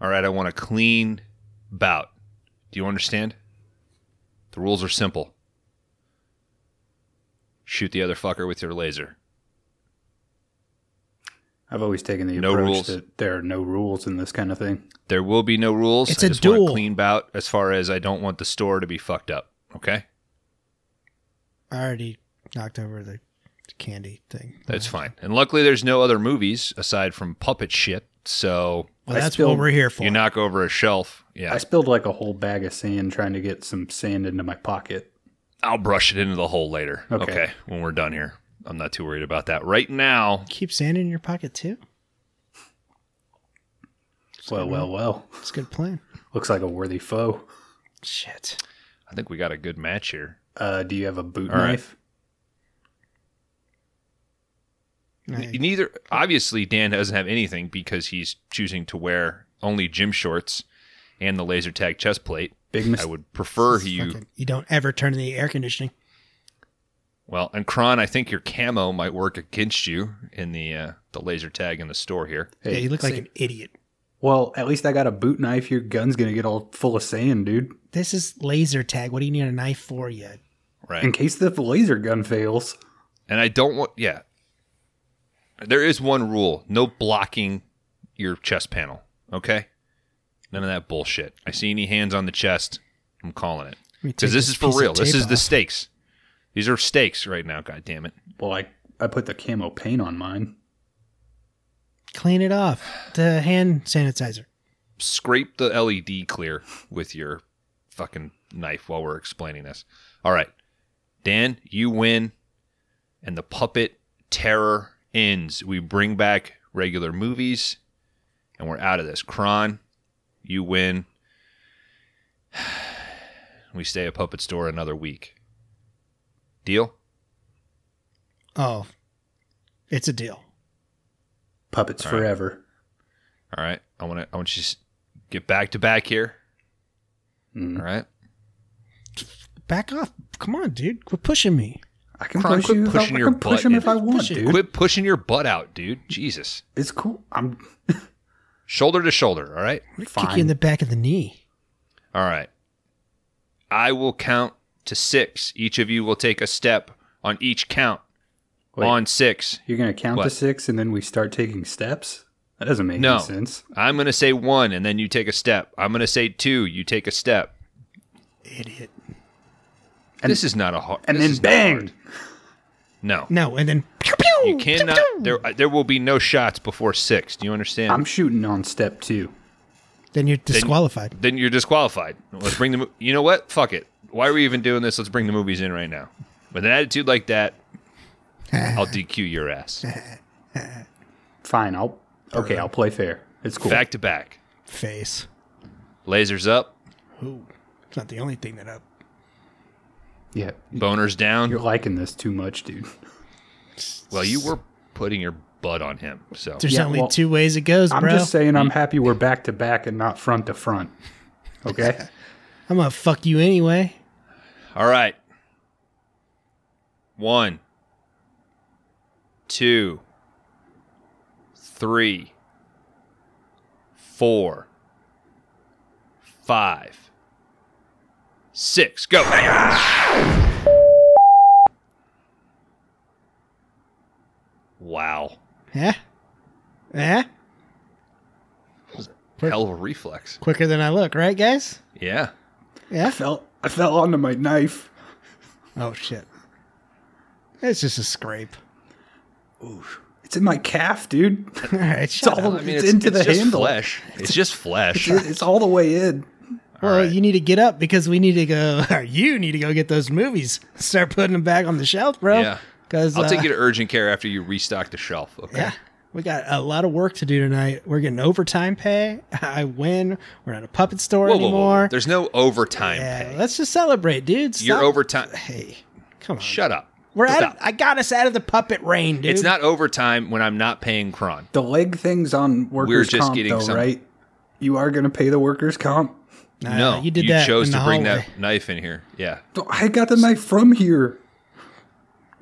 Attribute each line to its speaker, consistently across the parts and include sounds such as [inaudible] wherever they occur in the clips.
Speaker 1: All right, I want a clean bout. Do you understand? The rules are simple. Shoot the other fucker with your laser.
Speaker 2: I've always taken the
Speaker 1: No
Speaker 2: approach
Speaker 1: rules.
Speaker 2: that there are no rules in this kind of thing.
Speaker 1: There will be no rules.
Speaker 3: It's
Speaker 1: I
Speaker 3: a
Speaker 1: just want
Speaker 3: duel.
Speaker 1: a clean bout as far as I don't want the store to be fucked up. Okay?
Speaker 3: I already knocked over the candy thing.
Speaker 1: That's fine. And luckily there's no other movies aside from puppet shit, so
Speaker 3: Well,
Speaker 2: I
Speaker 3: that's what
Speaker 2: spilled-
Speaker 3: we're here for.
Speaker 1: you knock over a shelf. Yeah.
Speaker 2: I spilled like a whole bag of sand trying to get some sand into my pocket.
Speaker 1: I'll brush it into the hole later.
Speaker 2: Okay.
Speaker 1: Okay. When we're done here. I'm not too worried about that. Right now,
Speaker 3: Keep sand in your pocket
Speaker 1: [laughs]
Speaker 3: too.
Speaker 2: Well, well, well. [laughs]
Speaker 3: It's a good plan.
Speaker 2: Looks like a worthy foe.
Speaker 3: Shit.
Speaker 1: I think we got a good match here.
Speaker 2: Uh, do you have a boot
Speaker 1: All right.
Speaker 2: knife?
Speaker 3: I-
Speaker 1: N- Neither obviously Dan doesn't have anything because he's choosing to wear only gym shorts and the laser tag chest plate.
Speaker 2: Big mis-
Speaker 1: I would prefer
Speaker 3: Fucking-
Speaker 1: you
Speaker 3: don't ever turn the air conditioning.
Speaker 1: Well, and Kron, I think your camo might work against you in the uh, the laser tag in the store here.
Speaker 2: Hey,
Speaker 3: yeah, you look like
Speaker 2: see-
Speaker 3: an idiot.
Speaker 2: Well, at least I got a boot knife. Your gun's gonna get all full of sand, dude.
Speaker 3: This is laser tag. What do you need a knife for you?
Speaker 1: Right.
Speaker 2: In case the laser gun fails.
Speaker 1: And I don't want yeah. There is one rule, no blocking your chest panel, okay? None of that bullshit. I see any hands on the chest, I'm calling it. Cuz this is for real. This is the stakes. These are stakes right now, god damn it.
Speaker 2: Well, I I put the camo paint on mine.
Speaker 3: Clean it off. The hand sanitizer.
Speaker 1: Scrape the LED clear with your fucking knife while we're explaining this. All right. Dan, you win. And the puppet terror ends. We bring back regular movies and we're out of this. Kron, you win. [sighs] We stay at Puppet Store another week. Deal?
Speaker 3: Oh, it's a deal.
Speaker 2: Puppets
Speaker 1: All right.
Speaker 2: forever.
Speaker 1: All right. I want to I want you to s- get back to back here.
Speaker 2: Mm.
Speaker 1: All right.
Speaker 3: Back off. Come on, dude. Quit pushing me.
Speaker 2: I can
Speaker 1: Kron,
Speaker 2: push
Speaker 1: quit
Speaker 2: you. If I, I
Speaker 1: pushing your
Speaker 2: can push
Speaker 1: butt
Speaker 2: him
Speaker 1: in.
Speaker 2: if I want,
Speaker 3: Push it.
Speaker 2: dude.
Speaker 1: Quit pushing your butt out, dude. Jesus.
Speaker 2: It's cool. I'm
Speaker 1: Shoulder to shoulder, all right?
Speaker 3: I'm gonna Kick
Speaker 2: Fine.
Speaker 3: you in the back of the knee.
Speaker 1: All right. I will count to six. Each of you will take a step on each count
Speaker 2: Wait.
Speaker 1: on six.
Speaker 2: You're gonna count to
Speaker 1: What?
Speaker 2: six and then we start taking steps. That doesn't make
Speaker 1: No.
Speaker 2: any sense.
Speaker 1: I'm going to say one and then you take a step. I'm going to say two. You take a step.
Speaker 3: Idiot.
Speaker 2: And-
Speaker 1: this is not a hard.
Speaker 2: And
Speaker 1: this is
Speaker 2: then
Speaker 1: not
Speaker 2: bang.
Speaker 1: hard. No.
Speaker 3: No, and then pew, pew,
Speaker 1: You
Speaker 3: pew,
Speaker 1: cannot.
Speaker 3: pew.
Speaker 1: There, there will be no shots before six. Do you understand?
Speaker 2: I'm shooting on step two.
Speaker 3: Then you're disqualified.
Speaker 1: then you're disqualified. Let's bring the. mo- You know what? Fuck it. Why are we even doing this? Let's bring the movies in right now. With an attitude like that,
Speaker 2: [laughs]
Speaker 1: I'll DQ your ass
Speaker 2: Fine. I'll okay. I'll play fair. It's cool.
Speaker 1: back to back.
Speaker 3: Face.
Speaker 1: Lasers up,
Speaker 3: Who? It's not the only thing that up.
Speaker 2: yeah.
Speaker 1: boners down.
Speaker 2: You're liking this too much, dude.
Speaker 1: Well, you were putting your butt on him, so
Speaker 3: There's
Speaker 2: Yeah,
Speaker 3: only
Speaker 2: well,
Speaker 3: two ways it goes,
Speaker 2: I'm
Speaker 3: bro.
Speaker 2: just saying.
Speaker 1: Mm.
Speaker 2: I'm happy we're back to back and not front to front.
Speaker 1: [laughs]
Speaker 2: Okay.
Speaker 3: I'm gonna fuck you anyway.
Speaker 1: all right. One, two, three, four, five, six. Go. Wow,
Speaker 3: Yeah. Yeah.
Speaker 1: hell of a reflex.
Speaker 3: Quicker than I look, right, guys?
Speaker 1: Yeah.
Speaker 3: Yeah.
Speaker 2: fell. I fell onto my knife.
Speaker 3: Oh shit. It's just a scrape. [laughs]
Speaker 2: It's in my calf, dude.
Speaker 3: All right.
Speaker 2: It's
Speaker 3: Shut
Speaker 2: all.
Speaker 3: up.
Speaker 2: it's, into the
Speaker 1: just
Speaker 2: handle.
Speaker 1: flesh. It's just flesh.
Speaker 2: It's, it's all the way in.
Speaker 3: Well,
Speaker 1: right.
Speaker 3: you need to get up because we need to go. [laughs] Or you need to go get those movies. Start putting them back on the shelf, bro.
Speaker 1: Yeah.
Speaker 3: Because
Speaker 1: I'll take you to urgent care after you restock the shelf. Okay.
Speaker 3: uh, Yeah. We got a lot of work to do tonight. We're getting overtime pay. [laughs] I win. We're not a puppet store
Speaker 1: Whoa, whoa, whoa, whoa.
Speaker 3: anymore.
Speaker 1: There's no overtime
Speaker 3: Yeah,
Speaker 1: pay.
Speaker 3: let's just celebrate, dude. Stop.
Speaker 1: You're overtime.
Speaker 3: Hey, come on.
Speaker 1: Shut up.
Speaker 3: We're out.
Speaker 1: Stop.
Speaker 3: Of, I got us out of the puppet rain, dude.
Speaker 1: It's not overtime when I'm not paying Kron.
Speaker 2: The leg things on workers
Speaker 1: just
Speaker 2: comp,
Speaker 1: getting
Speaker 2: though,
Speaker 1: some-
Speaker 2: right? You are gonna pay the workers comp.
Speaker 3: Nah,
Speaker 1: no,
Speaker 3: you did that
Speaker 1: chose
Speaker 3: in
Speaker 1: to
Speaker 3: the
Speaker 1: bring
Speaker 3: hallway.
Speaker 1: that knife in here. Yeah.
Speaker 2: I got the knife from here.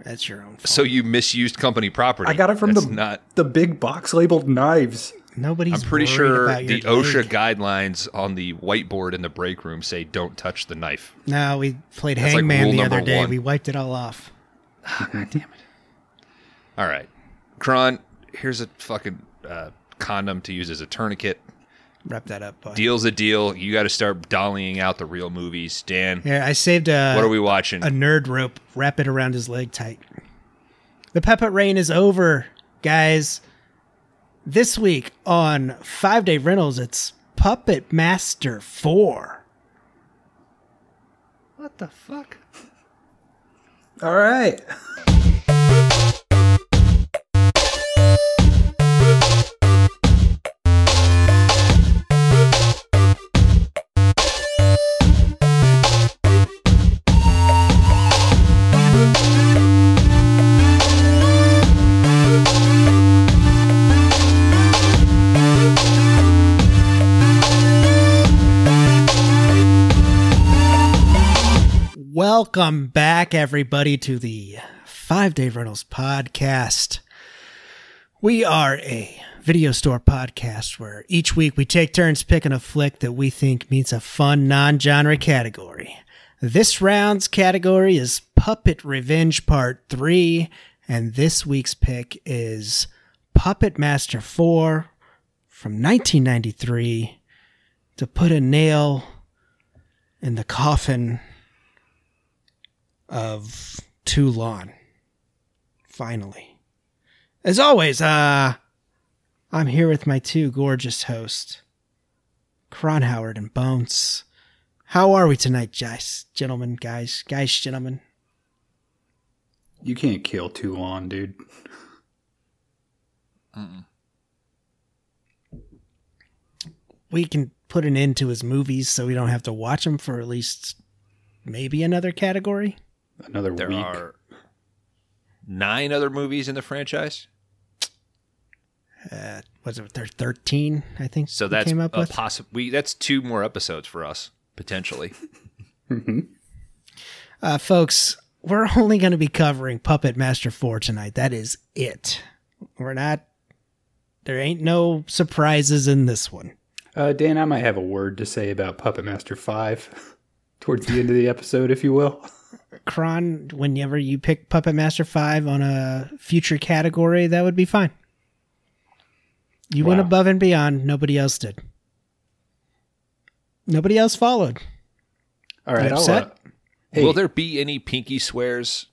Speaker 3: That's your own. Fault.
Speaker 1: So you misused company property.
Speaker 2: I got it from
Speaker 1: That's
Speaker 2: the
Speaker 1: not.
Speaker 2: the big box labeled knives.
Speaker 3: Nobody's.
Speaker 1: I'm pretty
Speaker 3: worried
Speaker 1: sure
Speaker 3: about your
Speaker 1: the OSHA
Speaker 3: leg.
Speaker 1: guidelines on the whiteboard in the break room say don't touch the knife.
Speaker 3: No, we played
Speaker 1: That's like
Speaker 3: Hangman
Speaker 1: rule
Speaker 3: the
Speaker 1: number
Speaker 3: other day.
Speaker 1: one.
Speaker 3: We wiped it all off.
Speaker 1: All right. Kron, here's a fucking uh, condom to use as a tourniquet.
Speaker 3: Wrap that up, boy.
Speaker 1: Deal's a deal. You got to start dollying out the real movies. Dan,
Speaker 3: Yeah, I saved uh, a
Speaker 1: what are we watching?
Speaker 3: a nerd rope. Wrap it around his leg tight. The puppet rain is over, guys. This week on Five Day Rentals, it's Puppet Master Four.
Speaker 1: what the fuck?
Speaker 2: All right.
Speaker 3: Welcome back, everybody, to the Five Day Rentals podcast. We are a video store podcast where each week we take turns picking a flick that we think meets a fun non genre category. This round's category is Puppet Revenge Part 3, and this week's pick is Puppet Master 4 from 1993 to put a nail in the coffin of Toulon. Finally. As always, uh, I'm here with my two gorgeous hosts, Cron Howard and Bones. How are we tonight, guys? Gentlemen, guys, guys, gentlemen.
Speaker 2: You can't kill Toulon, dude.
Speaker 3: We can put an end to his movies so we don't have to watch him for at least maybe another category.
Speaker 2: Another
Speaker 1: There
Speaker 2: week. [laughs]
Speaker 1: are nine other movies in the franchise.
Speaker 3: Uh, was it there 13? I think
Speaker 1: So
Speaker 3: we
Speaker 1: that's
Speaker 3: came up
Speaker 1: a
Speaker 3: with.
Speaker 1: possi- we that's two more episodes for us potentially.
Speaker 3: [laughs]
Speaker 2: Mm-hmm.
Speaker 3: Uh, folks, we're [laughs] only going to be covering Puppet Master 4 tonight. That is it. We're not, there ain't no surprises in this one.
Speaker 2: Uh, Dan, I might have a word to say about Puppet Master 5 [laughs] towards the end of the episode, if you will.
Speaker 3: Kron, whenever you pick Puppet Master 5 on a future category, that would be fine. You went
Speaker 2: Wow.
Speaker 3: above and beyond. Nobody else did. Nobody else followed.
Speaker 2: All right. I'll, uh,
Speaker 3: upset?
Speaker 2: hey,
Speaker 1: Will there be any pinky swears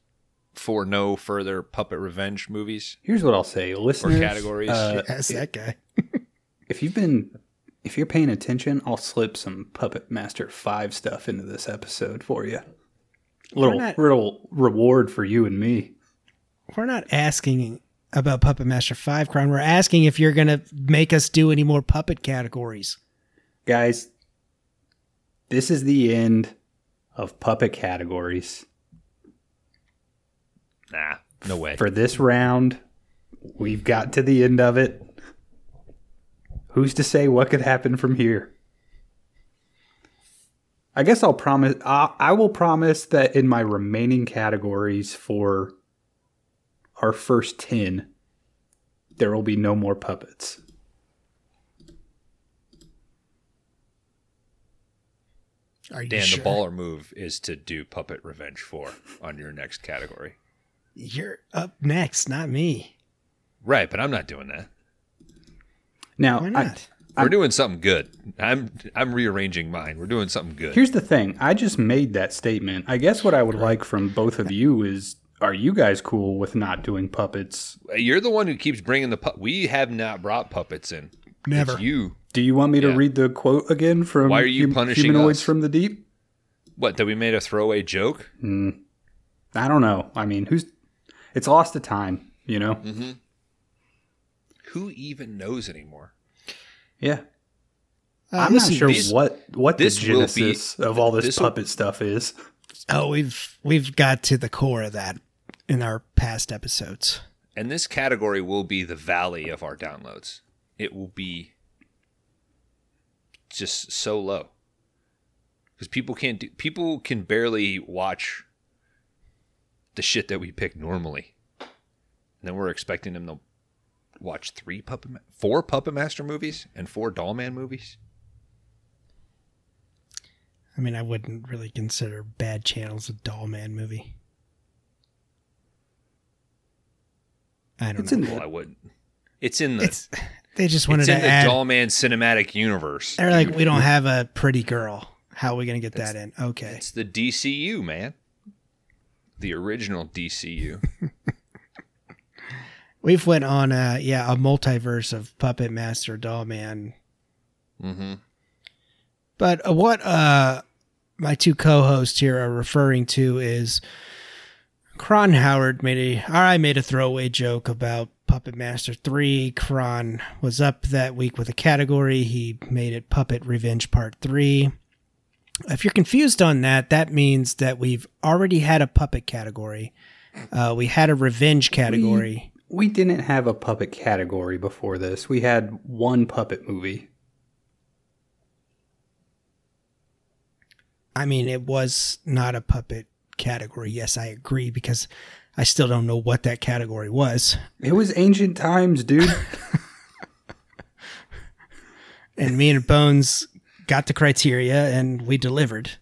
Speaker 1: for no further Puppet Revenge movies?
Speaker 2: here's what I'll say. Listeners,
Speaker 1: categories?
Speaker 2: uh,
Speaker 3: That's that guy.
Speaker 2: if you've been if you're paying attention i'll slip some puppet master 5 stuff into this episode for you little
Speaker 3: not-
Speaker 2: little reward for you and me
Speaker 3: We're not asking about Puppet Master 5, Kron. We're asking if you're going to make us do any more puppet categories.
Speaker 2: guys this is the end of puppet categories
Speaker 1: Nah, no way.
Speaker 2: for this round we've got to the end of it who's to say what could happen from here i guess i'll promise I, I will promise that in my remaining categories for our first 10 there will be no more puppets
Speaker 3: Are you
Speaker 1: Dan,
Speaker 3: sure?
Speaker 1: the baller move is to do Puppet Revenge 4 on your next category.
Speaker 3: You're up next, not me.
Speaker 1: Right, but I'm not doing that.
Speaker 2: now
Speaker 3: Why
Speaker 2: I-
Speaker 3: not?
Speaker 1: We're doing something good. I'm I'm rearranging mine. We're doing something good.
Speaker 2: here's the thing i just made that statement i guess what i would like from both of you is are you guys cool with not doing puppets
Speaker 1: You're the one who keeps bringing the pu- we have not brought puppets in.
Speaker 3: Never.
Speaker 1: It's you.
Speaker 2: do you want me to
Speaker 1: Yeah.
Speaker 2: read the quote again from
Speaker 1: Why are you
Speaker 2: Hum-
Speaker 1: punishing
Speaker 2: humanoids
Speaker 1: us?
Speaker 2: from the deep Hmm.
Speaker 1: What, that we made a throwaway joke?
Speaker 2: I don't know. I mean, who's it's lost to time, you know?
Speaker 1: Who even knows anymore?
Speaker 2: Yeah.
Speaker 3: Uh,
Speaker 2: I'm not
Speaker 3: listen,
Speaker 2: sure
Speaker 1: this-
Speaker 2: what what
Speaker 1: this
Speaker 2: the
Speaker 1: will be-
Speaker 2: genesis of all this,
Speaker 1: this will-
Speaker 2: puppet stuff is.
Speaker 3: Oh, we've we've got to the core of that in our past episodes.
Speaker 1: And this category will be the valley of our downloads. It will be just so low. Because people can't do people can barely watch the shit that we pick normally. And then we're expecting them to watch three puppet, Ma- four Puppet Master movies and four Dollman movies?
Speaker 3: I mean, I wouldn't really consider Bad Channels a doll man movie. I don't
Speaker 2: It's
Speaker 3: know.
Speaker 2: in
Speaker 1: Well, I wouldn't. It's in the it's,
Speaker 3: it's they just wanted
Speaker 1: in
Speaker 3: to
Speaker 1: the
Speaker 3: add.
Speaker 1: Dollman cinematic universe.
Speaker 3: they're like,
Speaker 1: dude.
Speaker 3: we don't have a pretty girl. How are we gonna get that in? Okay,
Speaker 1: It's the DCU, man. The original
Speaker 3: [laughs]
Speaker 1: DCU.
Speaker 3: we've went on a yeah a multiverse of Puppet Master Doll Man.
Speaker 1: mm-hmm.
Speaker 3: But uh, what uh, my two co-hosts here are referring to is Cron Howard made a or I made a throwaway joke about Puppet Master Three. Cron was up that week with a category. He made it Puppet Revenge Part Three. If you're confused on that, that means that we've already had a puppet category. Uh, we had a revenge category.
Speaker 2: We didn't have a puppet category before this. We had one puppet movie.
Speaker 3: I mean, it was not a puppet category. Yes, I agree because I still don't know what that category was.
Speaker 2: It was ancient
Speaker 1: [laughs]
Speaker 2: times, dude.
Speaker 3: and me and Bones got the criteria and we delivered. [laughs]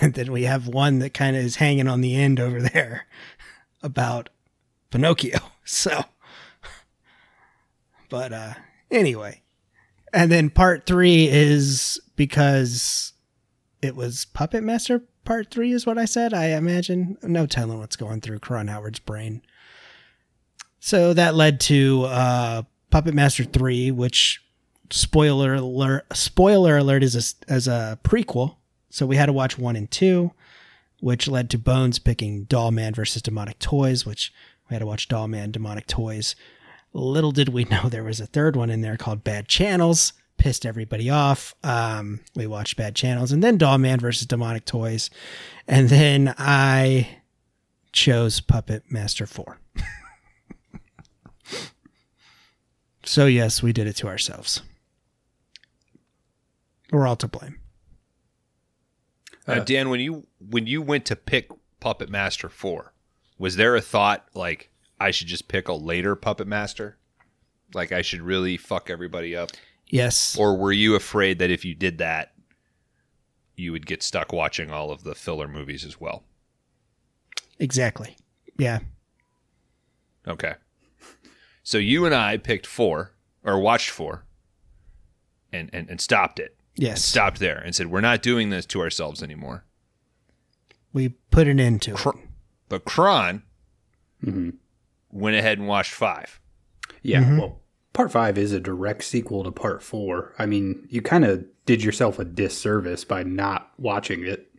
Speaker 3: And then we have one that kind of is hanging on the end over there about Pinocchio. [laughs] So, but uh, anyway. And then part three is because it was Puppet Master part three, is what I said. I imagine no telling what's going through Cron Howard's brain. So that led to uh, Puppet Master three, which spoiler alert spoiler alert is a, s- as a prequel so we had to watch one and two which led to bones picking doll man versus demonic toys which we had to watch doll man demonic toys little did we [laughs] know there was a third one in there called bad channels pissed everybody off um, we watched bad channels and then doll man versus demonic toys and then i chose puppet master 4 [laughs] so yes we did it to ourselves we're all to blame Uh,
Speaker 1: Now, Uh, Dan, when you when you went to pick Puppet Master four, was there a thought like I should just pick a later Puppet Master? Like I should really fuck everybody up?
Speaker 3: yes
Speaker 1: Or were you afraid that if you did that, you would get stuck watching all of the filler movies as well?
Speaker 3: Exactly. Yeah.
Speaker 1: Okay. So you and I picked four or watched four and, and, and stopped it.
Speaker 3: Yes.
Speaker 1: Stopped there and said, We're not doing this to ourselves anymore.
Speaker 3: We put an end to it.
Speaker 1: Cr- but Kron
Speaker 2: Mhm.
Speaker 1: went ahead and watched five.
Speaker 2: Yeah,
Speaker 3: Mm-hmm.
Speaker 2: well, part five is a direct sequel to part four. I mean, you kind of did yourself a disservice by not watching it.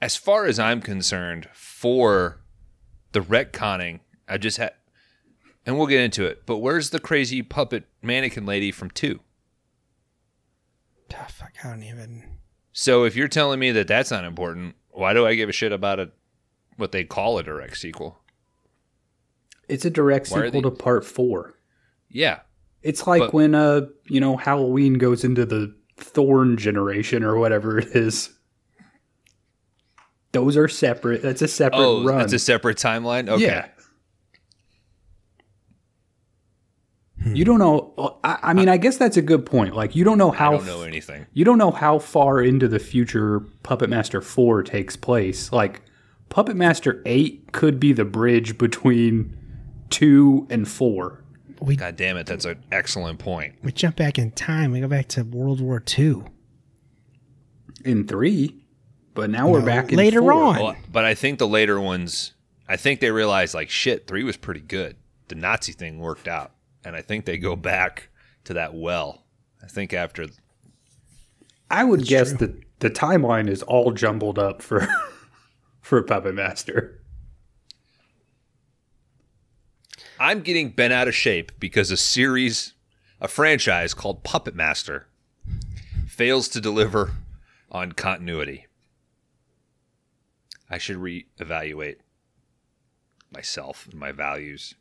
Speaker 1: As far as I'm concerned, for the retconning, I just had, and we'll get into it, but where's the crazy puppet mannequin lady from two?
Speaker 3: Ah, fuck, I don't even.
Speaker 1: So if you're telling me that that's not important, why do I give a shit about a, what they call a direct sequel?
Speaker 2: It's a direct
Speaker 1: Why are
Speaker 2: sequel to
Speaker 1: these-
Speaker 2: part four.
Speaker 1: Yeah,
Speaker 2: It's like
Speaker 1: But-
Speaker 2: when uh, you know, Halloween goes into the Thorn generation or whatever it is. Those are separate. That's a separate
Speaker 1: Oh,
Speaker 2: run.
Speaker 1: that's a separate timeline. Okay.
Speaker 2: Yeah. You don't know. I, I mean, I guess that's a good point. Like, you don't know
Speaker 1: I
Speaker 2: how
Speaker 1: don't know anything.
Speaker 2: you don't know how far into the future Puppet Master 4 takes place. Like, Puppet Master 8 could be the bridge between 2 and 4.
Speaker 1: God damn it, that's an excellent point.
Speaker 3: We jump back in time. We go back to World War II.
Speaker 2: In 3, but now we're
Speaker 3: No,
Speaker 2: back in
Speaker 3: later
Speaker 2: 4.
Speaker 3: on.
Speaker 1: Well, but I think the later ones, I think they realized like shit, three was pretty good. The Nazi thing worked out, and I think they go back to that well. I think after
Speaker 2: I would guess that the timeline is all jumbled up for [laughs] for Puppet Master.
Speaker 1: I'm getting bent out of shape because a series, a franchise called Puppet Master, fails to deliver on continuity. I should reevaluate myself and my values.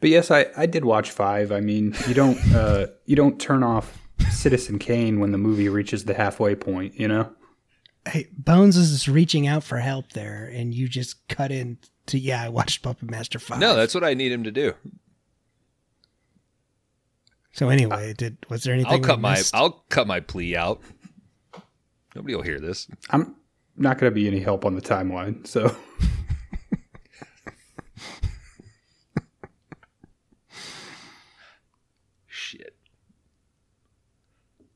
Speaker 2: But yes, I, I did watch five. I mean, you don't [laughs] uh, you don't turn off Citizen Kane when the movie reaches the halfway point. You know,
Speaker 3: Hey, Bones is reaching out for help there, and you just cut in to yeah, I watched Puppet Master Five.
Speaker 1: No, that's what I need him to do.
Speaker 3: so anyway. did was there anything?
Speaker 1: I'll cut
Speaker 3: we
Speaker 1: my
Speaker 3: missed?
Speaker 1: I'll cut my plea out. Nobody will hear this.
Speaker 2: I'm not going to be any help on the timeline. So
Speaker 1: Shit.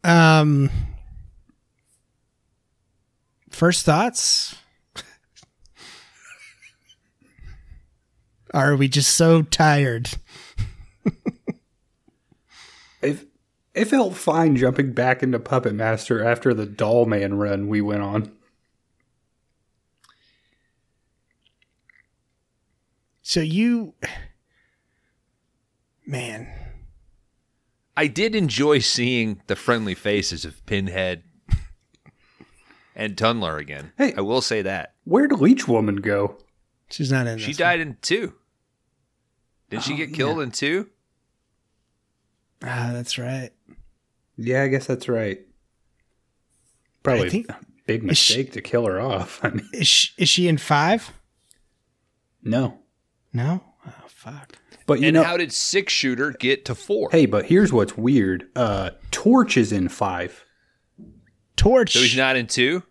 Speaker 3: Um, first thoughts. [laughs] Are we just so tired?
Speaker 2: if it felt fine jumping back into Puppet Master after the Doll Man run we went on.
Speaker 3: So you, man,
Speaker 1: I did enjoy seeing the friendly faces of Pinhead and Tunler again.
Speaker 2: Hey.
Speaker 1: I will say that
Speaker 2: Where'd Leech Woman go?
Speaker 3: she's not in.
Speaker 1: she
Speaker 3: this
Speaker 1: died in two. Did she
Speaker 2: Oh,
Speaker 1: get killed in two?
Speaker 3: one. Ah, that's right.
Speaker 2: Yeah, I guess that's right.
Speaker 3: I
Speaker 2: Probably
Speaker 3: think-
Speaker 2: a big
Speaker 3: Is she-
Speaker 2: mistake to kill her off. [laughs] I mean,
Speaker 3: Is she, is she in five?
Speaker 2: no.
Speaker 3: No. Oh fuck.
Speaker 2: But you
Speaker 1: and
Speaker 2: know,
Speaker 1: how did Six Shooter get to four?
Speaker 2: hey, but here's what's weird. Uh Torch is in 5.
Speaker 3: Torch.
Speaker 1: So he's not in two,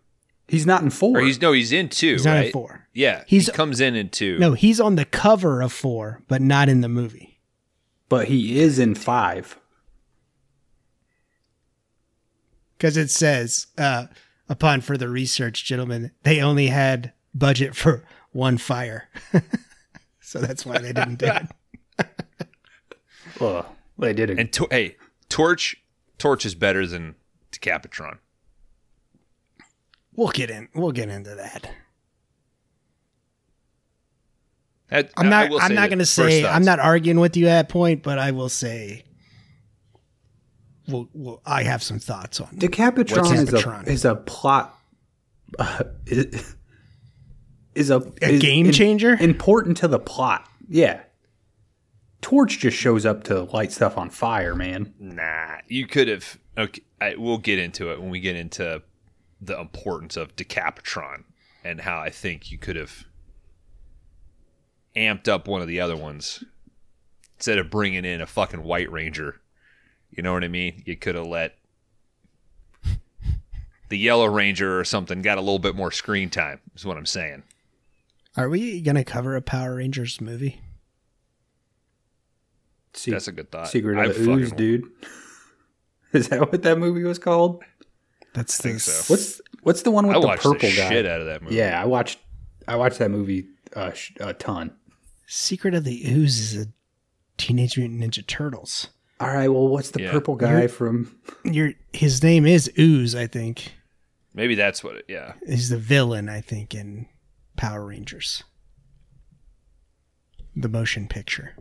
Speaker 2: He's not in 4.
Speaker 1: or he's no, he's in two,
Speaker 3: He's
Speaker 1: right?
Speaker 3: not in four.
Speaker 1: Yeah,
Speaker 3: He's-
Speaker 1: he comes in in two.
Speaker 3: No, he's on the cover of four, but not in the movie.
Speaker 2: but he is in 5.
Speaker 3: Because it says, uh, upon further research, gentlemen, they only had budget for one fire. [laughs] so that's why they didn't do
Speaker 1: [laughs]
Speaker 3: it.
Speaker 2: Ugh, they did it.
Speaker 1: And to- hey, Torch, Torch is better than Decapitron.
Speaker 3: We'll get in. We'll get into that.
Speaker 1: That-
Speaker 3: I'm
Speaker 1: I
Speaker 3: not.
Speaker 1: will
Speaker 3: I'm
Speaker 1: say
Speaker 3: not
Speaker 1: that
Speaker 3: going to
Speaker 1: first
Speaker 3: say.
Speaker 1: thoughts.
Speaker 3: I'm not arguing with you at that point, but I will say. Well, well I have some thoughts on.
Speaker 2: Decapitron
Speaker 3: What's
Speaker 2: is
Speaker 3: Decapitron?
Speaker 2: a is a plot uh, [laughs] is, is a
Speaker 3: A
Speaker 2: is
Speaker 3: game changer?
Speaker 2: important to the plot. Yeah. Torch just shows up to light stuff on fire, man.
Speaker 1: Nah, you could have. Okay, I, we'll get into it when we get into the importance of Decapitron and how I think you could have amped up one of the other ones instead of bringing in a fucking White Ranger. You know what I mean? You could have let the Yellow Ranger or something got a little bit more screen time. Is what I'm saying.
Speaker 3: Are we going to cover a Power Rangers movie?
Speaker 2: Se-
Speaker 1: That's a good thought.
Speaker 2: Secret
Speaker 1: I
Speaker 2: of the Ooze,
Speaker 1: fucking-
Speaker 2: dude. [laughs] Is that what that movie was called?
Speaker 3: That's
Speaker 1: think
Speaker 3: the-
Speaker 1: so.
Speaker 2: What's what's the one with
Speaker 1: I
Speaker 2: the
Speaker 1: watched the,
Speaker 2: purple guy?
Speaker 1: shit out of that movie.
Speaker 2: Yeah, I watched I watched that movie uh, sh- a ton.
Speaker 3: Secret of the Ooze is a Teenage Mutant Ninja Turtles.
Speaker 2: All right, well, what's the
Speaker 1: Yeah.
Speaker 2: purple guy from?
Speaker 3: Your his name is Ooze, I think.
Speaker 1: maybe that's what. It, yeah,
Speaker 3: He's the villain, I think, in Power Rangers. The motion picture.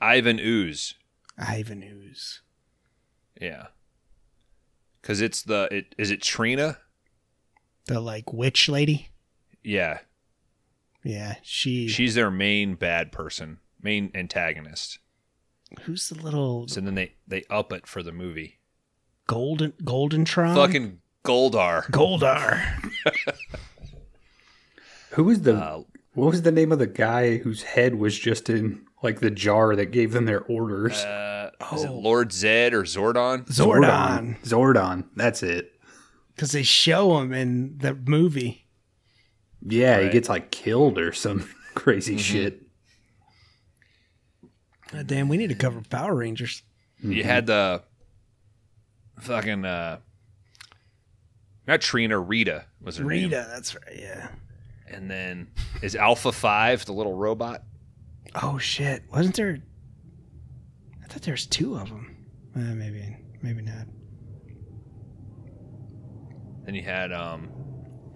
Speaker 1: Ivan Ooze.
Speaker 3: Ivan Ooze.
Speaker 1: Yeah. Cause it's the it is it Trina?
Speaker 3: The like witch lady.
Speaker 1: Yeah.
Speaker 3: Yeah. She,
Speaker 1: She's their main bad person, main antagonist.
Speaker 3: who's the little
Speaker 1: So then they they up it for the movie.
Speaker 3: golden golden tron?
Speaker 1: Fucking Goldar.
Speaker 3: Goldar.
Speaker 2: Who was the
Speaker 1: Uh,
Speaker 2: What was the name of the guy whose head was just in like the jar that gave them their orders?
Speaker 1: uh, Is it Lord Zed or Zordon?
Speaker 3: Mm-hmm. Zordon.
Speaker 2: Zordon. That's it.
Speaker 3: Because they show him in the movie.
Speaker 2: Yeah, he
Speaker 1: Right. Mm-hmm.
Speaker 2: gets like killed or some [laughs] crazy shit.
Speaker 3: God damn, Uh, we need to cover Power Rangers.
Speaker 1: You had the fucking uh not Trina, Rita was her name.
Speaker 3: Rita, that's right, yeah.
Speaker 1: And then is Alpha Five the little robot?
Speaker 3: Oh shit! Wasn't there? I thought there was two of them. Uh, maybe, maybe not.
Speaker 1: Then you had um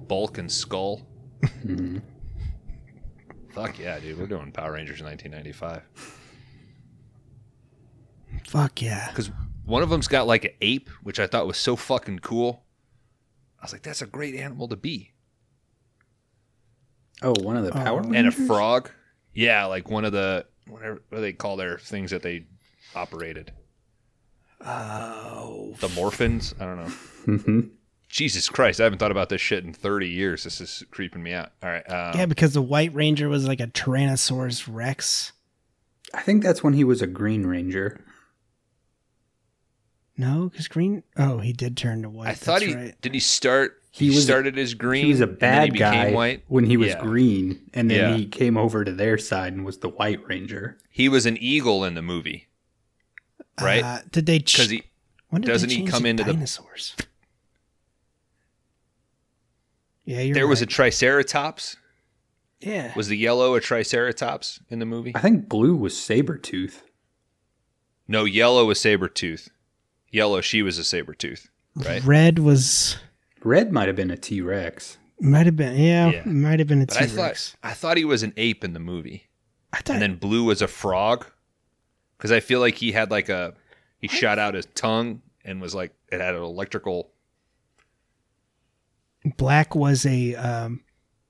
Speaker 1: Bulk and Skull.
Speaker 2: Mm-hmm.
Speaker 1: Fuck yeah, dude. We're doing Power Rangers in 1995.
Speaker 3: Fuck yeah!
Speaker 1: because one of them's got like an ape, which I thought was so fucking cool. I was like, that's a great animal to be.
Speaker 2: Oh, one of the power.
Speaker 3: Oh.
Speaker 1: And a
Speaker 3: Rangers?
Speaker 1: frog. Yeah, like one of the whatever what do they call their things that they operated.
Speaker 3: Oh,
Speaker 1: Oh, The morphins. I don't know.
Speaker 2: Mhm.
Speaker 1: Jesus Christ, I haven't thought about this shit in 30 years. This is creeping me out. All right. Um,
Speaker 3: yeah, because the White Ranger was like a Tyrannosaurus Rex.
Speaker 2: I think that's when he was a Green Ranger.
Speaker 3: No, because green. Oh, he did turn to white.
Speaker 1: I thought
Speaker 3: That's
Speaker 1: he
Speaker 3: right.
Speaker 1: did. He start.
Speaker 2: He
Speaker 1: He,
Speaker 2: was-
Speaker 1: started as green.
Speaker 2: he was a
Speaker 1: and then he
Speaker 2: bad guy
Speaker 1: Became white.
Speaker 2: when he was
Speaker 1: Yeah.
Speaker 2: green, and then
Speaker 1: Yeah.
Speaker 2: he came over to their side and was the White Ranger.
Speaker 1: He was an eagle in the movie, right?
Speaker 3: Uh, did they? Ch-
Speaker 1: Because he
Speaker 3: when did
Speaker 1: doesn't
Speaker 3: they
Speaker 1: he
Speaker 3: change
Speaker 1: come
Speaker 3: the
Speaker 1: into the-
Speaker 3: dinosaurs? Yeah, you're
Speaker 1: there was a
Speaker 3: right.
Speaker 1: triceratops.
Speaker 3: yeah.
Speaker 1: Was the yellow a triceratops in the movie?
Speaker 2: I think blue was Sabretooth.
Speaker 1: No, yellow was saber tooth. Yellow, she was a saber tooth, right?
Speaker 3: Red was
Speaker 2: Red might have been a T Rex.
Speaker 3: might have been yeah,
Speaker 1: Yeah.
Speaker 3: might have been a
Speaker 1: But I
Speaker 3: T
Speaker 1: thought
Speaker 3: Rex.
Speaker 1: I thought he was an ape in the movie,
Speaker 3: I thought
Speaker 1: and then blue was a frog, because I feel like he had like a he shot out his tongue and was like it had an electrical.
Speaker 3: black was a um,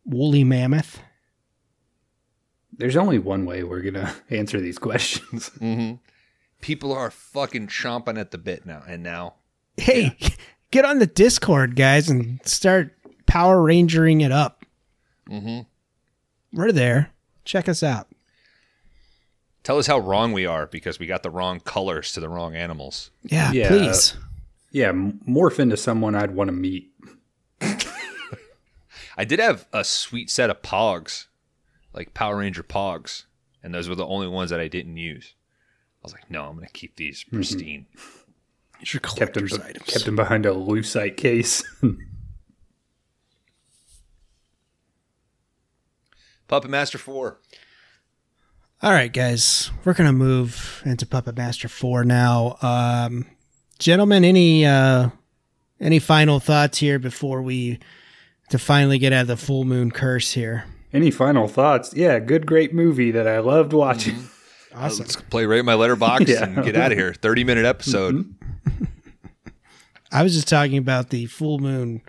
Speaker 3: woolly mammoth.
Speaker 2: There's only one way we're gonna [laughs] answer these questions. [laughs]
Speaker 1: mm-hmm. People are fucking chomping at the bit now, and now
Speaker 3: Hey, [laughs] get on the Discord, guys, and start Power Rangering it up.
Speaker 1: Mhm.
Speaker 3: We're there. Check us out.
Speaker 1: Tell us how wrong we are because we got the wrong colors to the wrong animals.
Speaker 3: Yeah,
Speaker 2: Yeah.
Speaker 3: please.
Speaker 2: yeah, m- morph into someone I'd want to meet.
Speaker 1: I did have a sweet set of pogs, like Power Ranger pogs, and those were the only ones that I didn't use. I was like, no, I'm going to keep these
Speaker 3: Mm-hmm.
Speaker 1: pristine.
Speaker 3: It's your
Speaker 2: Kept him,
Speaker 3: collector's items.
Speaker 2: kept him behind a lucite case. [laughs]
Speaker 1: Puppet Master 4.
Speaker 3: All right, guys, we're gonna move into Puppet Master Four now. Um, gentlemen, any uh, any final thoughts here before we to finally get out of the full moon curse here?
Speaker 2: Any final thoughts? Yeah, good, great movie that I loved watching.
Speaker 1: Mm-hmm.
Speaker 3: Awesome.
Speaker 1: Let's play right in my letterbox
Speaker 2: Yeah.
Speaker 1: and get out of here. 30 minute episode.
Speaker 3: Mm-hmm. I was just talking about the full moon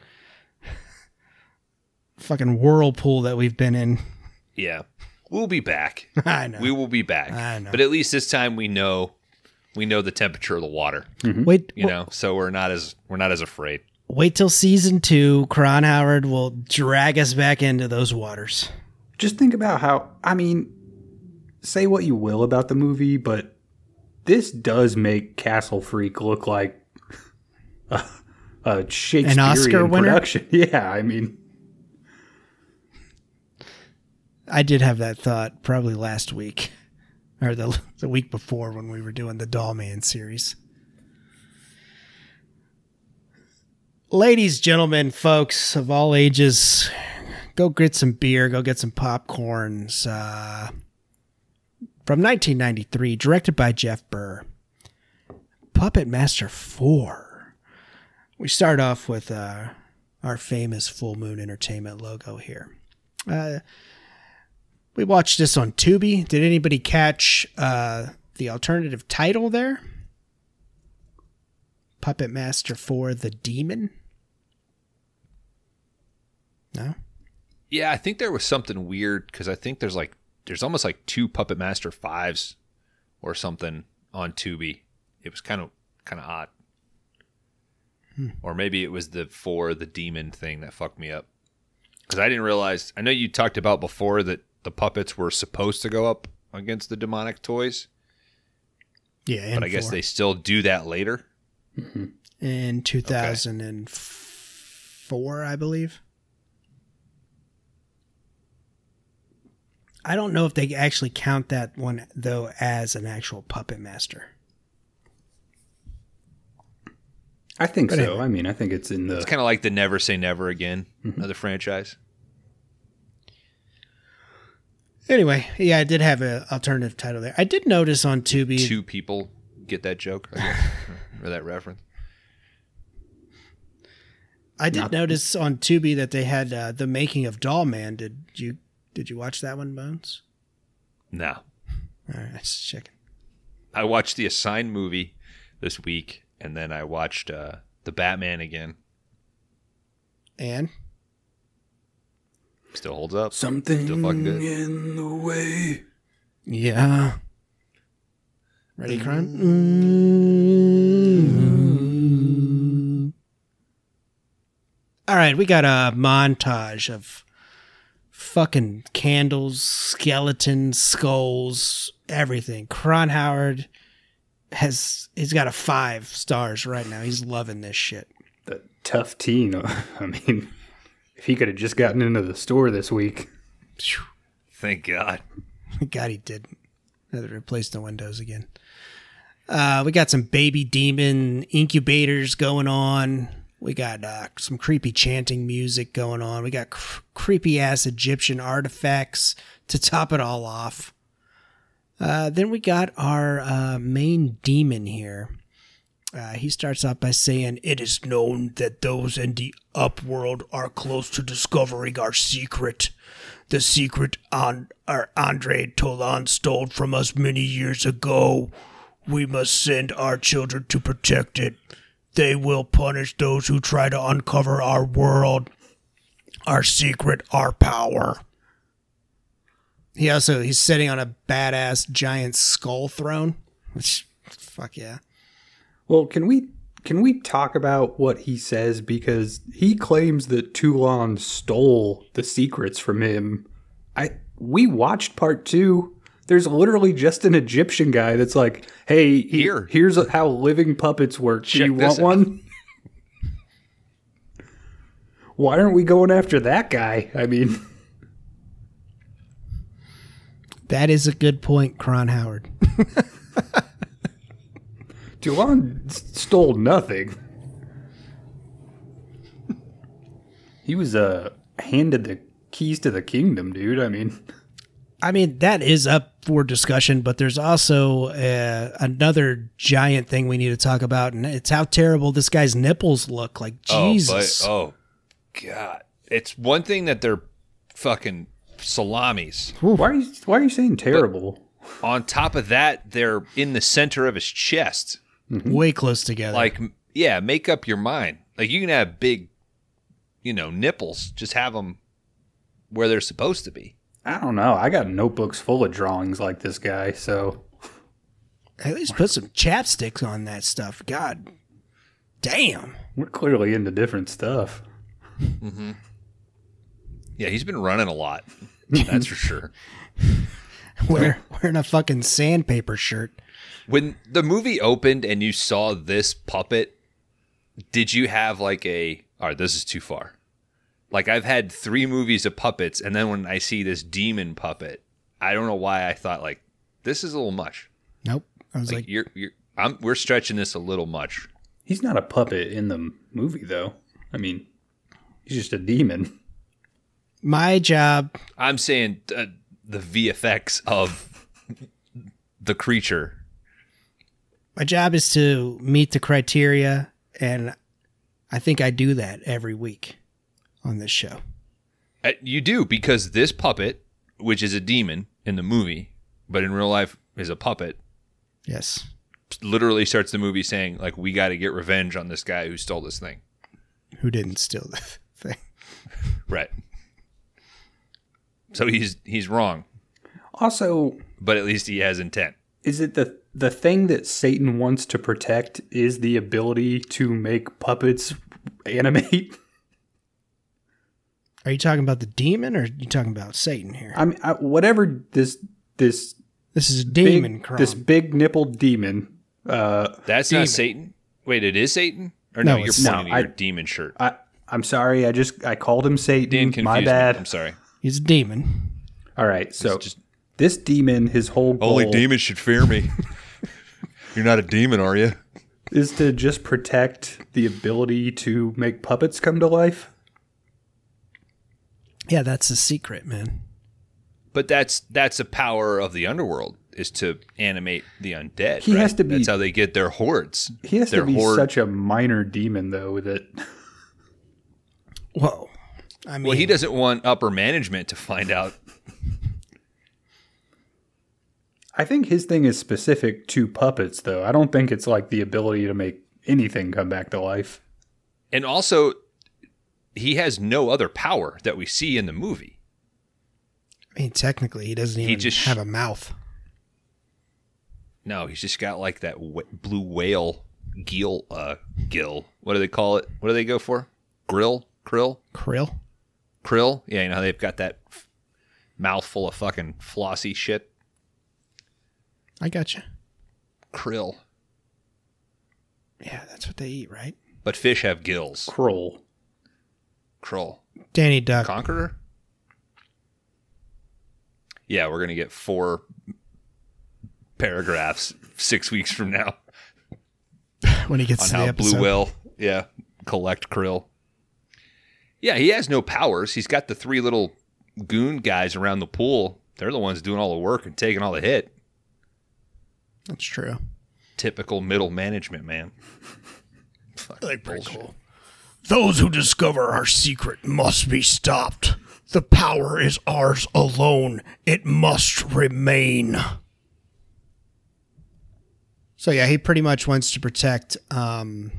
Speaker 3: [laughs] fucking whirlpool that we've been in. [laughs]
Speaker 1: Yeah. We'll be back.
Speaker 3: I know.
Speaker 1: We will be back.
Speaker 3: I know.
Speaker 1: But at least this time we know we know the temperature of the water,
Speaker 3: wait,
Speaker 1: you know, so we're not as we're not as afraid.
Speaker 3: wait till season two. Cron Howard will drag us back into those waters.
Speaker 2: Just think about how, I mean, say what you will about the movie, but this does make Castle Freak look like [laughs] a, a Shakespearean
Speaker 3: Oscar winner?
Speaker 2: production. [laughs] Yeah, I mean,
Speaker 3: I did have that thought probably last week or the, [laughs] the week before when we were doing the Doll Man series. Ladies, gentlemen, folks of all ages, go get some beer, go get some popcorns. Uh, from 1993, directed by Jeff Burr, Puppet Master 4. We start off with uh, our famous Full Moon Entertainment logo here. Uh, we watched this on Tubi. Did anybody catch uh, the alternative title there? Puppet Master for the Demon? No?
Speaker 1: Yeah, I think there was something weird because I think there's like there's almost like two Puppet Master fives or something on Tubi. It was kind of kind of odd.
Speaker 3: Hmm.
Speaker 1: Or maybe it was the for the demon thing that fucked me up because I didn't realize. I know you talked about before that the puppets were supposed to go up against the demonic toys,
Speaker 3: Yeah, and
Speaker 1: but I guess
Speaker 3: four.
Speaker 1: they still do that later.
Speaker 3: in 2004, I believe. I don't know if they actually count that one though as an actual puppet master.
Speaker 2: I think
Speaker 3: But
Speaker 2: so.
Speaker 3: anyway.
Speaker 2: I mean, I think it's in the.
Speaker 1: It's kind of like the Never Say Never Again,
Speaker 3: Mm-hmm.
Speaker 1: another franchise.
Speaker 3: Anyway, yeah, I did have an alternative title there. I did notice on Tubi
Speaker 1: Two people get that joke I guess, [laughs] or that reference.
Speaker 3: I did
Speaker 2: Not-
Speaker 3: notice on Tubi that they had uh, the making of Doll Man. Did you did you watch that one, Bones?
Speaker 1: No.
Speaker 3: All right, just checking.
Speaker 1: I watched the Assigned movie this week, and then I watched uh, the Batman again.
Speaker 3: And
Speaker 1: Still holds up.
Speaker 2: Something
Speaker 1: Still fucking good.
Speaker 2: in the way.
Speaker 3: yeah, ready, Cron? mm right, we got a montage of fucking candles, skeletons, skulls, everything. Cron Howard has he's got a five stars right now. He's loving this shit.
Speaker 2: The tough teen. [laughs] I mean, if he could have just gotten into the store this week.
Speaker 3: Phew.
Speaker 1: Thank God.
Speaker 3: [laughs] God, he didn't. Had to replace the windows again. Uh, we got some baby demon incubators going on. We got uh, some creepy chanting music going on. We got cr- creepy ass Egyptian artifacts to top it all off. Uh, then we got our uh, main demon here. Uh, he starts off by saying, It is known that those in the upworld are close to discovering our secret. The secret on, our Andre Tolan stole from us many years ago. We must send our children to protect it. They will punish those who try to uncover our world, our secret, our power. He also he's sitting on a badass giant skull throne, which fuck yeah.
Speaker 2: Well, can we can we talk about what he says because he claims that Toulon stole the secrets from him. I we watched part 2. There's literally just an Egyptian guy that's like, "Hey, he-
Speaker 1: Here.
Speaker 2: here's how living puppets work. Do
Speaker 1: Check
Speaker 2: you
Speaker 1: this
Speaker 2: want
Speaker 1: out."
Speaker 2: one?" [laughs] Why aren't we going after that guy? I mean,
Speaker 3: That is a good point, Cron Howard.
Speaker 2: Toulon s- stole nothing. He was uh handed the keys to the kingdom, dude. I mean,
Speaker 3: I mean, that is up for discussion, but there's also uh, another giant thing we need to talk about, and it's how terrible this guy's nipples look. Like Jesus,
Speaker 1: Oh, but, oh, God. It's one thing that they're fucking salamis.
Speaker 2: why are you why are you saying terrible?
Speaker 1: On top of that, they're in the center of his chest.
Speaker 3: [laughs] way close together.
Speaker 1: Like, m- yeah, make up your mind. Like, you can have big, you know, nipples. Just have them where they're supposed to be.
Speaker 2: I don't know. I got notebooks full of drawings like this guy, so
Speaker 3: at least put some chapsticks on that stuff. God damn.
Speaker 1: [laughs]
Speaker 2: we're clearly into different stuff.
Speaker 1: Yeah, he's been running a lot. That's for sure.
Speaker 3: Wear, wearing a fucking sandpaper shirt.
Speaker 1: When the movie opened and you saw this puppet, did you have like a, all right, this is too far? Like, I've had three movies of puppets, and then when I see this demon puppet, I don't know why I thought, like, this is a little much.
Speaker 3: Nope. I was
Speaker 1: Like,
Speaker 3: like,
Speaker 1: you're, you're, I'm, we're stretching this a little much.
Speaker 2: He's not a puppet in the movie though. I mean, he's just a demon.
Speaker 3: my job.
Speaker 1: I'm saying uh, the VFX of the creature.
Speaker 3: My job is to meet the criteria, and I think I do that every week on this show.
Speaker 1: Uh, You do because this puppet, which is a demon in the movie, but in real life is a puppet,
Speaker 3: Yes.
Speaker 1: literally starts the movie saying like we got to get revenge on this guy who stole this thing
Speaker 3: Who didn't steal the [laughs] thing?
Speaker 1: right so he's he's wrong
Speaker 2: Also,
Speaker 1: but at least he has intent
Speaker 2: is it the the thing that Satan wants to protect is the ability to make puppets [laughs] animate?
Speaker 3: Are you talking about the demon or are you talking about Satan here?
Speaker 1: Uh,
Speaker 2: I mean, I, whatever this this
Speaker 3: this is a demon
Speaker 2: big,
Speaker 3: crime.
Speaker 2: this big nippled demon. Uh,
Speaker 1: that's
Speaker 3: Demon.
Speaker 1: not satan wait it is satan or
Speaker 3: No,
Speaker 1: no, you're
Speaker 3: it's-
Speaker 1: pointing
Speaker 2: no,
Speaker 1: at your
Speaker 2: I-
Speaker 1: demon shirt
Speaker 2: I I'm sorry. I just I called him
Speaker 1: dan
Speaker 2: Satan.
Speaker 1: confused
Speaker 2: Mm, My
Speaker 1: me.
Speaker 2: bad.
Speaker 1: i'm sorry
Speaker 3: He's a demon.
Speaker 2: All right, so
Speaker 1: just-
Speaker 2: this demon, his whole goal
Speaker 1: should fear me you're not a demon are you
Speaker 2: is to just protect the ability to make puppets come to life.
Speaker 3: Yeah, that's the secret, man.
Speaker 1: but that's that's a power of the underworld is to animate the undead
Speaker 2: He
Speaker 1: right?
Speaker 2: has to be-
Speaker 1: that's how they get their hordes
Speaker 2: He has
Speaker 1: their
Speaker 2: to be
Speaker 1: horde
Speaker 2: such a minor demon, though, that
Speaker 3: Whoa. I mean,
Speaker 1: Well, he doesn't want upper management to find out.
Speaker 2: I think his thing is specific to puppets. Though I don't think it's like the ability to make anything come back to life.
Speaker 1: And also, he has no other power that we see in the movie.
Speaker 3: I mean, technically, he doesn't even
Speaker 1: just-
Speaker 3: have a mouth.
Speaker 1: No, he's just got like that wh- blue whale gill, uh, gill. What do they call it? What do they go for? Grill, Krill?
Speaker 3: Krill.
Speaker 1: Krill? Yeah, you know how they've got that f- mouthful of fucking flossy shit?
Speaker 3: I gotcha.
Speaker 1: Krill.
Speaker 3: Yeah, that's what they eat, right?
Speaker 1: But fish have gills.
Speaker 2: Kroll.
Speaker 1: Krill.
Speaker 3: Danny Duck.
Speaker 1: Conqueror? Yeah, we're going to get four paragraphs six weeks from now
Speaker 3: when he gets
Speaker 1: on
Speaker 3: to the
Speaker 1: how
Speaker 3: episode.
Speaker 1: Blue Whale, yeah, collect krill. Yeah, he has no powers. He's got the three little goon guys around the pool. They're the ones doing all the work and taking all the hit.
Speaker 3: That's true.
Speaker 1: Typical middle management, man. Fucking bullshit.
Speaker 4: Those who discover our secret must be stopped. The power is ours alone. It must remain.
Speaker 3: So yeah, he pretty much wants to protect um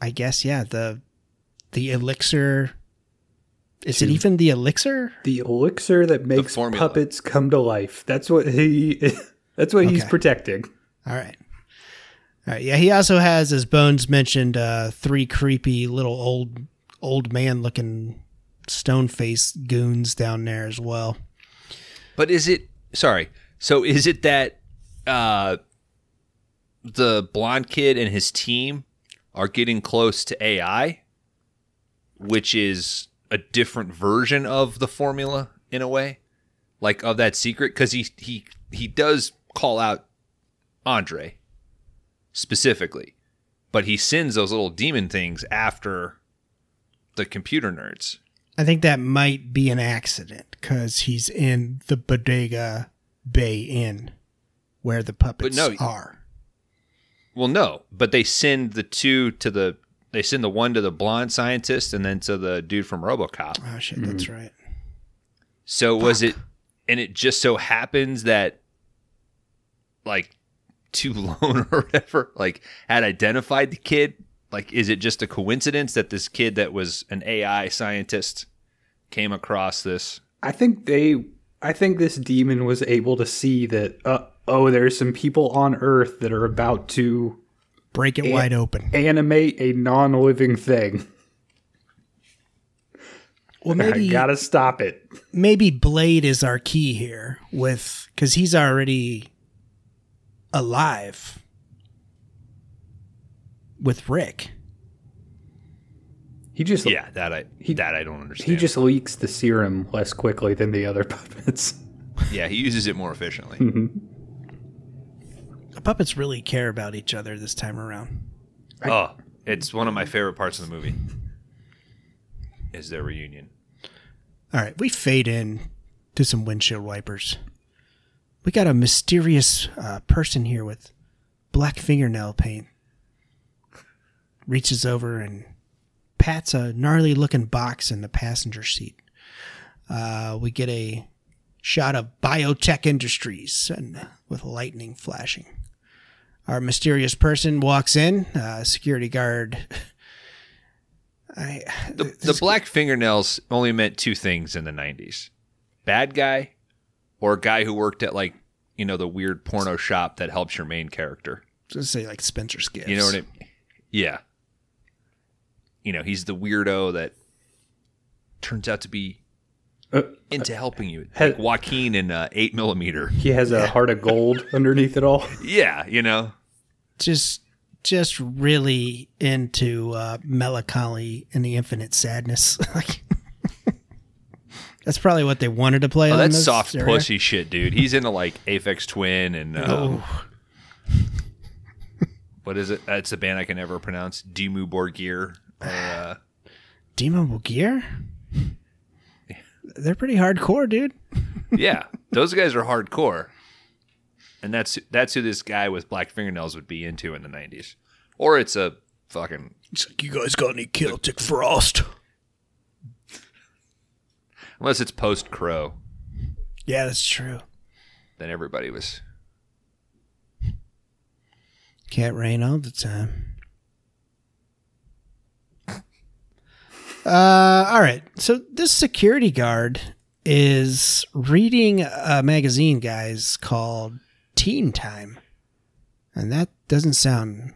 Speaker 3: I guess yeah, the the elixir is it even the elixir?
Speaker 2: The elixir that makes
Speaker 1: formula.
Speaker 2: puppets come to life. That's what he. [laughs] That's what he's
Speaker 3: Okay.
Speaker 2: protecting.
Speaker 3: All right. All right. Yeah, he also has, as Bones mentioned, uh, three creepy little old old man looking stone face goons down there as well.
Speaker 1: But is it sorry? So is it that uh, the blonde kid and his team are getting close to AI, which is a different version of the formula in a way, like of that secret? Because he he he does call out Andre specifically, but he sends those little demon things after the computer nerds.
Speaker 3: I think that might be an accident because he's in the Bodega Bay Inn where the puppets
Speaker 1: no-
Speaker 3: are.
Speaker 1: Well, no, but they send the two to the they send the one to the blonde scientist and then to the dude from RoboCop.
Speaker 3: Oh shit, that's right.
Speaker 1: So was it and it just so happens that like two lone [laughs] or whatever like had identified the kid like is it just a coincidence that this kid that was an AI scientist came across this
Speaker 2: I think they. I think this demon was able to see that. Uh, oh, there's some people on Earth that are about to
Speaker 3: Break it wide open.
Speaker 2: animate a non-living thing. [laughs]
Speaker 3: Well,
Speaker 2: I
Speaker 3: maybe
Speaker 2: gotta stop it.
Speaker 3: maybe Blade is our key here with because he's already alive with Rick.
Speaker 2: He just.
Speaker 1: yeah that I that I don't understand
Speaker 2: He just leaks the serum less quickly than the other [laughs] puppets.
Speaker 1: yeah he uses it more efficiently
Speaker 2: [laughs]
Speaker 3: The puppets really care about each other this time around.
Speaker 1: Oh, it's one of my favorite parts of the movie. Is their reunion?
Speaker 3: All right, we fade in to some windshield wipers. We got a mysterious uh, person here with black fingernail paint. Reaches over and pats a gnarly looking box in the passenger seat. Uh, we get a shot of Biotech Industries and uh, with lightning flashing. Our mysterious person walks in. Uh, security guard. [laughs] I,
Speaker 1: The, the black fingernails only meant two things in the '90s: bad guy, or a guy who worked at like you know the weird porno shop that helps your main character.
Speaker 3: just say like Spencer's gifts.
Speaker 1: You know what I? Yeah. You know he's the weirdo that turns out to be
Speaker 2: Uh,
Speaker 1: into helping you,
Speaker 2: Hey.
Speaker 1: like Joaquin in uh, Eight Millimeter. [laughs]
Speaker 2: He has a heart of gold [laughs] underneath it all.
Speaker 1: Yeah, you know.
Speaker 3: just just really into uh, melancholy and the infinite sadness. [laughs] like that's probably what they wanted to play.
Speaker 1: Oh,
Speaker 3: on
Speaker 1: that's
Speaker 3: this
Speaker 1: soft
Speaker 3: area.
Speaker 1: pussy shit, dude. He's into like Aphex Twin and uh, [laughs] what is it? That's a band I can never pronounce. Dimmu Borgir. Or, uh,
Speaker 3: Demon Gear. They're pretty hardcore, dude.
Speaker 1: yeah, those guys are hardcore, and that's that's who this guy with black fingernails would be into in the '90s. Or it's a fucking.
Speaker 4: It's like, you guys got any Celtic frost?
Speaker 1: Unless it's post Crow,
Speaker 3: Yeah, that's true.
Speaker 1: then everybody was.
Speaker 3: Can't rain all the time. Uh, all right. So this security guard is reading a magazine, guys, called Teen Time, and that doesn't sound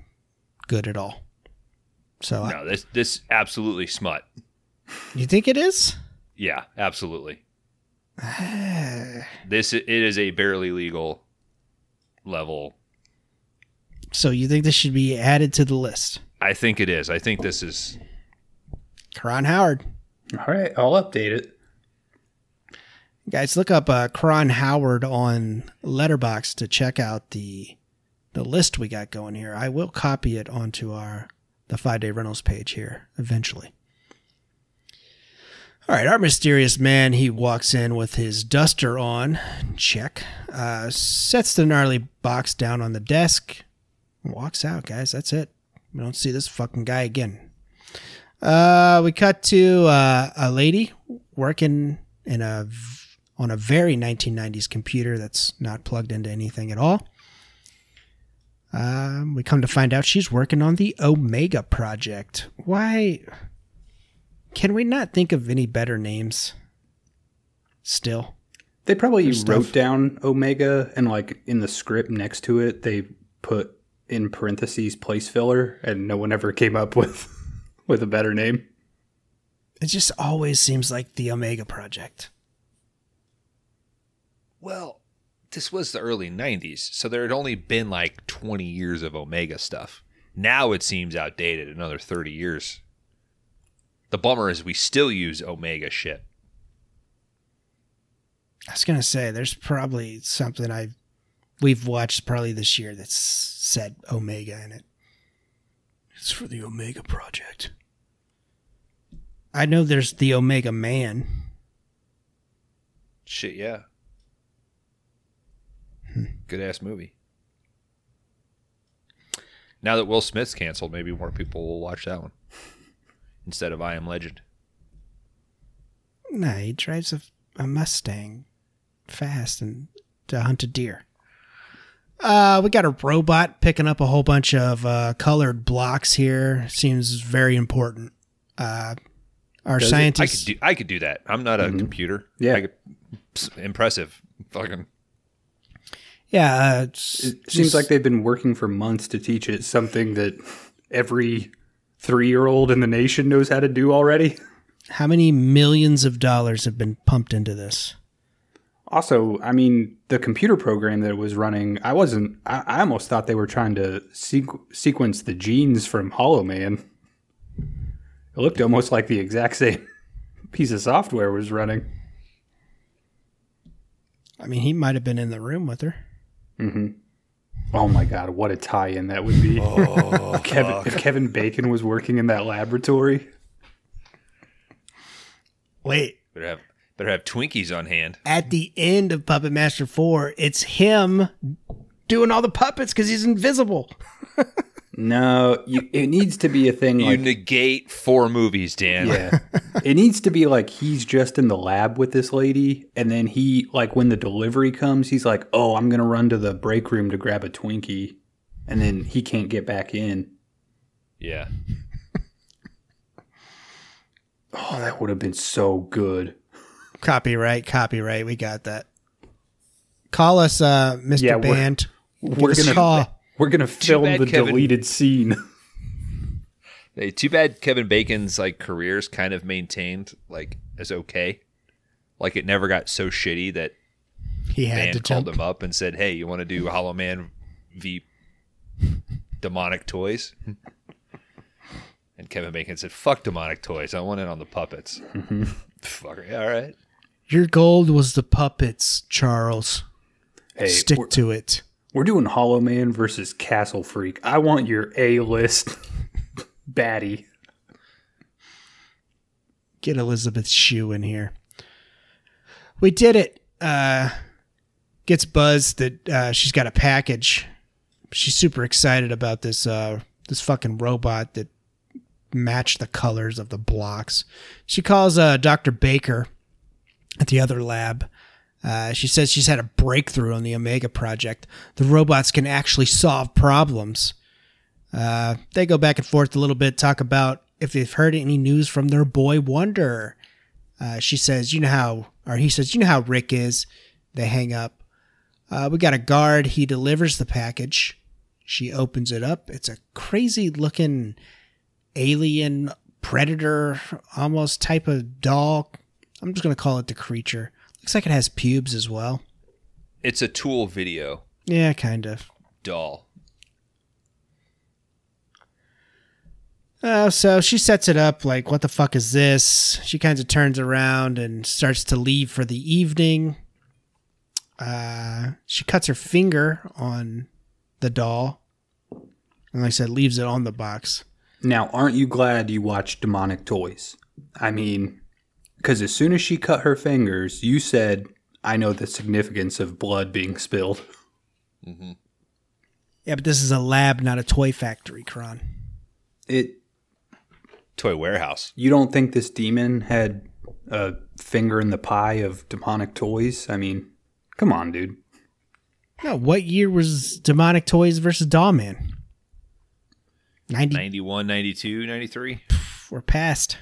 Speaker 3: good at all. So I
Speaker 1: No, this this absolutely smut.
Speaker 3: you think it is? [sighs]
Speaker 1: Yeah, absolutely. this it is a barely legal level.
Speaker 3: So you think this should be added to the list?
Speaker 1: I think it is. I think this is
Speaker 3: Karan Howard.
Speaker 2: All right, I'll update it.
Speaker 3: Guys, look up uh, Karan Howard on Letterbox to check out the the list we got going here. I will copy it onto our the five day rentals page here eventually. All right, our mysterious man he walks in with his duster on. Check. Uh, sets the gnarly box down on the desk. Walks out, guys. That's it. We don't see this fucking guy again. Uh, we cut to uh, a lady working in a v- on a very 1990s computer that's not plugged into anything at all. Um, we come to find out she's working on the Omega project. Why can we not think of any better names? Still,
Speaker 2: They probably
Speaker 3: stuff.
Speaker 2: wrote down Omega and like in the script next to it they put in parentheses place filler and no one ever [laughs] came up with with a better name.
Speaker 3: it just always seems like the Omega project.
Speaker 1: well, this was the early 90s, so there had only been like 20 years of Omega stuff. Now it seems outdated another 30 years. The bummer is we still use Omega shit.
Speaker 3: I was gonna say there's probably something I we've watched probably this year that's said Omega in it.
Speaker 4: It's for the Omega Project.
Speaker 3: I know there's the Omega Man.
Speaker 1: Shit, yeah. Good ass movie. Now that Will Smith's canceled, maybe more people will watch that one [laughs] instead of I Am Legend.
Speaker 3: No, he drives a, a Mustang fast and to hunt a deer. Uh, we got a robot picking up a whole bunch of uh, colored blocks here. Seems very important. Uh, our
Speaker 2: Does it? I
Speaker 1: I
Speaker 3: scientists.
Speaker 1: could do I could do that. I'm not a computer.
Speaker 2: Yeah.
Speaker 1: I could, pss, impressive. Fucking
Speaker 3: yeah, uh,
Speaker 2: It seems like they've been working for months to teach it something that every 3-year-old in the nation knows how to do already.
Speaker 3: how many millions of dollars have been pumped into this?
Speaker 2: Also, I mean, the computer program that it was running, I wasn't I, I almost thought they were trying to sequ- sequence the genes from Hollow Man. It looked almost like the exact same [laughs] piece of software was running.
Speaker 3: I mean, he might have been in the room with her.
Speaker 2: Oh my god, what a tie-in that would be. Kevin, [laughs] if Kevin Bacon was working in that laboratory.
Speaker 3: Wait,
Speaker 1: better have better have Twinkies on hand.
Speaker 3: at the end of Puppet Master 4, it's him doing all the puppets because he's invisible.
Speaker 2: No, you, it needs to be a thing
Speaker 1: You
Speaker 2: like
Speaker 1: negate four movies, Dan.
Speaker 2: Yeah. [laughs] it needs to be like he's just in the lab with this lady, and then he like when the delivery comes, he's like, "Oh, I'm gonna run to the break room to grab a Twinkie," and then he can't get back in.
Speaker 1: Yeah.
Speaker 2: Oh, that would have been so good.
Speaker 3: Copyright, copyright. We got that. Call us, uh, Mr.
Speaker 2: Yeah, we're-
Speaker 3: Band.
Speaker 2: we're
Speaker 3: us a
Speaker 2: gonna
Speaker 3: call.
Speaker 2: we're gonna film
Speaker 1: bad
Speaker 2: the
Speaker 1: Kevin-
Speaker 2: deleted scene.
Speaker 1: Hey, too bad Kevin Bacon's like career's kind of maintained like as okay. Like it never got so shitty that
Speaker 3: He had to
Speaker 1: band called
Speaker 3: jump.
Speaker 1: him up and said, "Hey, you want to do Hollow Man v Demonic Toys?" [laughs] And Kevin Bacon said, "Fuck Demonic Toys. I want in on the puppets."
Speaker 3: Mm-hmm.
Speaker 1: [laughs] Fucker. Yeah, All right.
Speaker 3: Your gold was the puppets, Charles.
Speaker 2: [laughs] Hey, we're,
Speaker 3: Stick to it.
Speaker 2: we're doing Hollow Man versus Castle Freak. I want your A list [laughs] baddie.
Speaker 3: Get Elizabeth Shue in here. We did it. Uh, gets buzzed that uh, she's got a package. She's super excited about this uh, this fucking robot that matched the colors of the blocks. She calls uh, Dr. Baker at the other lab. Uh, she says she's had a breakthrough on the Omega project. The robots can actually solve problems. Uh, they go back and forth a little bit, talk about if they've heard any news from their boy Wonder. Uh, she says, "You know how," or he says, "You know how Rick is." They hang up. Uh, we got a guard. He delivers the package. She opens it up. It's a crazy looking alien predator almost type of doll. I'm just going to call it the creature. Looks like it has pubes as well.
Speaker 1: It's a tool video
Speaker 3: Yeah, kind of.
Speaker 1: doll.
Speaker 3: Oh, so she sets it up like, what the fuck is this? She kind of turns around and starts to leave for the evening. Uh, she cuts her finger on the doll. And like I said, leaves it on the box.
Speaker 2: Now, aren't you glad you watched Demonic Toys? I mean, because as soon as she cut her fingers, you said, I know the significance of blood being spilled.
Speaker 3: Yeah, but this is a lab, not a toy factory, Kron.
Speaker 2: It.
Speaker 1: Toy warehouse.
Speaker 2: You don't think this demon had a finger in the pie of demonic toys? I mean, come on, dude.
Speaker 3: No, what year was Demonic Toys versus Doll Man? 90
Speaker 1: 91, 92, 93.
Speaker 3: We're past.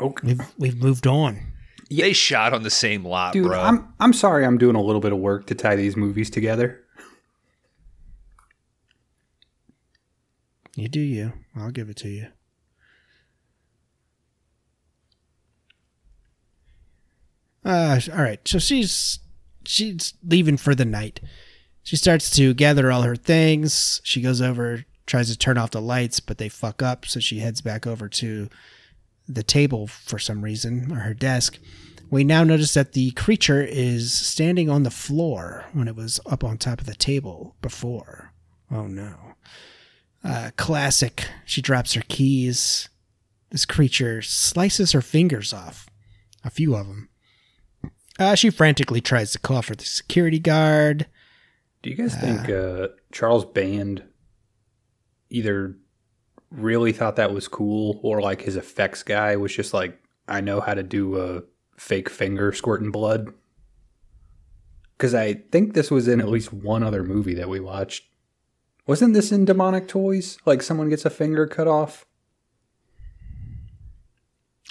Speaker 2: Okay.
Speaker 3: We've, we've moved on.
Speaker 1: They shot on the same lot,
Speaker 2: Dude,
Speaker 1: bro.
Speaker 2: I'm I'm sorry I'm doing a little bit of work to tie these movies together.
Speaker 3: You do you. I'll give it to you. Uh, all right. So she's she's leaving for the night. She starts to gather all her things. She goes over, tries to turn off the lights, but they fuck up. So she heads back over to the table for some reason or her desk. We now notice that the creature is standing on the floor when it was up on top of the table before. Oh no uh, classic. She drops her keys. This creature slices her fingers off, a few of them. Uh, she frantically tries to call for the security guard.
Speaker 2: Do you guys think uh, Charles Band either really thought that was cool or like his effects guy was just like, I know how to do a fake finger squirting blood? Because I think this was in at least one other movie that we watched. Wasn't this in Demonic Toys? Like someone gets a finger cut off?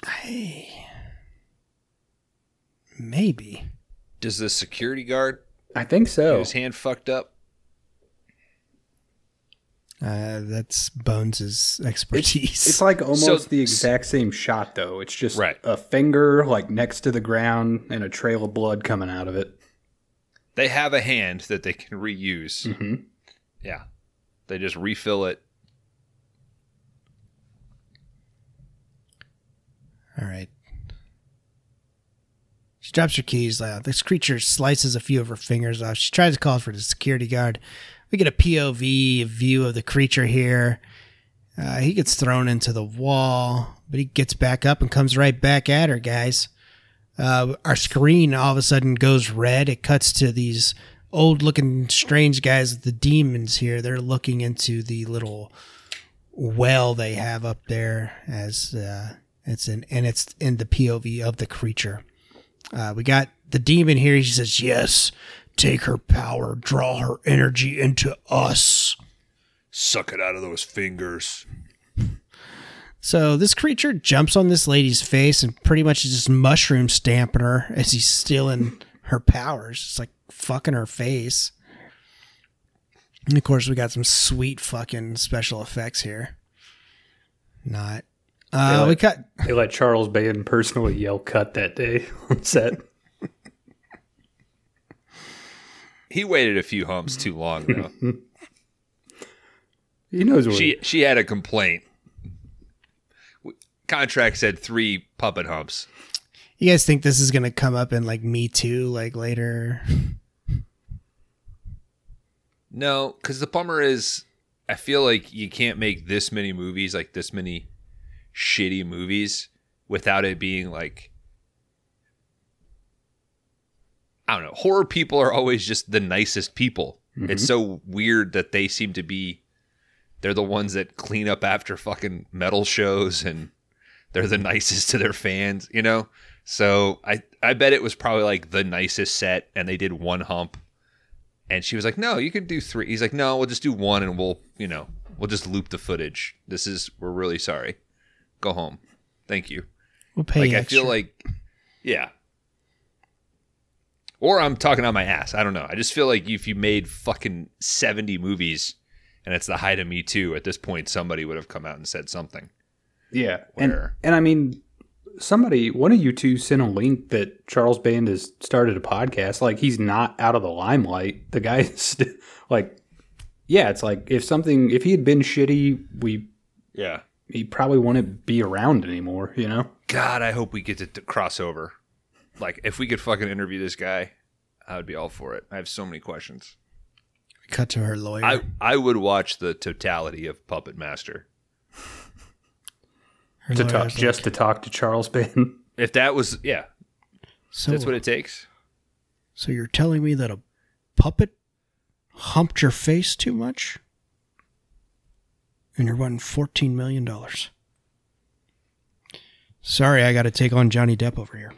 Speaker 3: I... Maybe.
Speaker 1: Does the security guard
Speaker 2: I think
Speaker 1: get
Speaker 2: so.
Speaker 1: his hand fucked up?
Speaker 3: Uh, that's Bones'
Speaker 2: It's,
Speaker 3: expertise.
Speaker 2: it's like almost
Speaker 1: So-
Speaker 2: the exact same shot, though. It's just
Speaker 1: Right.
Speaker 2: a finger like next to the ground and a trail of blood coming out of it.
Speaker 1: They have a hand that they can reuse.
Speaker 2: hmm
Speaker 1: Yeah. They just refill it.
Speaker 3: All right. She drops her keys. Uh, this creature slices a few of her fingers off. She tries to call for the security guard. We get a POV view of the creature here. Uh, he gets thrown into the wall, but he gets back up and comes right back at her, guys. Uh, our screen all of a sudden goes red. It cuts to these old looking strange guys, the demons here. They're looking into the little well they have up there as uh, it's in and it's in the POV of the creature. Uh, we got the demon here. He says, "Yes,
Speaker 4: Take her power, draw her energy into us.
Speaker 1: Suck it out of those fingers.
Speaker 3: So this creature jumps on this lady's face and pretty much is just mushroom stamping her as he's stealing her powers. It's like fucking her face. And of course, we got some sweet fucking special effects here. Not. Uh,
Speaker 2: Really?
Speaker 3: we got
Speaker 2: They let Charles Band personally yell cut that day on set.
Speaker 1: He waited a few humps too long
Speaker 2: [laughs]
Speaker 1: though.
Speaker 2: He knows what
Speaker 1: she she had a complaint. W- Contract said three puppet humps.
Speaker 3: You guys think this is gonna come up in like Me Too, like later?
Speaker 1: No, because the bummer is, I feel like you can't make this many movies, like this many shitty movies, without it being like, I don't know. Horror people are always just the nicest people. It's so weird that they seem to be, they're the ones that clean up after fucking metal shows and they're the nicest to their fans, you know? So I, I bet it was probably like the nicest set and they did one hump and she was like, "No, you can do three. He's like, "No, we'll just do one, and we'll, you know, we'll just loop the footage. This is we're really sorry. Go home. Thank you."
Speaker 3: We'll pay.
Speaker 1: like
Speaker 3: you
Speaker 1: I feel
Speaker 3: extra.
Speaker 1: like, yeah. Or I'm talking on my ass. I don't know. I just feel like if you made fucking seventy movies, and it's the height of Me Too. At this point, somebody would have come out and said something.
Speaker 2: Yeah,
Speaker 1: Where-
Speaker 2: and and I mean, somebody, one of you two sent a link that Charles Band has started a podcast. Like he's not out of the limelight. The guy is st- like, yeah, it's like if something, if he had been shitty, we
Speaker 1: Yeah.
Speaker 2: he probably wouldn't be around anymore. You know?
Speaker 1: God, I hope we get to, to cross over. Like, if we could fucking interview this guy, I would be all for it. I have so many questions.
Speaker 3: Cut to her lawyer.
Speaker 1: I, I would watch the totality of Puppet Master.
Speaker 3: her
Speaker 2: To
Speaker 3: lawyer's
Speaker 2: talk
Speaker 3: like,
Speaker 2: just to talk to Charles Band.
Speaker 1: If that was, yeah,
Speaker 3: so,
Speaker 1: that's what it takes.
Speaker 3: so you're telling me that a puppet humped your face too much, and you're wanting fourteen million dollars. Sorry, I got to take on Johnny Depp over here.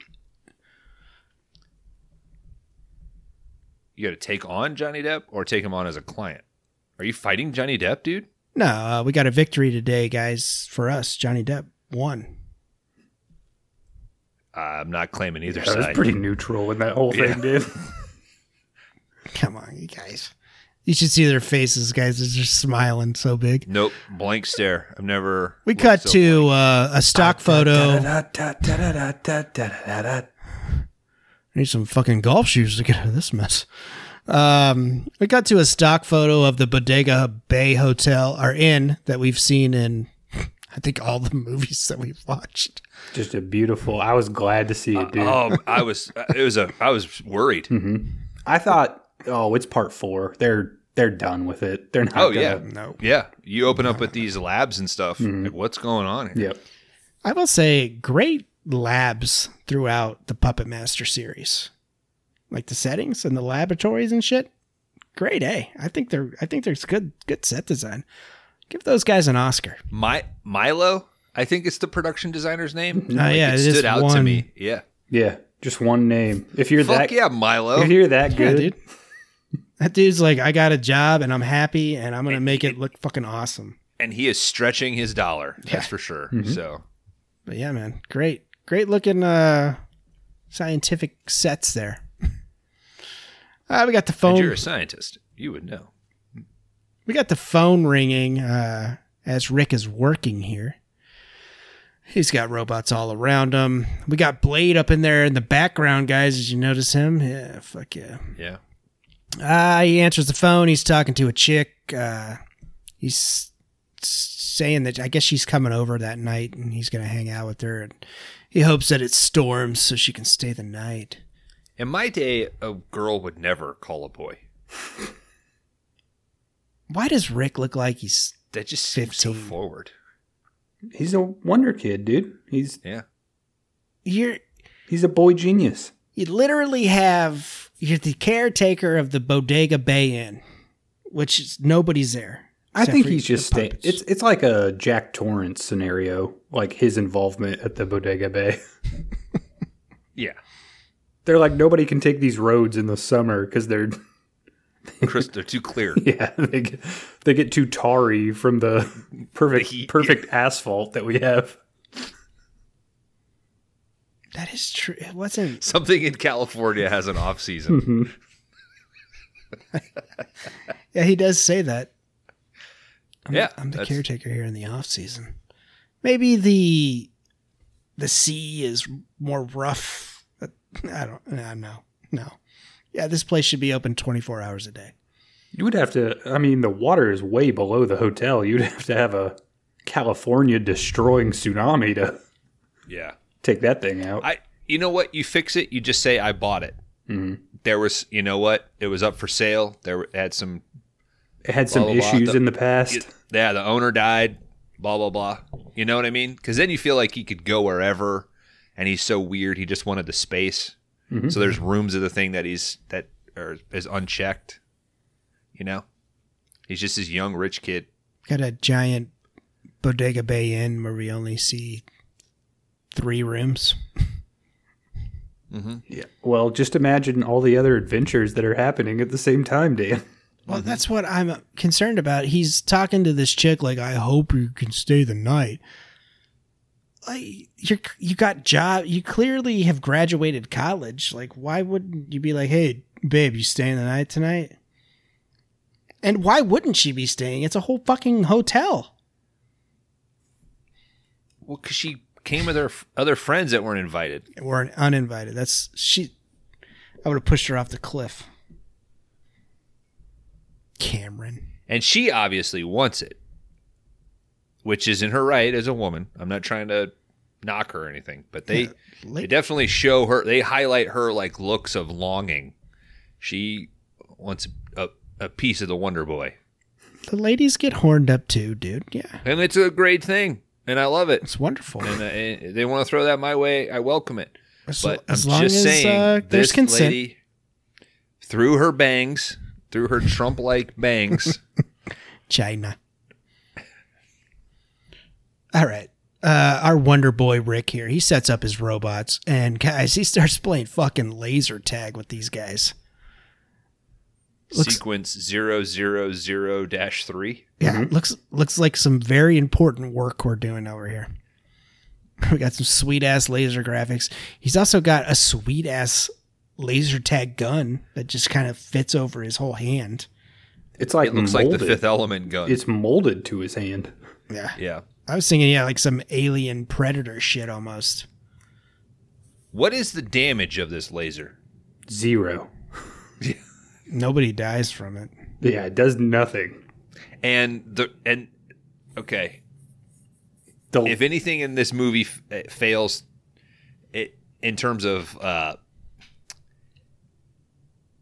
Speaker 1: You got to take on Johnny Depp or take him on as a client. Are you fighting Johnny Depp, dude?
Speaker 3: No, uh, we got a victory today, guys. For us, Johnny Depp won.
Speaker 1: I'm not claiming
Speaker 2: [laughs]
Speaker 1: either
Speaker 2: I was
Speaker 1: side.
Speaker 2: pretty neutral in that whole
Speaker 1: Yeah.
Speaker 2: thing, dude.
Speaker 3: Come on, you guys. You should see their faces, guys. They're just smiling so big.
Speaker 1: nope, blank stare. I've never.
Speaker 3: We
Speaker 1: looked
Speaker 3: cut
Speaker 1: so [laughs]
Speaker 3: to uh, a stock photo. I need some fucking golf shoes to get out of this mess. Um, we got to a stock photo of the Bodega Bay Hotel or Inn that we've seen in, I think, all the [laughs] movies that we've watched.
Speaker 2: Just a beautiful. I was glad to see it, dude. Mm-hmm.
Speaker 1: Oh, I was. It was a. I was worried.
Speaker 2: I thought, oh, it's part four. They're they're done with it. They're not.
Speaker 1: Oh
Speaker 2: gonna,
Speaker 1: yeah,
Speaker 3: No.
Speaker 1: yeah. You open up with these labs and stuff. Like, what's going on here?
Speaker 2: Yep.
Speaker 3: I will say great labs throughout the Puppet Master series. Like the settings and the laboratories and shit. Great A. I think they're I think there's good good set design. Give those guys an Oscar.
Speaker 1: My Milo, I think it's the production designer's name.
Speaker 3: Oh, yeah,
Speaker 1: it
Speaker 3: it is
Speaker 1: stood out to
Speaker 3: one-
Speaker 1: me. Yeah,
Speaker 2: Yeah. Just one name. If you're
Speaker 1: fuck
Speaker 2: that,
Speaker 1: yeah, Milo.
Speaker 2: if you're that
Speaker 3: Yeah,
Speaker 2: good,
Speaker 3: dude. [laughs] That dude's like, I got a job and I'm happy and I'm gonna make it look fucking awesome.
Speaker 1: And he is stretching his dollar.
Speaker 3: Yeah. Mm-hmm.
Speaker 1: That's for sure. So
Speaker 3: But yeah, man. Great. Great looking uh scientific sets there. [laughs] Uh, we got the phone.
Speaker 1: and you're a scientist. You would know.
Speaker 3: We got the phone ringing uh, as Rick is working here. He's got robots all around him. We got Blade up in there in the background, guys. Did you notice him? Yeah, fuck yeah.
Speaker 1: Yeah.
Speaker 3: Uh, he answers the phone. He's talking to a chick. Uh, he's s- saying that I guess she's coming over that night and he's going to hang out with her. And he hopes that it storms so she can stay the night.
Speaker 1: In my day, a girl would never call a boy.
Speaker 3: Why does Rick look like he's.
Speaker 1: That just seems so
Speaker 3: 15.
Speaker 1: forward.
Speaker 2: he's a wonder kid, dude. He's
Speaker 1: Yeah.
Speaker 3: You're,
Speaker 2: he's a boy genius.
Speaker 3: you literally have you're the caretaker of the Bodega Bay Inn, which is nobody's there.
Speaker 2: I
Speaker 3: except
Speaker 2: think
Speaker 3: for
Speaker 2: he's
Speaker 3: the
Speaker 2: just staying.
Speaker 3: puppets.
Speaker 2: It's it's like a Jack Torrance scenario, like his involvement at the Bodega Bay. [laughs]
Speaker 1: Yeah.
Speaker 2: They're like nobody can take these roads in the summer because they're
Speaker 1: [laughs] Chris, they're too
Speaker 3: [laughs]
Speaker 1: clear.
Speaker 2: [laughs] yeah they get, they get too tarry from the [laughs] perfect
Speaker 1: heat,
Speaker 2: perfect asphalt that we have.
Speaker 3: that is true. It wasn't.
Speaker 1: Something in California has an off season.
Speaker 3: [laughs] Yeah, he does say that. I'm,
Speaker 1: Yeah,
Speaker 3: I'm the
Speaker 1: that's-
Speaker 3: caretaker here in the off season. Maybe the the sea is more rough. but I don't. I know. No. Yeah, this place should be open 24 hours a day.
Speaker 2: You would have to. I mean, the water is way below the hotel. You'd have to have a California destroying tsunami to
Speaker 1: Yeah.
Speaker 2: take that thing out.
Speaker 1: I you know what? You fix it, you just say I bought it.
Speaker 2: Mm-hmm.
Speaker 1: There was you know what? It was up for sale. There were- had some
Speaker 2: it had some
Speaker 1: blah, blah, blah,
Speaker 2: issues
Speaker 1: the-
Speaker 2: in the past.
Speaker 1: yeah, the owner died, blah blah blah. You know what I mean? Cuz then you feel like he could go wherever and he's so weird. He just wanted the space.
Speaker 2: Mm-hmm.
Speaker 1: So there's rooms of the thing that he's that are is unchecked. You know? He's just this young rich kid.
Speaker 3: Got a giant Bodega Bay Inn where we only see three rooms.
Speaker 2: Well, just imagine all the other adventures that are happening at the same time, Dan.
Speaker 3: Well,
Speaker 1: Mm-hmm.
Speaker 3: that's what I'm concerned about. He's talking to this chick like, "I hope you can stay the night." Like you, you got job. You clearly have graduated college. Like, why wouldn't you be like, "Hey, babe, you staying the night tonight?" And why wouldn't she be staying? It's a whole fucking hotel.
Speaker 1: Well, because she came with her f- other friends that weren't invited.
Speaker 3: We're uninvited. That's she. I would have pushed her off the cliff. Cameron.
Speaker 1: And she obviously wants it, which is in her right as a woman. I'm not trying to knock her or anything, but they,
Speaker 3: like-
Speaker 1: they definitely show her, they highlight her like looks of longing. She wants a, a piece of the Wonder Boy.
Speaker 3: The ladies get horned up too, dude. Yeah.
Speaker 1: And it's a great thing. And I love it.
Speaker 3: It's wonderful.
Speaker 1: And, uh, and they want to throw that my way. I welcome it.
Speaker 3: As,
Speaker 1: But
Speaker 3: as
Speaker 1: I'm
Speaker 3: long
Speaker 1: just
Speaker 3: as
Speaker 1: saying,
Speaker 3: uh, there's
Speaker 1: this
Speaker 3: consent.
Speaker 1: lady, through her bangs, through her Trump-like bangs,
Speaker 3: China. [laughs] All right. Uh, our Wonder Boy Rick here, he sets up his robots, and guys, he starts playing fucking laser tag with these guys. [laughs] Looks-
Speaker 1: sequence 000-3.
Speaker 3: Yeah, looks looks like some very important work we're doing over here. [laughs] We got some sweet ass laser graphics. He's also got a sweet ass laser tag gun that just kind of fits over his whole hand.
Speaker 2: It's like
Speaker 1: It looks
Speaker 2: molded.
Speaker 1: like the Fifth Element gun.
Speaker 2: It's molded to his hand.
Speaker 3: Yeah.
Speaker 1: yeah.
Speaker 3: I was thinking, yeah, like some alien predator shit almost.
Speaker 1: What is the damage of this laser?
Speaker 2: Zero.
Speaker 3: Nobody dies from it.
Speaker 2: Yeah, it does nothing.
Speaker 1: And the and okay,
Speaker 2: The,
Speaker 1: if anything in this movie f- it fails, it in terms of uh,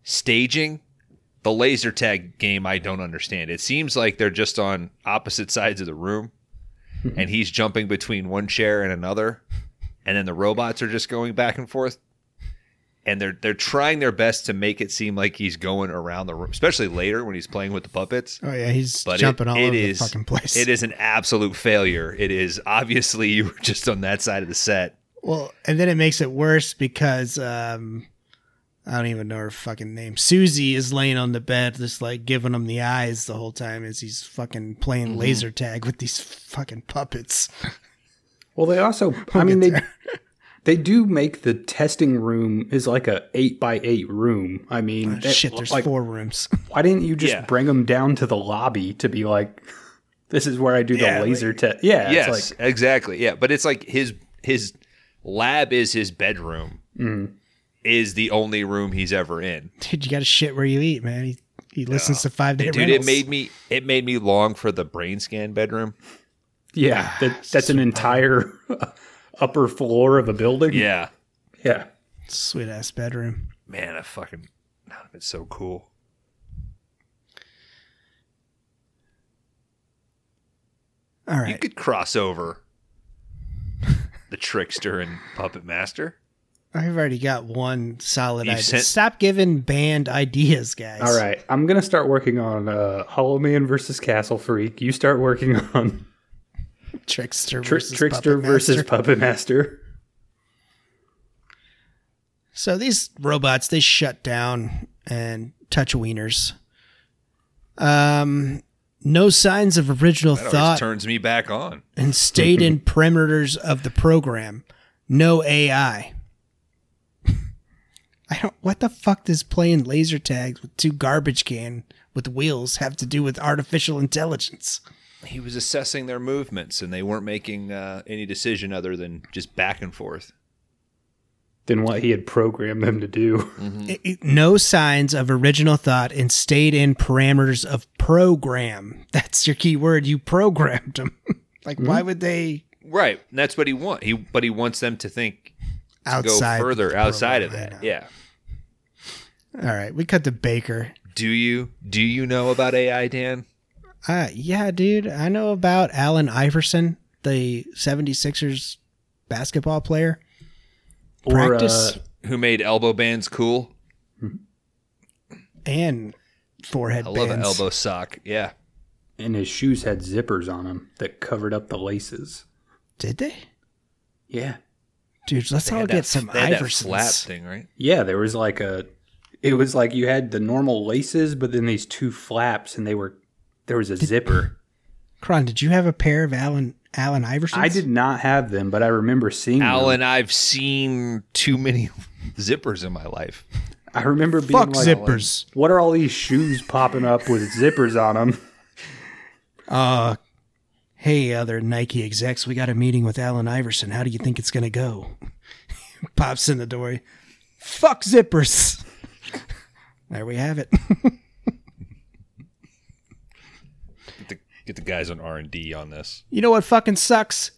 Speaker 1: staging, the laser tag game I don't understand. It seems like they're just on opposite sides of the room, and he's jumping between one chair and another, and then the robots are just going back and forth. And they're they're trying their best to make it seem like he's going around the room, especially later when he's playing with the puppets
Speaker 3: Oh yeah, he's
Speaker 1: but
Speaker 3: jumping
Speaker 1: it,
Speaker 3: all
Speaker 1: it
Speaker 3: over
Speaker 1: is-
Speaker 3: the fucking place.
Speaker 1: It is an absolute failure. It is obviously you were just on that side of the set.
Speaker 3: Well, and then it makes it worse because um, I don't even know her fucking name. Susie is laying on the bed, just like giving him the eyes the whole time as he's fucking playing
Speaker 1: Mm-hmm.
Speaker 3: laser tag with these fucking puppets.
Speaker 2: well, they
Speaker 3: [laughs]
Speaker 2: also. I mean, they [laughs] they do make the testing room is like a eight by eight room. I mean, that-
Speaker 3: Ah, [laughs] Shit, there's
Speaker 2: like,
Speaker 3: four rooms. [laughs]
Speaker 2: Why didn't you just
Speaker 1: Yeah.
Speaker 2: bring them down to the lobby to be like, [laughs] this is where I do the
Speaker 1: Yeah,
Speaker 2: laser test? Yeah,
Speaker 1: yes,
Speaker 2: it's like
Speaker 1: exactly. Yeah, but it's like his his lab is his bedroom.
Speaker 3: Mm-hmm.
Speaker 1: Is the only room he's ever in.
Speaker 3: Dude, you got to shit where you eat, man. He, he listens to Five Day
Speaker 1: Dude,
Speaker 3: Rentals.
Speaker 1: it made me it made me long for the brain scan
Speaker 3: [laughs]
Speaker 1: bedroom.
Speaker 3: Ah,
Speaker 2: yeah, that, that's an entire [laughs] upper floor of a building.
Speaker 1: Yeah.
Speaker 2: yeah.
Speaker 3: sweet ass bedroom.
Speaker 1: Man, I fucking that would've been so cool.
Speaker 3: All
Speaker 1: You
Speaker 3: right,
Speaker 1: could cross over the trickster and puppet master.
Speaker 3: I've already got one solid
Speaker 1: You've
Speaker 3: idea.
Speaker 1: sent-
Speaker 3: Stop giving band ideas, guys.
Speaker 2: All right, I'm gonna start working on uh, Hollow Man versus Castle Freak. You start working [laughs] on
Speaker 3: trickster
Speaker 2: Tri-
Speaker 3: versus
Speaker 2: Trickster
Speaker 3: Puppet
Speaker 2: versus
Speaker 3: Master.
Speaker 2: Puppet Master.
Speaker 3: So these robots they shut down and touch wieners. Um, no signs of original
Speaker 1: That
Speaker 3: thought
Speaker 1: always turns me back on.
Speaker 3: and
Speaker 1: [laughs]
Speaker 3: stayed in parameters of the program. No AI. [laughs] I don't. What the fuck does playing laser tags with two garbage can with wheels have to do with artificial intelligence?
Speaker 1: he was assessing their movements and they weren't making uh, any decision other than just back and forth.
Speaker 2: Than what he had programmed them to do.
Speaker 3: It- it- no signs of original thought and stayed in parameters of program. [laughs] That's your key word. You programmed them. [laughs] like, why
Speaker 1: Mm-hmm.
Speaker 3: would they
Speaker 1: Right. And that's what he want. He but he wants them to think to go
Speaker 3: outside
Speaker 1: further
Speaker 3: the
Speaker 1: outside of
Speaker 3: program?
Speaker 1: that. Yeah.
Speaker 3: All right, we cut to Baker.
Speaker 1: Do you do you know about AI, Dan?
Speaker 3: Uh, yeah, dude, I know about Allen Iverson, the 76ers basketball player. Practice
Speaker 2: Or, uh,
Speaker 1: Who made elbow bands cool?
Speaker 3: and forehead
Speaker 1: I love an
Speaker 3: bands.
Speaker 1: elbow sock. Yeah.
Speaker 2: and his shoes had zippers on them that covered up the laces.
Speaker 3: Did they?
Speaker 2: Yeah,
Speaker 3: Dude, let's all
Speaker 1: Had
Speaker 3: get
Speaker 1: that-
Speaker 3: some
Speaker 1: they had that flap
Speaker 3: Iversons.
Speaker 1: thing, right?
Speaker 2: yeah. There was like a. It was like you had the normal laces, but then these two flaps, and they were. There was a zipper.
Speaker 3: Cron, did you have a pair of Allen Allen Iversons?
Speaker 2: I did not have them, but I remember seeing
Speaker 1: [laughs]
Speaker 2: them.
Speaker 1: Alan, I've seen too many zippers in my life.
Speaker 2: I remember being
Speaker 3: Fuck
Speaker 2: like,
Speaker 3: zippers.
Speaker 2: What are all these shoes popping up with zippers on them?
Speaker 3: Uh, hey, other Nike execs, we got a meeting with Allen Iverson. How do you think it's going to go? [laughs] Pops in the door. Fuck zippers. [laughs] there we have it. [laughs]
Speaker 1: Get the, get the guys on R and D on this.
Speaker 3: You know what fucking sucks?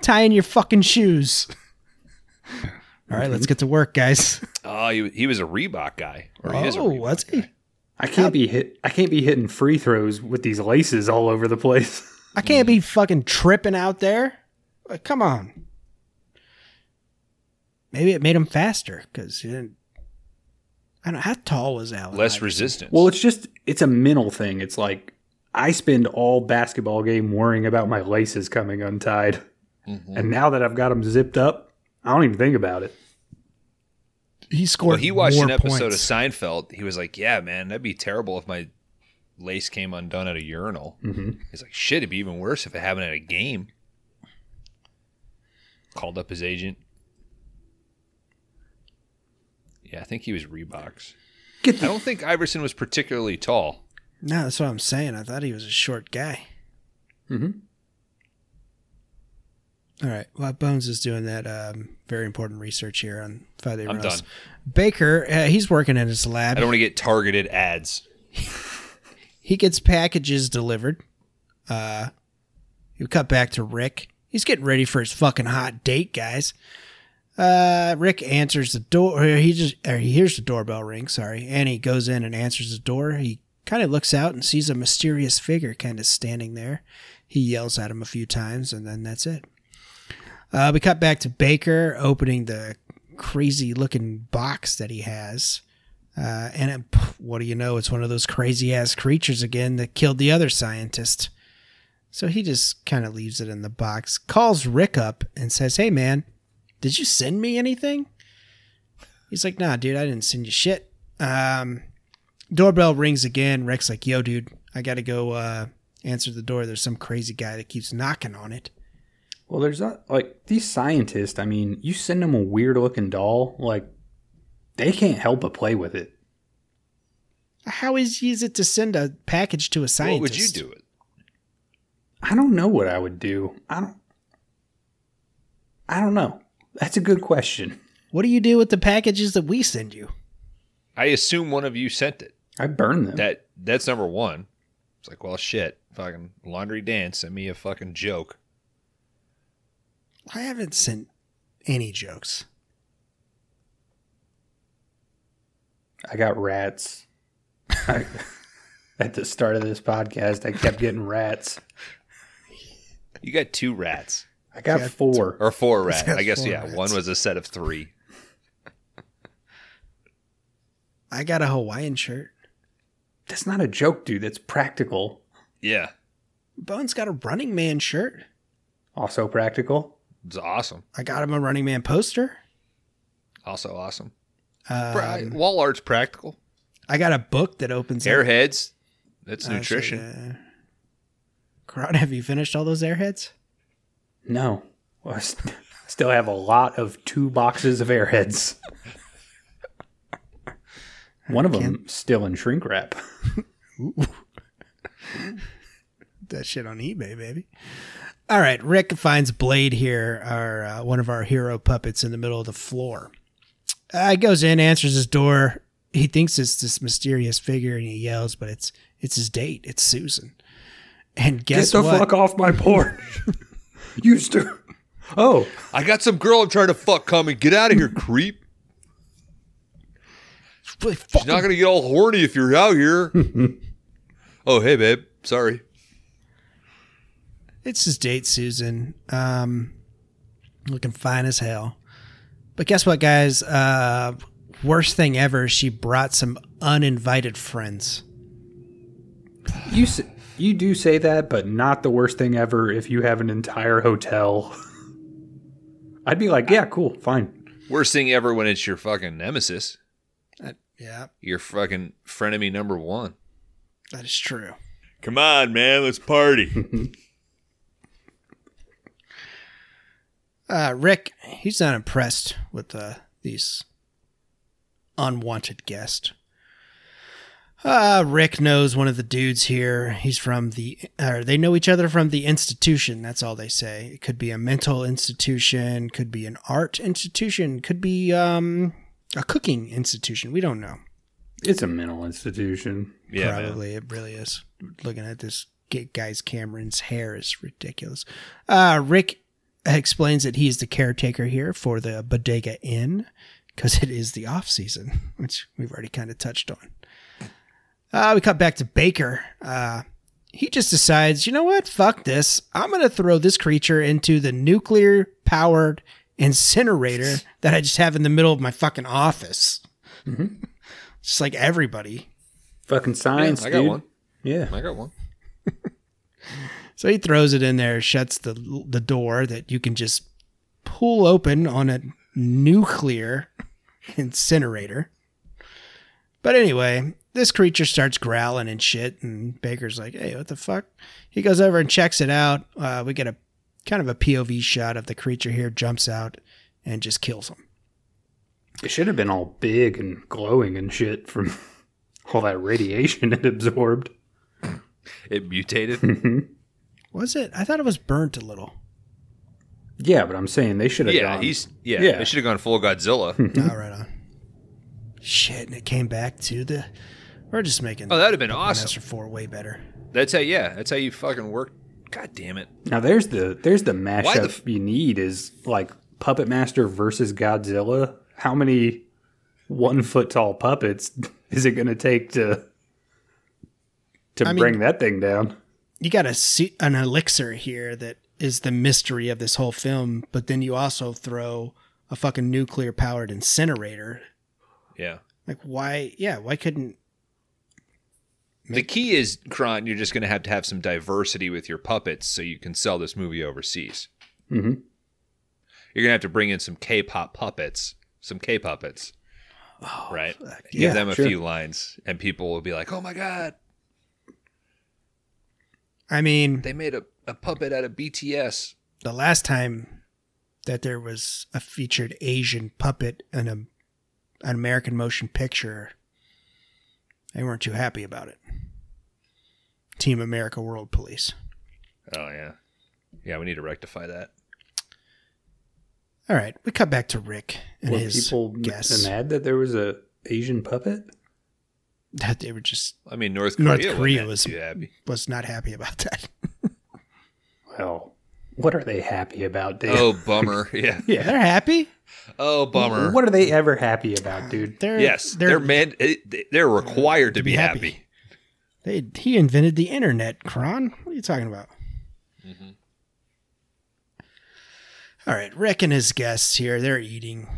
Speaker 3: Tying your fucking shoes. All right, let's get to work, guys.
Speaker 1: Oh, he, he was a Reebok guy. Or [laughs] he is a
Speaker 3: oh,
Speaker 1: Reebok
Speaker 3: what's he?
Speaker 1: guy.
Speaker 2: I can't be hit. I can't be hitting free throws with these laces all over the place. [laughs]
Speaker 3: I can't be fucking tripping out there. Like, come on. Maybe it made him faster because he didn't. I don't know. How tall was Allen?
Speaker 1: Less
Speaker 3: Iverson?
Speaker 1: resistance.
Speaker 2: Well, it's just it's a mental thing. It's like I spend all basketball game worrying about my laces coming untied,
Speaker 1: Mm-hmm.
Speaker 2: and now that I've got them zipped up, I don't even think about it.
Speaker 3: He scored.
Speaker 1: Well, he watched
Speaker 3: more
Speaker 1: an episode
Speaker 3: points.
Speaker 1: of Seinfeld. He was like, "Yeah, man, that'd be terrible if my lace came undone at a urinal."
Speaker 3: Mm-hmm.
Speaker 1: He's like, "Shit, it'd be even worse if it happened at a game." Called up his agent. Yeah, I think he was Reeboks.
Speaker 2: Get
Speaker 1: I don't think Iverson was particularly tall.
Speaker 3: No, that's what I'm saying. I thought he was a short guy.
Speaker 2: Mhm.
Speaker 3: All right. Well, Bones is doing that um, very important research here on Friday.
Speaker 1: I'm
Speaker 3: Rose.
Speaker 1: done.
Speaker 3: Baker, uh, he's working in his
Speaker 1: I
Speaker 3: lab.
Speaker 1: don't want to get targeted ads.
Speaker 3: He gets packages delivered. Uh, you cut back to Rick. He's getting ready for his fucking hot date, guys. Uh, Rick answers the door. Or he just or he hears the doorbell ring. Sorry, and he goes in and answers the door. He kind of looks out and sees a mysterious figure kind of standing there. He yells at him a few times, and then that's it. Uh, we cut back to Baker opening the crazy looking box that he has. Uh, and it, pff, what do you know? It's one of those crazy ass creatures again that killed the other scientist. So he just kind of leaves it in the box, calls Rick up, and says, Hey, man, did you send me anything? He's like, Nah, dude, I didn't send you shit. Um, doorbell rings again. Rick's like, Yo, dude, I got to go uh, answer the door. There's some crazy guy that keeps knocking on it.
Speaker 2: Well, there's not like these scientists. I mean, you send them a weird looking doll, like they can't help but play with it.
Speaker 3: How easy is it to send a package to a scientist?
Speaker 1: What would you do it?
Speaker 2: I don't know what I would do. I don't. I don't know. That's a good question.
Speaker 3: What do you do with the packages that we send you?
Speaker 1: I assume one of you sent it.
Speaker 2: I burn them.
Speaker 1: That that's number one. It's like, well, shit, fucking laundry Dan sent me a fucking joke.
Speaker 3: I haven't sent any jokes.
Speaker 2: I got rats. I, [laughs] at the start of this podcast, I kept getting rats.
Speaker 1: You got two rats.
Speaker 2: I got four.
Speaker 1: or
Speaker 3: [laughs]
Speaker 1: four rats.
Speaker 3: That's
Speaker 1: I guess
Speaker 3: four
Speaker 1: yeah,
Speaker 3: rats.
Speaker 1: one was a set of three.
Speaker 3: I got a Hawaiian shirt.
Speaker 2: That's not a joke, dude. That's practical.
Speaker 1: Yeah,
Speaker 3: Bones got a Running Man shirt.
Speaker 2: Also practical.
Speaker 1: it's awesome.
Speaker 3: I got him a Running Man poster.
Speaker 1: Also awesome. Pra-
Speaker 3: Um,
Speaker 1: Wall art's practical.
Speaker 3: I got a book that opens. up-
Speaker 1: Airheads. That's
Speaker 3: Uh, so,
Speaker 1: nutrition.
Speaker 3: yeah. Karate, have you finished all those airheads?
Speaker 2: No. Well, I st- [laughs] still have a lot of two boxes of airheads. One of them still in shrink wrap.
Speaker 3: That shit on eBay, baby. All right, Rick finds Blade here, our uh, one of our hero puppets, in the middle of the floor. Uh, he goes in, answers his door. He thinks it's this mysterious figure, and he yells, but it's it's his date. It's Susan. And guess
Speaker 2: Get the
Speaker 3: what?
Speaker 2: fuck off my porch. [laughs] you still. Oh,
Speaker 1: I got some girl I'm trying to fuck coming. Get out of here, creep.
Speaker 3: Really
Speaker 1: She's not gonna get all horny if you're out
Speaker 3: [laughs]
Speaker 1: here. oh hey babe. Sorry.
Speaker 3: It's his date, Susan. Um, looking fine as hell. But guess what, guys? Uh, worst thing ever. She brought some uninvited friends.
Speaker 2: you s- you do say that, but not the worst thing ever. If you have an entire hotel, I'd be like, yeah, cool, fine.
Speaker 1: Worst thing ever when it's your fucking nemesis.
Speaker 3: That, yeah,
Speaker 1: Your fucking frenemy number one.
Speaker 3: that is true.
Speaker 1: Come on, man, let's party.
Speaker 3: Uh, Rick, he's not impressed with uh, these unwanted guest. Uh, Rick knows one of the dudes here. He's from the, or they know each other from the institution. That's all they say. It could be a mental institution, could be an art institution, could be um, a cooking institution. We don't know.
Speaker 2: It's a mental institution.
Speaker 1: Yeah, man.
Speaker 3: Probably it really is. Looking at this g- guy's Cameron's hair is ridiculous. Uh, Rick explains that he's the caretaker here for the Bodega Inn because it is the off season, [laughs] which we've already kind of touched on. Uh, we cut back to Baker. Uh, he just decides, you know what? Fuck this. I'm going to throw this creature into the nuclear powered incinerator that I just have in the middle of my fucking office.
Speaker 1: Mm-hmm.
Speaker 3: Just like everybody.
Speaker 2: Fucking
Speaker 1: Yeah,
Speaker 2: science,
Speaker 1: I got
Speaker 2: dude.
Speaker 1: one.
Speaker 2: Yeah.
Speaker 1: [laughs] I got one.
Speaker 3: So he throws it in there, shuts the the door that you can just pull open on a nuclear [laughs] incinerator. But anyway, this creature starts growling and shit, and Baker's like, "Hey, what the fuck?" He goes over and checks it out. Uh, we get a kind of a POV shot of the creature here, jumps out, and just kills him.
Speaker 2: It should have been all big and glowing and shit from [laughs] all that radiation it absorbed. Mm-hmm.
Speaker 1: It mutated.
Speaker 3: Was it? I thought it was burnt a little.
Speaker 2: Yeah, but I'm saying they should
Speaker 1: [laughs]
Speaker 2: have
Speaker 1: yeah,
Speaker 2: gone.
Speaker 1: he's yeah.
Speaker 2: Yeah.
Speaker 1: They should have gone full
Speaker 3: [laughs]
Speaker 1: Godzilla.
Speaker 3: All right on. Shit, and it came back to the. We're just making.
Speaker 1: Oh, that'd have been
Speaker 3: Master
Speaker 1: awesome.
Speaker 3: Four way better.
Speaker 1: That's how yeah. That's how you fucking work. God damn it.
Speaker 2: Now there's the there's the mashup
Speaker 1: the f-
Speaker 2: you need is like Puppet Master versus Godzilla. How many one foot tall puppets [laughs] is it going to take to to
Speaker 3: I mean-
Speaker 2: bring that thing down?
Speaker 3: you got a se- an elixir here that is the mystery of this whole film, but then you also throw a fucking nuclear powered incinerator.
Speaker 1: Yeah.
Speaker 3: Like why? Yeah, why couldn't?
Speaker 1: The key is, Kron, you're just going to have to have some diversity with your puppets so you can sell this movie overseas.
Speaker 2: Mhm.
Speaker 1: You're going to have to bring in some K-pop puppets, some K-puppets, right? Give
Speaker 3: Oh, Yeah,
Speaker 1: them a
Speaker 2: sure.
Speaker 1: few lines, and people will be like, "Oh my god,
Speaker 3: I mean,
Speaker 1: they made a, a puppet out of BTS."
Speaker 3: the last time that there was a featured Asian puppet in a an American motion picture, they weren't too happy about it. Team America World Police.
Speaker 1: Oh yeah, yeah. We need to rectify that.
Speaker 3: All right, we cut back to Rick and
Speaker 2: Were
Speaker 3: his
Speaker 2: people m-
Speaker 3: guess
Speaker 2: mad that there was a Asian puppet?
Speaker 3: that they were just
Speaker 1: I mean, North Korea.
Speaker 3: North
Speaker 1: wouldn't
Speaker 3: Korea
Speaker 1: have
Speaker 3: was-
Speaker 1: too happy.
Speaker 3: was not happy about that.
Speaker 2: Well, what are they happy about, dude?
Speaker 1: Oh bummer. [laughs] Yeah.
Speaker 2: yeah.
Speaker 3: They're happy.
Speaker 1: Oh bummer.
Speaker 2: What are they ever happy about, dude?
Speaker 3: They're
Speaker 1: yes, they're, man. it- They're required to be happy.
Speaker 3: happy. They, he invented the internet, Kron. What are you talking about?
Speaker 1: Mm-hmm.
Speaker 3: All right, Rick and his guests here, they're eating.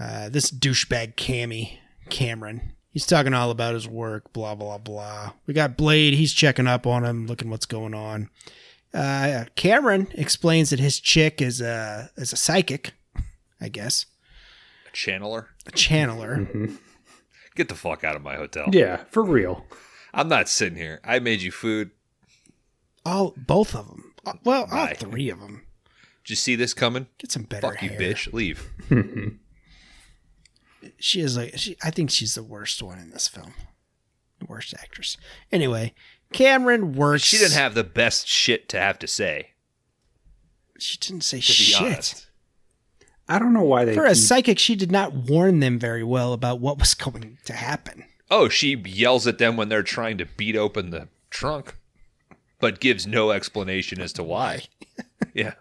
Speaker 3: Uh, this douchebag Cammy, Cameron, he's talking all about his work, blah, blah, blah. We got Blade, he's checking up on him, looking what's going on. Uh, Cameron explains that his chick is a, is a psychic, I guess,
Speaker 1: A channeler.
Speaker 3: a channeler.
Speaker 1: Get the fuck out of my hotel.
Speaker 2: Mm-hmm. Yeah, for real.
Speaker 1: I'm not sitting here. I made you food.
Speaker 3: All, both of them. Uh, Well, all
Speaker 1: Bye.
Speaker 3: three of them.
Speaker 1: Did you see this coming?
Speaker 3: Get some better
Speaker 1: Fuck you,
Speaker 3: hair.
Speaker 1: bitch. Leave.
Speaker 3: she is like she, I think she's the worst one in this film, the worst actress. Anyway, Cameron works.
Speaker 1: She didn't have the best shit to have to say.
Speaker 3: She didn't say
Speaker 1: To be
Speaker 3: shit.
Speaker 1: honest,
Speaker 2: I don't know why they
Speaker 3: For a
Speaker 2: keep-
Speaker 3: psychic, she did not warn them very well about what was [laughs] going to happen.
Speaker 1: oh, she yells at them when they're trying to beat open the trunk, but gives no explanation as to
Speaker 3: [laughs]
Speaker 1: why. yeah,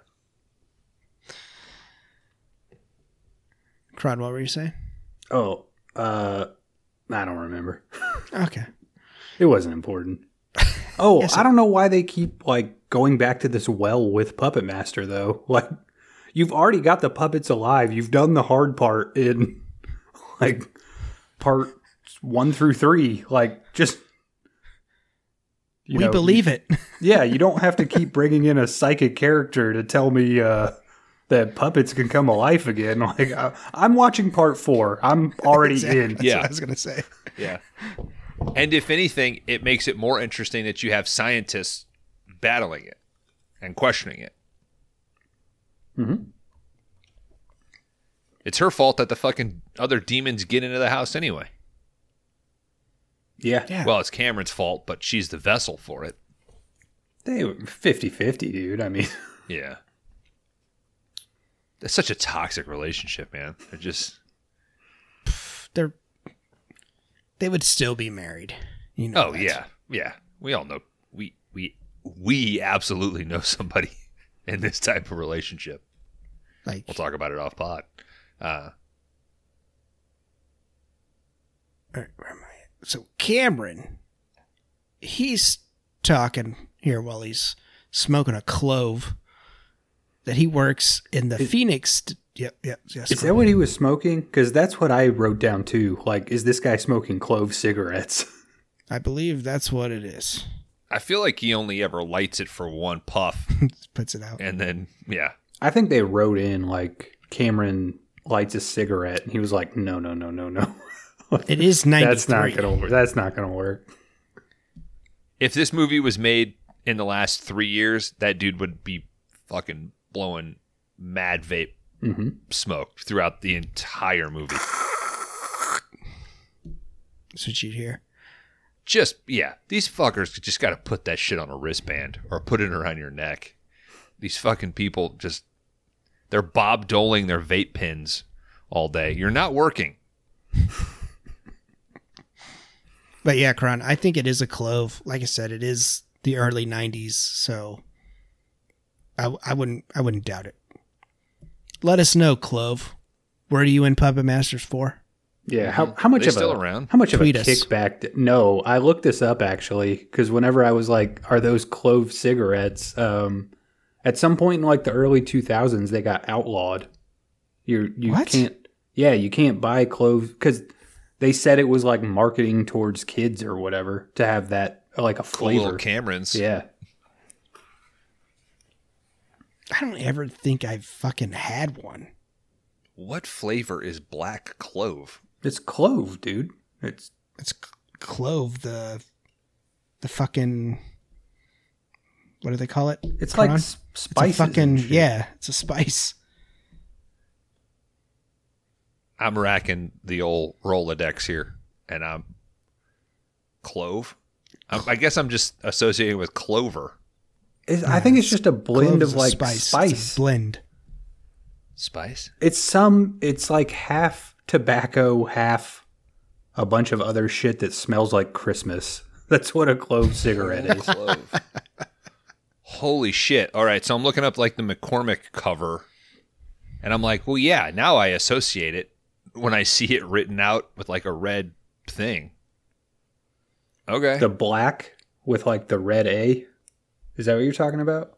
Speaker 3: Cron, what were you saying?
Speaker 2: Oh, uh I don't remember.
Speaker 3: Okay.
Speaker 2: It wasn't
Speaker 3: [laughs]
Speaker 2: important. Oh, I don't know why they keep like going back to this well with Puppet Master though. [laughs] Like you've already got the puppets alive. You've done the hard part in [laughs] like part 1 through 3. Like just you
Speaker 3: we
Speaker 2: know,
Speaker 3: believe it. [laughs]
Speaker 2: Yeah, you don't have to keep bringing in a psychic character to tell me uh that puppets can come alive again. [laughs] Like I, I'm watching part 4. I'm [laughs] already in.
Speaker 1: yeah.
Speaker 3: I was gonna say.
Speaker 1: Yeah. And if anything, it makes it more interesting that you have scientists battling it
Speaker 2: Mm-hmm.
Speaker 1: and questioning it. It's her fault that the fucking other demons get into the house anyway.
Speaker 2: Yeah.
Speaker 3: Yeah.
Speaker 1: Well, it's Cameron's fault, but she's the vessel for it.
Speaker 2: They were 50-50, dude. I mean, [laughs]
Speaker 1: Yeah. That's such a toxic relationship, man. They're just
Speaker 3: They're they would still be married. You know.
Speaker 1: Oh
Speaker 3: that.
Speaker 1: yeah. Yeah. We all know we we we absolutely know somebody [laughs] in this type of relationship.
Speaker 3: Like
Speaker 1: We'll talk about it off pod. Uh
Speaker 3: all right, where am I? So Cameron, he's talking here while he's smoking a clove that he works in the Phoenix. Yep, yep, yes.
Speaker 2: is that what he was smoking? Because that's what I wrote down too. Like, is this guy smoking clove cigarettes? [laughs]
Speaker 3: I believe that's what it is. [laughs]
Speaker 1: I feel like he only ever lights it for one puff
Speaker 3: Puts it out.
Speaker 1: and then yeah.
Speaker 2: I think they wrote in like Cameron lights a cigarette, and he was like, "No, no, no, no, no. [laughs]
Speaker 3: It is ninety.
Speaker 2: that's not gonna work. That's not gonna work."
Speaker 1: If this movie was made in the last 3 years, that dude would be fucking blowing mad vape
Speaker 2: hmm
Speaker 1: smoke throughout the entire movie.
Speaker 3: That's what you'd hear.
Speaker 1: just yeah, these fuckers just got to put that shit on a wristband or put it around your neck. These fucking people just they're bob doling their vape pins all day. You're not working.
Speaker 3: But yeah, Kron, I think it is a clove. Like I said, it is the early '90s, so I, I wouldn't I wouldn't doubt it. Let us know, Clove. Where are you in Puppet Masters for?
Speaker 2: Yeah. How how much
Speaker 1: They
Speaker 2: of
Speaker 1: still
Speaker 2: a
Speaker 1: around?
Speaker 2: how much of a
Speaker 3: Tweet us.
Speaker 2: kickback? d- no, I looked this up actually because whenever I was like, "Are those clove cigarettes?" Um, at some point in like the early two thousands, they got outlawed. You you
Speaker 3: What?
Speaker 2: can't. Yeah, you can't buy clove because they said it was like marketing towards kids or whatever to have that like a
Speaker 1: Cool
Speaker 2: flavor.
Speaker 1: little Camerons.
Speaker 2: Yeah.
Speaker 3: I don't ever think I've fucking had one.
Speaker 1: What flavor is black clove?
Speaker 2: It's clove, dude. It's
Speaker 3: It's c- clove the the fucking what do they call it?
Speaker 2: it's
Speaker 3: Kron?
Speaker 2: like s-
Speaker 3: it's a
Speaker 2: spices. and
Speaker 3: fucking
Speaker 2: shit.
Speaker 3: yeah, it's a spice.
Speaker 1: I'm racking the old Rolodex here, and I'm clove. I'm, I guess I'm just associating with clover
Speaker 2: It's- I think it's just a blend
Speaker 3: Clove is
Speaker 2: of
Speaker 3: a
Speaker 2: like
Speaker 3: spice. It's a
Speaker 2: spice.
Speaker 3: blend.
Speaker 1: spice.
Speaker 2: It's some. It's like half tobacco, half a bunch of other shit that smells like Christmas. [laughs] That's what a clove cigarette
Speaker 3: [laughs]
Speaker 2: is.
Speaker 1: Clove. Holy shit. All right. So I'm looking up like the McCormick cover and I'm like, well, yeah, now I associate it when I see it written out with like a red thing. Okay.
Speaker 2: The black with like the red A. Is that what you're talking about?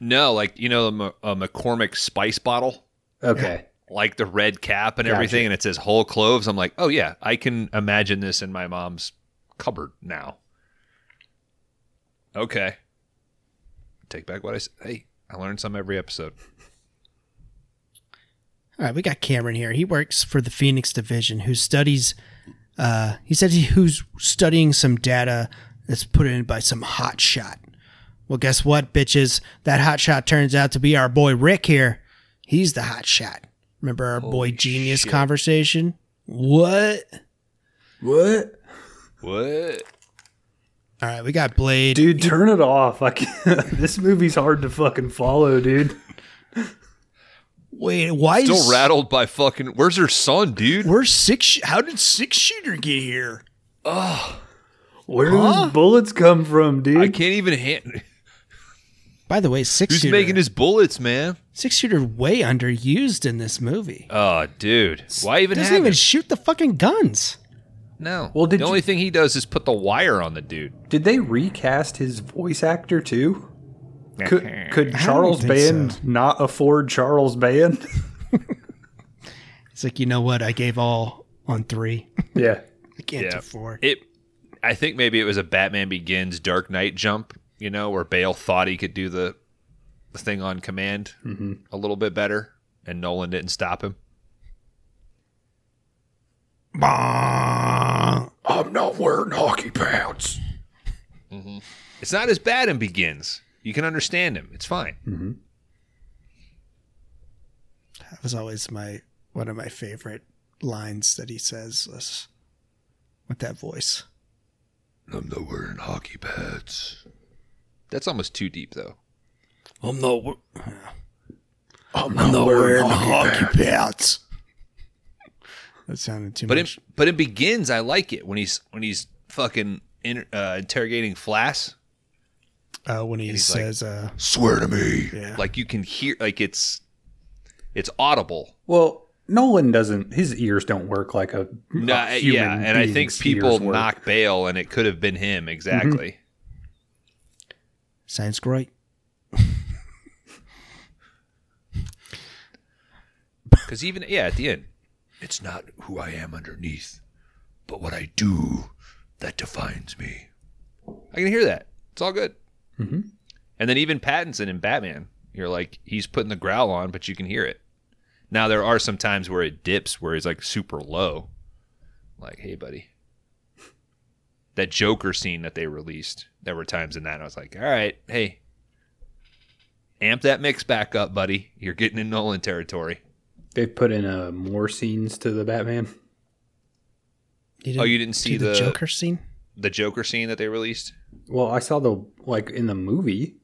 Speaker 1: no, like, you know, a, M- a McCormick spice bottle,
Speaker 3: [laughs]
Speaker 2: Okay.
Speaker 1: like the red cap and
Speaker 2: Gotcha.
Speaker 1: everything, and it says whole cloves. I'm like, oh, yeah, I can imagine this in my mom's cupboard now. Okay. Take back what I said. Hey, I learned some every episode.
Speaker 3: All right, we got Cameron here. He works for the Phoenix Division, who studies. Uh, he said he, who's studying some data that's put in by some hot shot. Well, guess what, bitches? That hot shot turns out to be our boy Rick here. He's the hot shot. Remember our boy genius conversation? What?
Speaker 2: What?
Speaker 1: What?
Speaker 3: All right, we got Blade.
Speaker 2: Dude, turn it off. I can't, [laughs] this movie's hard to fucking follow, dude.
Speaker 3: Wait, why is
Speaker 1: Still rattled by fucking. Where's her son, dude?
Speaker 3: We're six. How did six shooter get here?
Speaker 2: Where do those bullets come from, dude?
Speaker 1: I can't even hand.
Speaker 3: By the way, six
Speaker 1: Who's
Speaker 3: shooter.
Speaker 1: making his bullets, man?
Speaker 3: six shooter way underused in this movie.
Speaker 1: Oh, dude. Why even
Speaker 3: Doesn't
Speaker 1: have
Speaker 3: even
Speaker 1: it?
Speaker 3: shoot the fucking guns.
Speaker 1: No.
Speaker 2: Well, did
Speaker 1: the
Speaker 2: you-
Speaker 1: only thing he does is put the wire on the dude.
Speaker 2: Did they recast his voice actor too? Could, could
Speaker 3: don't
Speaker 2: Charles
Speaker 3: think
Speaker 2: Band
Speaker 3: so.
Speaker 2: not afford Charles Band? [laughs]
Speaker 3: It's like, you know what? I gave all on three. [laughs]
Speaker 2: yeah.
Speaker 3: I can't
Speaker 1: Yeah.
Speaker 3: do four.
Speaker 1: It. I think maybe it was a Batman Begins Dark Knight jump. You know, where Bale thought he could do the, the thing on command a little bit better, and Nolan didn't stop him.
Speaker 3: Bah.
Speaker 2: I'm not wearing hockey pants.
Speaker 1: It's not as bad in Begins. You can Hmm. understand him. It's fine.
Speaker 3: That was always my One of my favorite lines that he says is with that voice.
Speaker 5: I'm not wearing hockey pads.
Speaker 1: That's almost too deep, though.
Speaker 4: I'm not. w- I'm not, wearing hockey pads.
Speaker 3: That sounded too
Speaker 1: But
Speaker 3: much.
Speaker 1: it but it begins. I like it when he's when he's fucking in, uh, interrogating Flass.
Speaker 3: uh, when he
Speaker 1: he's like-
Speaker 3: says, uh,
Speaker 5: Swear to me.
Speaker 3: Yeah.
Speaker 1: Like you can hear, like it's it's audible.
Speaker 2: Well, Nolan doesn't. His ears don't work like a,
Speaker 1: No,
Speaker 2: a
Speaker 1: I-
Speaker 2: human
Speaker 1: Uh, yeah, and I think
Speaker 2: being's
Speaker 1: people
Speaker 2: ears work. Mm-hmm.
Speaker 1: knock bail, and it could have been him exactly.
Speaker 3: sounds great.
Speaker 1: Because even yeah, at the end,
Speaker 5: It's not who I am underneath, but what I do that defines me.
Speaker 1: I can hear that. It's all good. And then even Pattinson in Batman, you're like he's putting the growl on, but you can hear it. Now there are some times where it dips, where he's like super low. Like, hey, buddy. That Joker scene that they released, there were times in that I was like, all right, hey, amp that mix back up, buddy. You're getting in Nolan territory.
Speaker 2: They've put in uh, more scenes to the Batman.
Speaker 1: Oh, you didn't see
Speaker 3: do
Speaker 1: the-
Speaker 3: Joker scene?
Speaker 1: The Joker scene that they released.
Speaker 2: Well, I saw the like in the movie.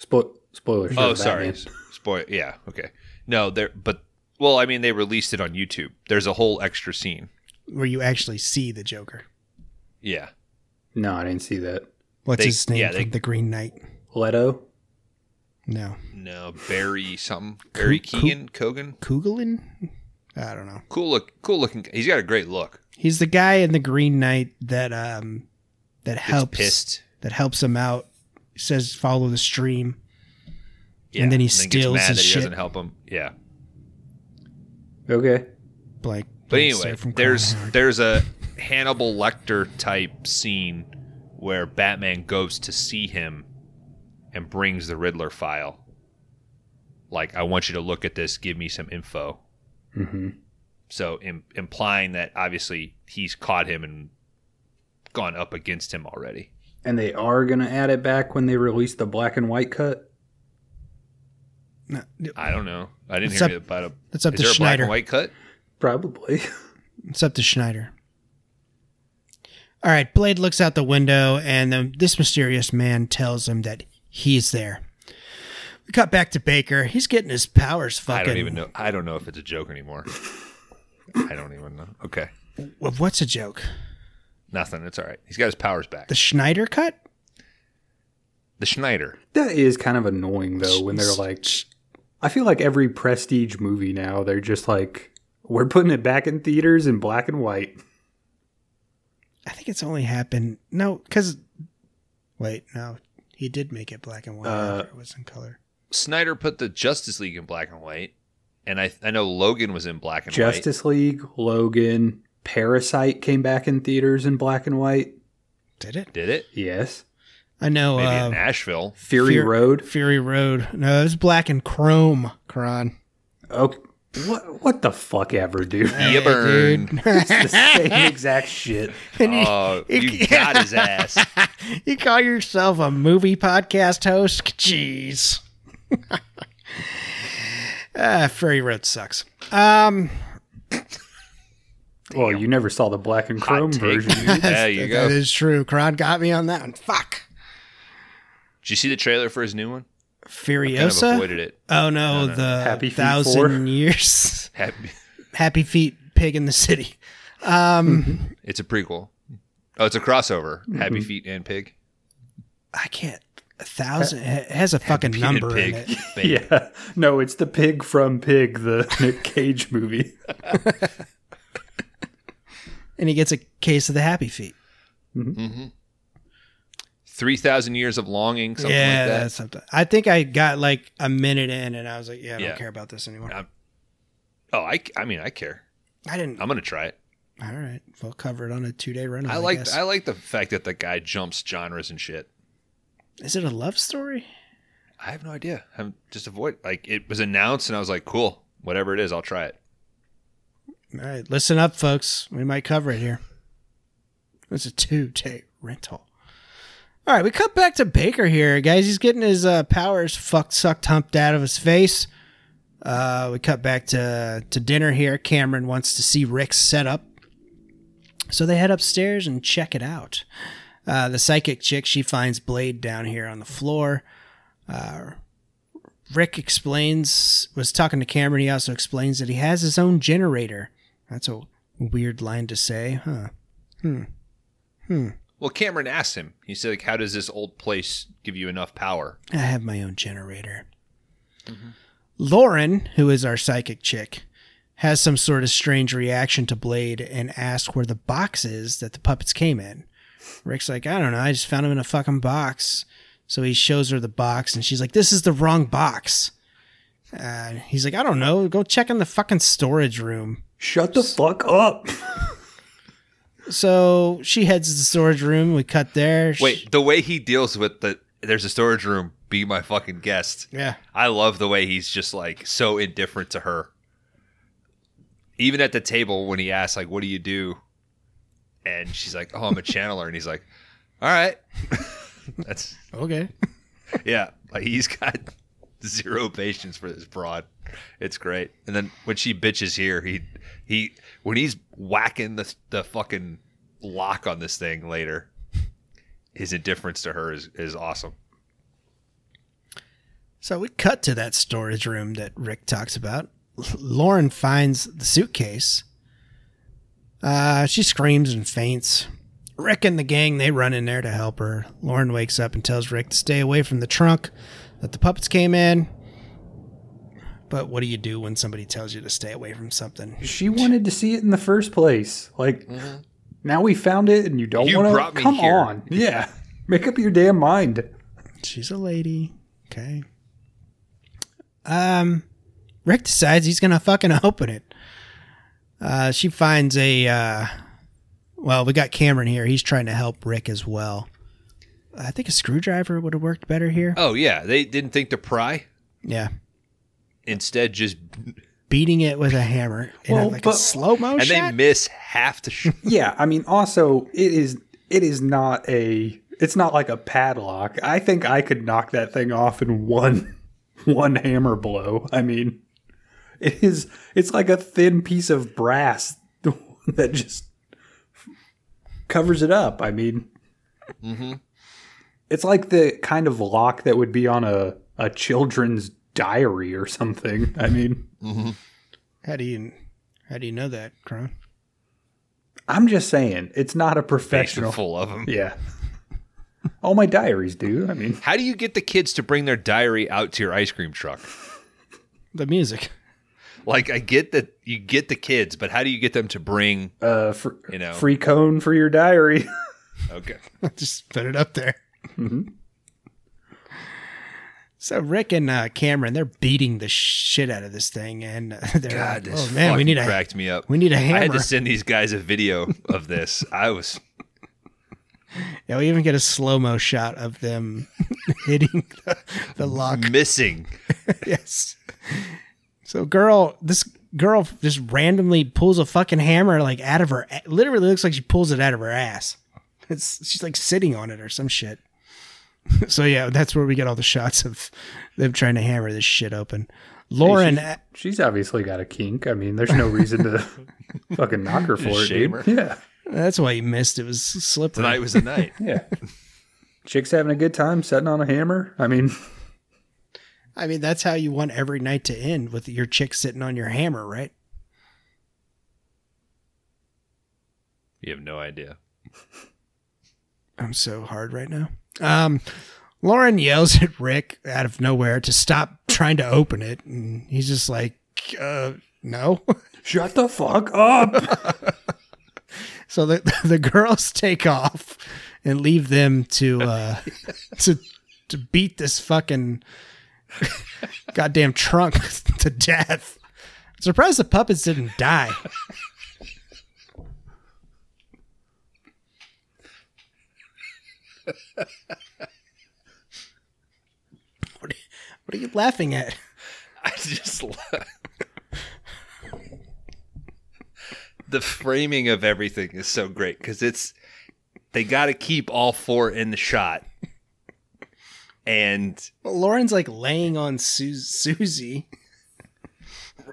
Speaker 2: Spo- spoilers. for
Speaker 1: Oh,
Speaker 2: the
Speaker 1: sorry.
Speaker 2: Batman.
Speaker 1: Spoil. Yeah. Okay. No, there. But well, I mean, they released it on YouTube. There's a whole extra scene.
Speaker 3: Where you actually see the Joker.
Speaker 1: Yeah.
Speaker 2: No, I didn't see that.
Speaker 3: What's
Speaker 1: They-
Speaker 3: his name
Speaker 1: yeah,
Speaker 3: from
Speaker 1: they-
Speaker 3: The Green Knight?
Speaker 2: Leto.
Speaker 3: No.
Speaker 1: No, Barry something. Barry
Speaker 3: Coo-
Speaker 1: Keegan. Kogan.
Speaker 3: Kugelin? I don't know.
Speaker 1: Cool look. Cool looking. He's got a great look.
Speaker 3: He's the guy in The Green Knight that um that
Speaker 1: Gets
Speaker 3: helps
Speaker 1: pissed.
Speaker 3: that helps him out. He says follow the stream.
Speaker 1: Yeah.
Speaker 3: then he
Speaker 1: gets
Speaker 3: steals
Speaker 1: mad
Speaker 3: his
Speaker 1: that he doesn't
Speaker 3: shit.
Speaker 1: help him. Yeah.
Speaker 2: Okay.
Speaker 3: Blank.
Speaker 1: But
Speaker 3: blank
Speaker 1: anyway,
Speaker 3: stare from
Speaker 1: there's
Speaker 3: Crown Hard.
Speaker 1: there's a Hannibal Lecter type scene where Batman goes to see him and brings the Riddler file. Like, I want you to look at this. Give me some info.
Speaker 2: hmm
Speaker 1: So Im- implying that obviously he's caught him and gone up against him already.
Speaker 2: And they are gonna add it back when they release the black and white cut.
Speaker 3: No,
Speaker 1: I don't know. I didn't
Speaker 3: It's
Speaker 1: hear
Speaker 3: up-
Speaker 1: about it.
Speaker 3: it's up
Speaker 1: Is
Speaker 3: to
Speaker 1: there a black
Speaker 3: Schneider.
Speaker 1: and white cut?
Speaker 2: Probably. [laughs]
Speaker 3: It's up to Schneider. All right, Blade looks out the window, and um, this mysterious man tells him that he's there. We cut back to Baker. He's getting his powers fucking.
Speaker 1: I don't even know. I don't know if it's a joke anymore. I don't even know. Okay,
Speaker 3: Well, What's a joke?
Speaker 1: nothing. It's all right. He's got his powers back.
Speaker 3: The Schneider cut?
Speaker 1: The Schneider.
Speaker 2: that is kind of annoying though when they're like. I feel like every prestige movie now they're just like we're putting it back in theaters in black and white.
Speaker 3: I think it's only happened. No, because. Wait, no. He did make it black and white.
Speaker 2: Uh,
Speaker 3: after it was in color.
Speaker 1: Snyder put the Justice League in black and white, and I I know Logan was in black and white.
Speaker 2: Justice League, Logan, Parasite came back in theaters in black and white.
Speaker 3: Did it?
Speaker 1: Did it?
Speaker 2: Yes.
Speaker 3: I know.
Speaker 1: Maybe
Speaker 3: uh,
Speaker 1: in Nashville.
Speaker 2: Fury
Speaker 3: Fury-
Speaker 2: Road.
Speaker 3: Fury Road. No, it was black and chrome, Kron.
Speaker 2: Okay. Oh, What what the fuck
Speaker 1: [laughs]
Speaker 2: ever, dude?
Speaker 1: You burn.
Speaker 2: It's the same exact shit.
Speaker 3: And you-
Speaker 1: Oh, you got his ass.
Speaker 3: [laughs] you call yourself a movie podcast host? Jeez. [laughs] ah, Furry Road sucks. Um,
Speaker 2: Well, you never saw the black and
Speaker 1: Hot
Speaker 2: chrome
Speaker 1: take.
Speaker 2: version.
Speaker 1: [laughs] dude. There you
Speaker 3: that
Speaker 1: go.
Speaker 3: is true. Kron got me on that one. Fuck.
Speaker 1: Did you see the trailer for his new one? Kind of
Speaker 3: Furiosa.
Speaker 1: avoided it.
Speaker 3: Oh no, the
Speaker 2: Happy Feet
Speaker 3: thousand
Speaker 2: four.
Speaker 3: years. [laughs]
Speaker 1: Happy-
Speaker 3: Happy feet. Pig in the city. Um,
Speaker 1: It's a prequel. Oh, it's a crossover. Happy Feet and Pig.
Speaker 3: I can't. A thousand. It has a fucking
Speaker 1: Uh, Feet and
Speaker 3: number
Speaker 1: Pig.
Speaker 3: in it.
Speaker 1: Thank you.
Speaker 2: [laughs] Yeah. No, it's the pig from Pig, the [laughs] Nick
Speaker 1: [laughs]
Speaker 2: Cage movie.
Speaker 3: and he gets a case of the happy feet.
Speaker 1: Mm-hmm. Three thousand years of longing, something
Speaker 3: yeah,
Speaker 1: like that.
Speaker 3: that's something. I think I got like a minute in, and I was like, "Yeah, I don't
Speaker 1: Yeah.
Speaker 3: care about this anymore."
Speaker 1: I'm- Oh, I, I mean, I care.
Speaker 3: I didn't.
Speaker 1: I'm gonna try it.
Speaker 3: All right, we'll cover it on a two day run.
Speaker 1: Um, I like I like the fact that the guy jumps genres and shit.
Speaker 3: Is it a love story?
Speaker 1: I have no idea. I'm just avoid like it was announced, and I was like, cool, whatever it is, I'll try it.
Speaker 3: All right, listen up, folks. We might cover it here. It's a two day rental. All right, we cut back to Baker here, guys. He's getting his uh, powers fucked, sucked, humped out of his face. Uh, we cut back to, to dinner here. Cameron wants to see Rick's setup. So they head upstairs and check it out. Uh, the psychic chick, she finds Blade down here on the floor. Uh, Rick explains, was talking to Cameron. He also explains that he has his own generator. That's a weird line to say, huh?
Speaker 1: Well, Cameron asked him. He said, like, "How does this old place give you enough power?"
Speaker 3: I have my own generator. Lauren, who is our psychic chick, has some sort of strange reaction to Blade and asks where the box is that the puppets came in. Rick's like, I don't know, I just found him in a fucking box. So he shows her the box and she's like, This is the wrong box. Uh, he's like, I don't know, go check in the fucking storage room.
Speaker 2: Shut the fuck up.
Speaker 3: So she heads to the storage room. We cut there. She-
Speaker 1: Wait, the way he deals with the there's a storage room. Be my fucking guest.
Speaker 3: Yeah.
Speaker 1: I love the way he's just like so indifferent to her. Even at the table when he asks like, "What do you do?" and she's like, "Oh, I'm a [laughs] channeler," and he's like, "All right." [laughs] That's
Speaker 3: Okay.
Speaker 1: yeah. Like he's got [laughs] zero patience for this broad. It's great. And then when she bitches here, he he when he's whacking the the fucking lock on this thing later, his indifference to her is is awesome.
Speaker 3: So we cut to that storage room that Rick talks about. Lauren finds the suitcase. Uh, she screams and faints. Rick and the gang they run in there to help her. Lauren wakes up and tells Rick to stay away from the trunk that the puppets came in. But what do you do when somebody tells you to stay away from something?
Speaker 2: she wanted to see it in the first place. Like, now we found it and you don't
Speaker 1: Mm-hmm. You
Speaker 2: want
Speaker 1: brought
Speaker 2: to.
Speaker 1: me
Speaker 2: Come
Speaker 1: here.
Speaker 2: on. Yeah. [laughs] Make up your damn mind.
Speaker 3: She's a lady. Okay. Um, Rick decides he's gonna fucking open it. Uh, she finds a. Uh, well, we got Cameron here. He's trying to help Rick as well. I think a screwdriver would have worked better here.
Speaker 1: Oh yeah, they didn't think to pry.
Speaker 3: Yeah,
Speaker 1: Instead, just
Speaker 3: beating it with a hammer in a,
Speaker 2: Well,
Speaker 3: like a
Speaker 2: but-
Speaker 3: slow motion.
Speaker 1: and they miss half
Speaker 3: [laughs]
Speaker 1: the. Sh-
Speaker 2: Yeah, I mean, also it is it is not a it's not like a padlock. I think I could knock that thing off in one [laughs] one hammer blow. I mean, it is it's like a thin piece of brass [laughs] that just covers it up. I mean, it's like the kind of lock that would be on a a children's diary or something. I mean.
Speaker 3: how do you how do you know that, Cron?
Speaker 2: I'm just saying, it's not a professional.
Speaker 1: full of them.
Speaker 2: Yeah. All my diaries do. I mean,
Speaker 1: How do you get the kids to bring their diary out to your ice cream truck?
Speaker 3: The music.
Speaker 1: Like I get that you get the kids, but how do you get them to bring?
Speaker 2: uh, fr-
Speaker 1: You know.
Speaker 2: free cone for your diary. [laughs]
Speaker 1: Okay,
Speaker 3: [laughs] just put it up there.
Speaker 1: Mm-hmm.
Speaker 3: So Rick and uh, Cameron, they're beating the shit out of this thing, and uh, [laughs] they're
Speaker 1: God,
Speaker 3: like,
Speaker 1: this
Speaker 3: "Oh man, we need a
Speaker 1: cracked me up.
Speaker 3: we need a
Speaker 1: I had
Speaker 3: hammer."
Speaker 1: to send these guys a video of this. I [laughs] was
Speaker 3: yeah, we even get a slow mo shot of them [laughs] hitting the, the lock.
Speaker 1: missing.
Speaker 3: [laughs] yes. So girl, this girl just randomly pulls a fucking hammer like out of her. a- Literally looks like she pulls it out of her ass. It's she's like sitting on it or some shit. [laughs] so yeah, that's where we get all the shots of them trying to hammer this shit open. Lauren, uh, a-
Speaker 2: She's obviously got a kink. I mean, there's no
Speaker 1: [laughs]
Speaker 2: reason to fucking knock her for it,
Speaker 1: shame
Speaker 2: dude.
Speaker 1: her.
Speaker 2: Yeah.
Speaker 3: that's why you missed. It was slippery.
Speaker 1: Tonight was the night.
Speaker 2: Yeah. Chick's having a good time setting on a hammer. I mean,
Speaker 3: I mean, that's how you want every night to end with your chick sitting on your hammer, right?
Speaker 1: [laughs] You have no idea.
Speaker 3: I'm so hard right now. Um, Lauren yells at Rick out of nowhere to stop trying to open it, and he's just like, uh, "No." [laughs]
Speaker 2: shut the fuck up.
Speaker 3: So the [laughs] the girls take off and leave them to uh, to to beat this fucking [laughs] goddamn trunk [laughs] to death. I'm surprised the puppets didn't die. What are you- what are you laughing at?
Speaker 1: I just love the framing of everything is so great because it's they got to keep all four in the shot, and
Speaker 3: Well, Lauren's like laying on Su- Susie.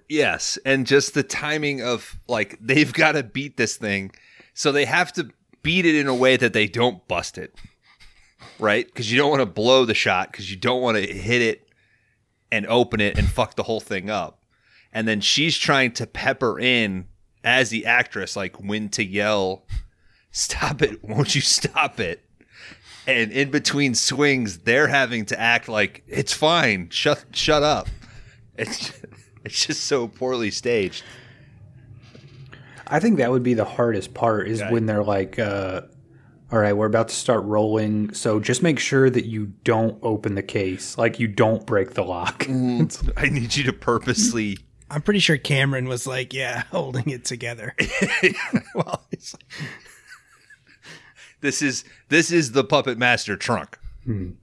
Speaker 1: Yes, and just the timing of like they've [laughs] got to beat this thing, so they have to beat it in a way that they don't bust it, right? Because you don't want to blow the shot because you don't want to hit it and open it and fuck the whole thing up. And then she's trying to pepper in as the actress, like when to yell, "Stop it! Won't you stop it?" And in between swings, they're having to act like it's fine. Shut shut up. It's it's just so poorly staged.
Speaker 2: [laughs] I think that would be the hardest part is when they're like, uh, all right, we're about to start rolling. So just make sure that you don't open the case. Like you don't break the lock.
Speaker 1: Mm. [laughs] I need you to purposely. [laughs]
Speaker 3: I'm pretty sure Cameron was like, yeah, [laughs] holding it together.
Speaker 1: well, it's like, this is this is the puppet master trunk.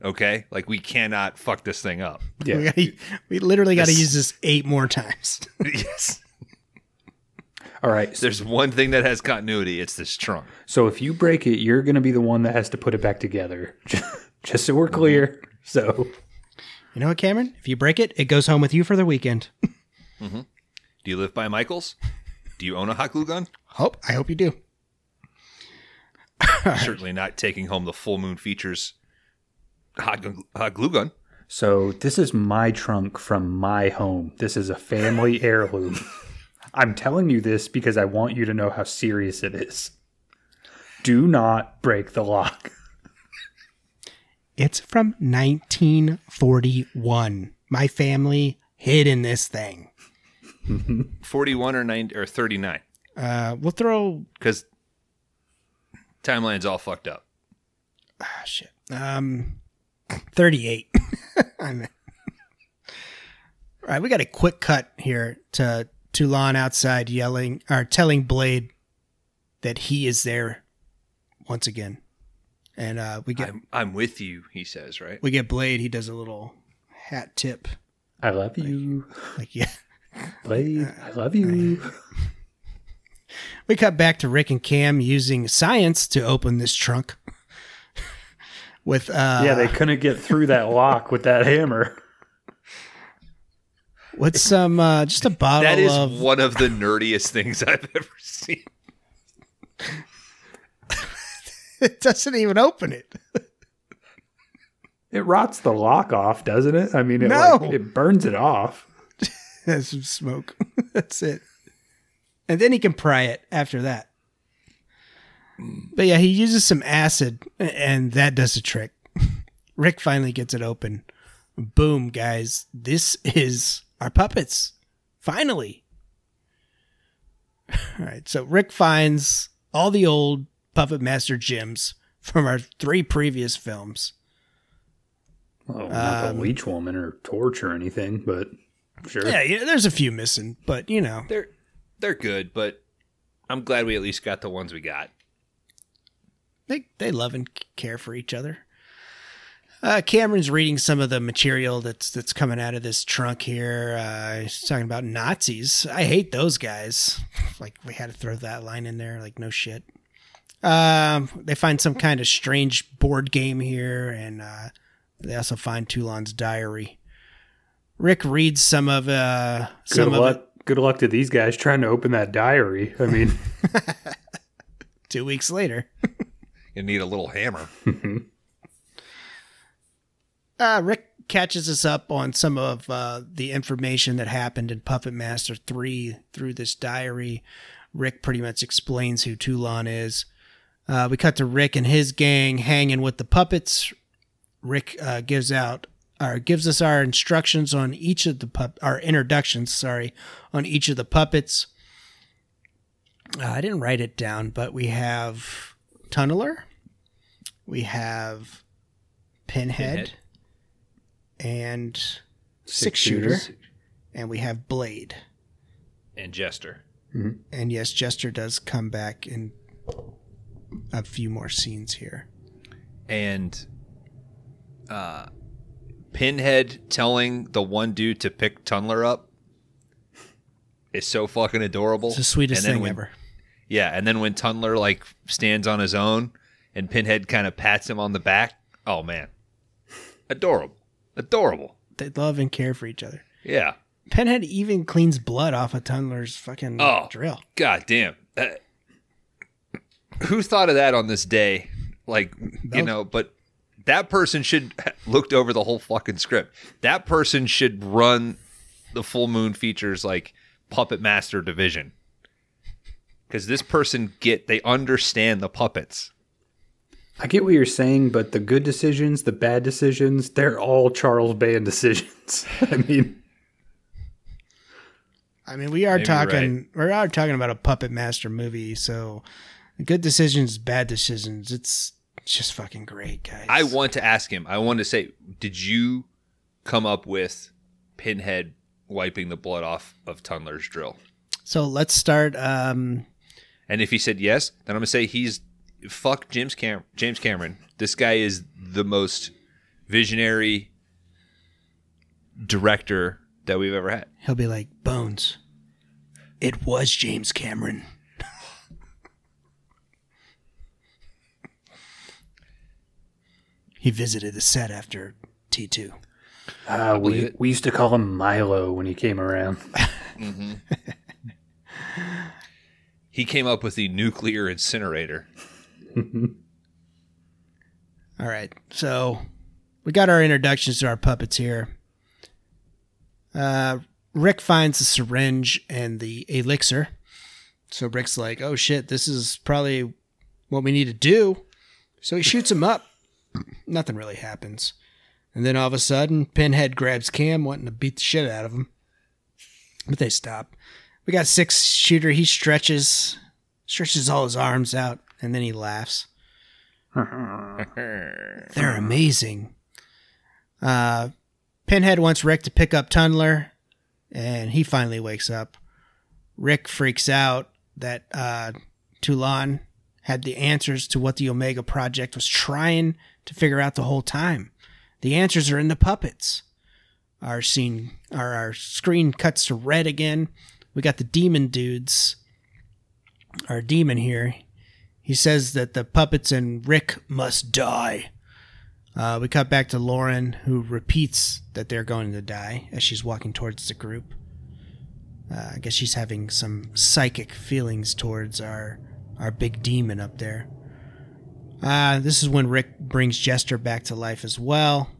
Speaker 1: Okay, like we cannot fuck this thing up. [laughs]
Speaker 3: We,
Speaker 2: Yeah.
Speaker 3: gotta, we literally got to
Speaker 1: This-
Speaker 3: use this eight more times. [laughs]
Speaker 1: yes,
Speaker 2: All right. So,
Speaker 1: there's one thing that has continuity. It's this trunk.
Speaker 2: so if you break it, you're going to be the one that has to put it back together. [laughs] just so we're clear. So
Speaker 3: You know what, Cameron? If you break it, it goes home with you for the weekend.
Speaker 1: Do you live by Michaels? Do you own a hot glue gun?
Speaker 3: Hope I hope you do.
Speaker 1: Certainly not taking home the full moon features hot, gun, hot glue gun.
Speaker 2: So this is my trunk from my home. This is a family heirloom. I'm telling you this because I want you to know how serious it is. Do not break the lock. [laughs]
Speaker 3: It's from 1941. My family hid in this thing.
Speaker 1: Forty-one or nine or thirty-nine
Speaker 3: Uh, we'll throw.
Speaker 1: because timeline's all fucked up.
Speaker 3: ah, shit. Um, [laughs] 38. I mean. All right, we got a quick cut here to Toulon outside yelling or telling Blade that he is there once again. And uh, we get
Speaker 1: I'm, I'm with you, he says. Right.
Speaker 3: we get Blade. He does a little hat tip,
Speaker 2: I love you,
Speaker 3: like yeah. [laughs]
Speaker 2: Blade. I love you.
Speaker 3: We cut back to Rick and Cam using science to open this trunk. [laughs] With uh,
Speaker 2: Yeah, they couldn't get through that lock with that hammer.
Speaker 3: with some uh, just a bottle
Speaker 1: That is
Speaker 3: of
Speaker 1: one of the nerdiest [laughs] things I've ever seen.
Speaker 3: [laughs] it doesn't even open it.
Speaker 2: It rots the lock off, doesn't it? I mean, it,
Speaker 3: No.
Speaker 2: like, it burns it off.
Speaker 3: [laughs] That's some smoke. That's it. And then he can pry it after that. But yeah, he uses some acid, and that does the trick. [laughs] Rick finally gets it open. Boom, guys! This is our puppets. Finally. [laughs] All right. So Rick finds all the old puppet master gems from our three previous films.
Speaker 2: Well, not
Speaker 3: Um,
Speaker 2: the leech woman or torch or anything, but sure.
Speaker 3: Yeah, yeah. There's a few missing, but you know,
Speaker 1: They're they're good, but I'm glad we at least got the ones we got.
Speaker 3: they they love and care for each other. Uh, Cameron's reading some of the material that's that's coming out of this trunk here. Uh, he's talking about Nazis. I hate those guys. [laughs] Like we had to throw that line in there. Like no shit. Um, they find some kind of strange board game here, and uh, they also find Toulon's diary. Rick reads some of uh,
Speaker 2: Good
Speaker 3: some of
Speaker 2: luck.
Speaker 3: it
Speaker 2: Good luck to these guys trying to open that diary. I mean,
Speaker 3: two weeks later.
Speaker 1: You need a little hammer.
Speaker 3: uh, Rick catches us up on some of uh, the information that happened in Puppet Master 3 through this diary. Rick pretty much explains who Toulon is. Uh, we cut to Rick and his gang hanging with the puppets. Rick uh, gives out or gives us our instructions on each of the pup our introductions, sorry, on each of the puppets. Uh, I didn't write it down, but we have Tunneler, we have Pinhead,
Speaker 1: Pinhead.
Speaker 3: and [laughs] Six Shooter,
Speaker 2: shooters.
Speaker 3: and we have Blade.
Speaker 1: And Jester.
Speaker 3: And yes, Jester does come back in a few more scenes here.
Speaker 1: And uh Pinhead telling the one dude to pick Tunler up is so fucking adorable.
Speaker 3: It's the sweetest
Speaker 1: And then
Speaker 3: thing
Speaker 1: when-
Speaker 3: ever.
Speaker 1: Yeah, and then when Tunler like stands on his own and Pinhead kind of pats him on the back. Oh man. Adorable. Adorable.
Speaker 3: They love and care for each other.
Speaker 1: Yeah.
Speaker 3: Pinhead even cleans blood off of Tundler's fucking
Speaker 1: Oh.
Speaker 3: drill.
Speaker 1: God damn. Uh, who thought of that on this day? Like, you know, but that person should [laughs] looked over the whole fucking script. That person should run the full moon features like puppet master division. Cuz this person get they understand the puppets.
Speaker 2: I get what you're saying, but the good decisions, the bad decisions, they're all Charles Band [laughs] decisions. I mean,
Speaker 3: I mean, we are
Speaker 1: Maybe you're
Speaker 3: talking we are talking about a puppet master movie, so good decisions, bad decisions. It's just fucking great, guys.
Speaker 1: I want to ask him. I want to say, did you come up with Pinhead wiping the blood off of Tundler's drill?
Speaker 3: so let's start. Um,
Speaker 1: And if he said yes, then I'm gonna say he's fuck James Cam James Cameron. This guy is the most visionary director that we've ever had.
Speaker 3: he'll be like Bones. It was James Cameron. [laughs] he visited the set after T two.
Speaker 2: uh, we, we used to call him Milo when he came
Speaker 3: [laughs]
Speaker 2: around.
Speaker 1: He came up with the nuclear incinerator.
Speaker 3: All right. So we got our introductions to our puppets here. Uh, Rick finds the syringe and the elixir. So Rick's like, oh shit, this is probably what we need to do. So he shoots him up. Nothing really happens. And then all of a sudden, Pinhead grabs Cam, wanting to beat the shit out of him. But they stop. We got six shooter. He stretches, stretches all his arms out, and then he laughs. They're amazing. Uh, Pinhead wants Rick to pick up Tundler, and he finally wakes up. Rick freaks out that uh, Toulon had the answers to what the Omega Project was trying to figure out the whole time. The answers are in the puppets. Our scene, our, our screen cuts to red again. We got the demon dudes. Our demon here, he says that the puppets and Rick must die. Uh, we cut back to Lauren, who repeats that they're going to die as she's walking towards the group. Uh, I guess she's having some psychic feelings towards our our big demon up there. Uh, this is when Rick brings Jester back to life as well,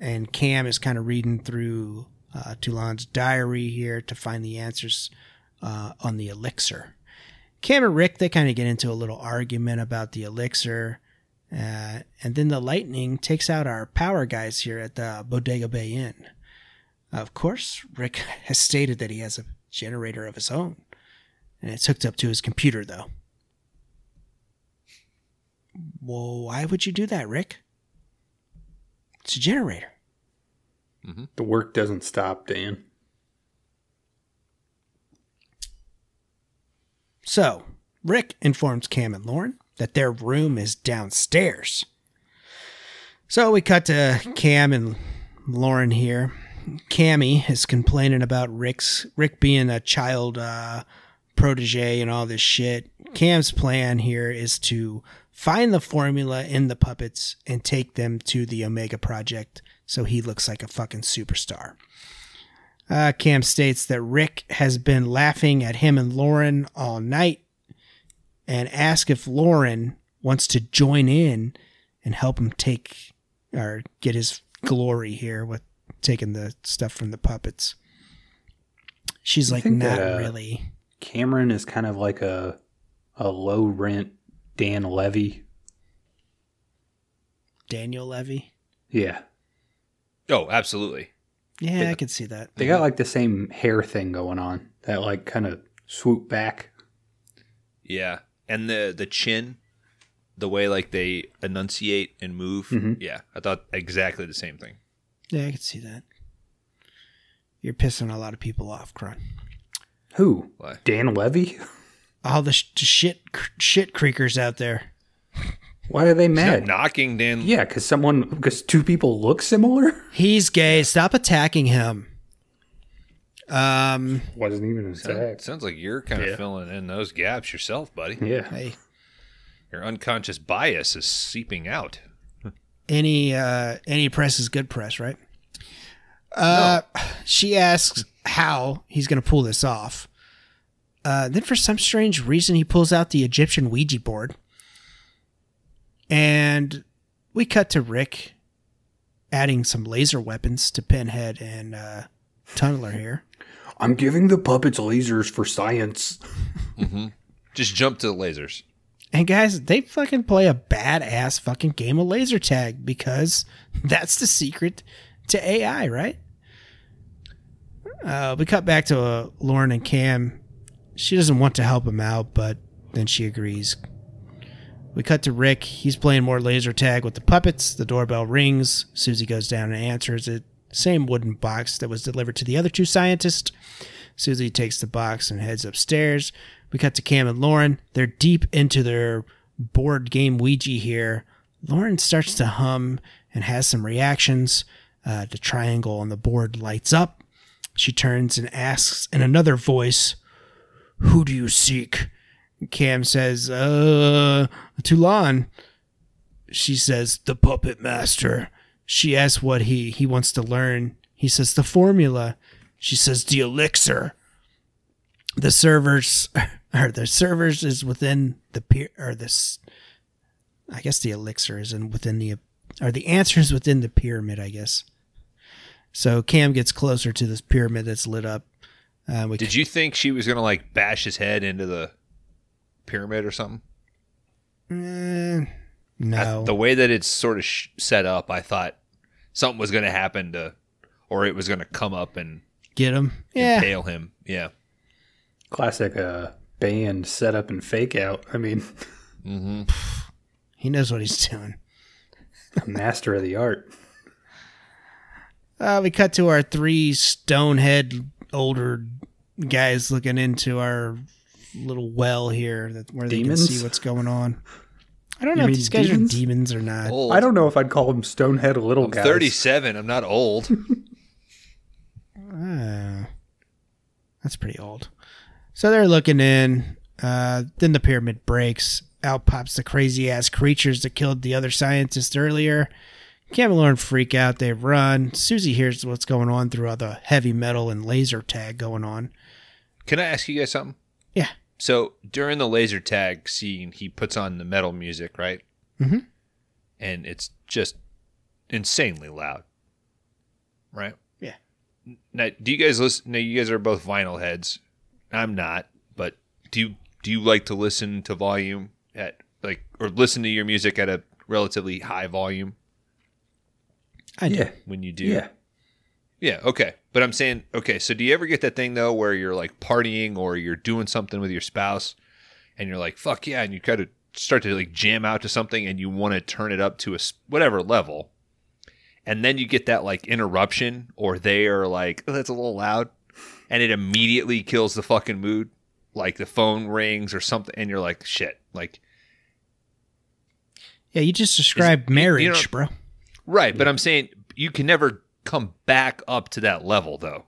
Speaker 3: and Cam is kind of reading through uh, Toulon's diary here to find the answers uh, on the elixir. Cam and Rick, they kind of get into a little argument about the elixir. Uh, and then the lightning takes out our power guys here at the Bodega Bay Inn. Of course, Rick [laughs] has stated that he has a generator of his own, and it's hooked up to his computer, though. Well, why would you do that, Rick? It's a generator.
Speaker 2: The work doesn't stop, Dan.
Speaker 3: So, Rick informs Cam and Lauren that their room is downstairs. So we cut to Cam and Lauren here. Cammy is complaining about Rick's Rick being a child uh, protege and all this shit. Cam's plan here is to find the formula in the puppets and take them to the Omega Project so he looks like a fucking superstar. Uh, Cam states that Rick has been laughing at him and Lauren all night and ask if Lauren wants to join in and help him take or get his glory here with taking the stuff from the puppets. She's like,
Speaker 2: think
Speaker 3: not
Speaker 2: that, uh,
Speaker 3: really.
Speaker 2: Cameron is kind of like a a low rent Dan Levy.
Speaker 3: Daniel Levy.
Speaker 2: Yeah.
Speaker 1: Oh, absolutely.
Speaker 3: Yeah, I could see that.
Speaker 2: They got like the same hair thing going on. That like kind of swoop back.
Speaker 1: Yeah. And the the chin, the way like they enunciate and move. Yeah. I thought exactly the same thing.
Speaker 3: Yeah, I could see that. You're pissing a lot of people off, Cron.
Speaker 2: Who?
Speaker 1: Why?
Speaker 2: Dan Levy? [laughs]
Speaker 3: All the sh- shit cr- shit creakers out there.
Speaker 2: Why are they
Speaker 1: He's not
Speaker 2: mad?
Speaker 1: knocking Dan
Speaker 2: Yeah, because someone, because two people look similar.
Speaker 3: He's gay. Stop attacking him. Um.
Speaker 2: [laughs] Wasn't even a
Speaker 1: Sound- Sounds like you're kind of
Speaker 2: Yeah.
Speaker 1: filling in those gaps yourself, buddy.
Speaker 2: Yeah.
Speaker 3: Hey,
Speaker 1: Your unconscious bias is seeping out.
Speaker 3: any uh, any press is good press, right? Uh, She asks how he's going to pull this off. Uh, then, for some strange reason, he pulls out the Egyptian Ouija board. And we cut to Rick adding some laser weapons to Pinhead and uh, Tunneler here.
Speaker 2: I'm giving the puppets lasers for science.
Speaker 1: Just jump to the lasers.
Speaker 3: And guys, they fucking play a badass fucking game of laser tag because [laughs] that's the secret to AI, right? Uh, we cut back to uh, Lauren and Cam. She doesn't want to help him out, but then she agrees. We cut to Rick. He's playing more laser tag with the puppets. The doorbell rings. Susie goes down and answers it. Same wooden box that was delivered to the other two scientists. Susie takes the box and heads upstairs. We cut to Cam and Lauren. They're deep into their board game Ouija here. Lauren starts to hum and has some reactions. Uh, the triangle on the board lights up. She turns and asks in another voice, Who do you seek? Cam says, Uh, Toulon. She says, The puppet master. She asks what he, he wants to learn. He says, The formula. She says, The elixir the servers [laughs] or the servers is within the peer or this i guess the elixir is in within the or the answer is within the pyramid i guess so cam gets closer to this pyramid that's lit up uh, we,
Speaker 1: Did you think she was gonna like bash his head into the pyramid or something?
Speaker 3: Eh,
Speaker 1: I-
Speaker 3: no
Speaker 1: the way that it's sort of sh- set up, I thought something was going to happen to, or it was going to come up and
Speaker 3: get him yeah
Speaker 1: impale him. Yeah.
Speaker 2: Classic uh, band setup and fake out. I mean, [laughs]
Speaker 1: Mm-hmm.
Speaker 3: he knows what he's doing
Speaker 2: a master of the art.
Speaker 3: Uh, we cut to our three stonehead older guys looking into our little well here that where
Speaker 2: Demons?
Speaker 3: they can see what's going on. I don't
Speaker 2: You
Speaker 3: know if
Speaker 2: mean
Speaker 3: these guys
Speaker 2: demons?
Speaker 3: are demons or not.
Speaker 1: Old.
Speaker 2: I don't know if I'd call them stonehead little
Speaker 1: I'm
Speaker 2: guys.
Speaker 1: 37. I'm not old.
Speaker 3: Uh, that's pretty old. So they're looking in. Uh, then the pyramid breaks. Out pops the crazy ass creatures that killed the other scientist earlier. Cam and Lauren freak out. They run. Susie hears what's going on through all the heavy metal and laser tag going on.
Speaker 1: Can I ask you guys something?
Speaker 3: Yeah.
Speaker 1: So during the laser tag scene, he puts on the metal music, right?
Speaker 3: Mhm.
Speaker 1: And it's just insanely loud, right?
Speaker 3: Yeah.
Speaker 1: Now, do you guys listen? Now, you guys are both vinyl heads. I'm not, but do you do you like to listen to volume at like or listen to your music at a relatively high volume
Speaker 3: I do.
Speaker 2: Yeah,
Speaker 1: when you do?
Speaker 2: yeah.
Speaker 1: Yeah, okay. But I'm saying, okay, so do you ever get that thing though where you're like partying or you're doing something with your spouse and you're like, fuck yeah, and you kind of start to like jam out to something and you want to turn it up to a s- whatever level. And then you get that like interruption or they are like, oh, that's a little loud. And it immediately kills the fucking mood. Like the phone rings or something and you're like, shit. Like,
Speaker 3: Yeah, you just described marriage,
Speaker 1: you know-
Speaker 3: bro.
Speaker 1: right. But I'm saying you can never come back up to that level though.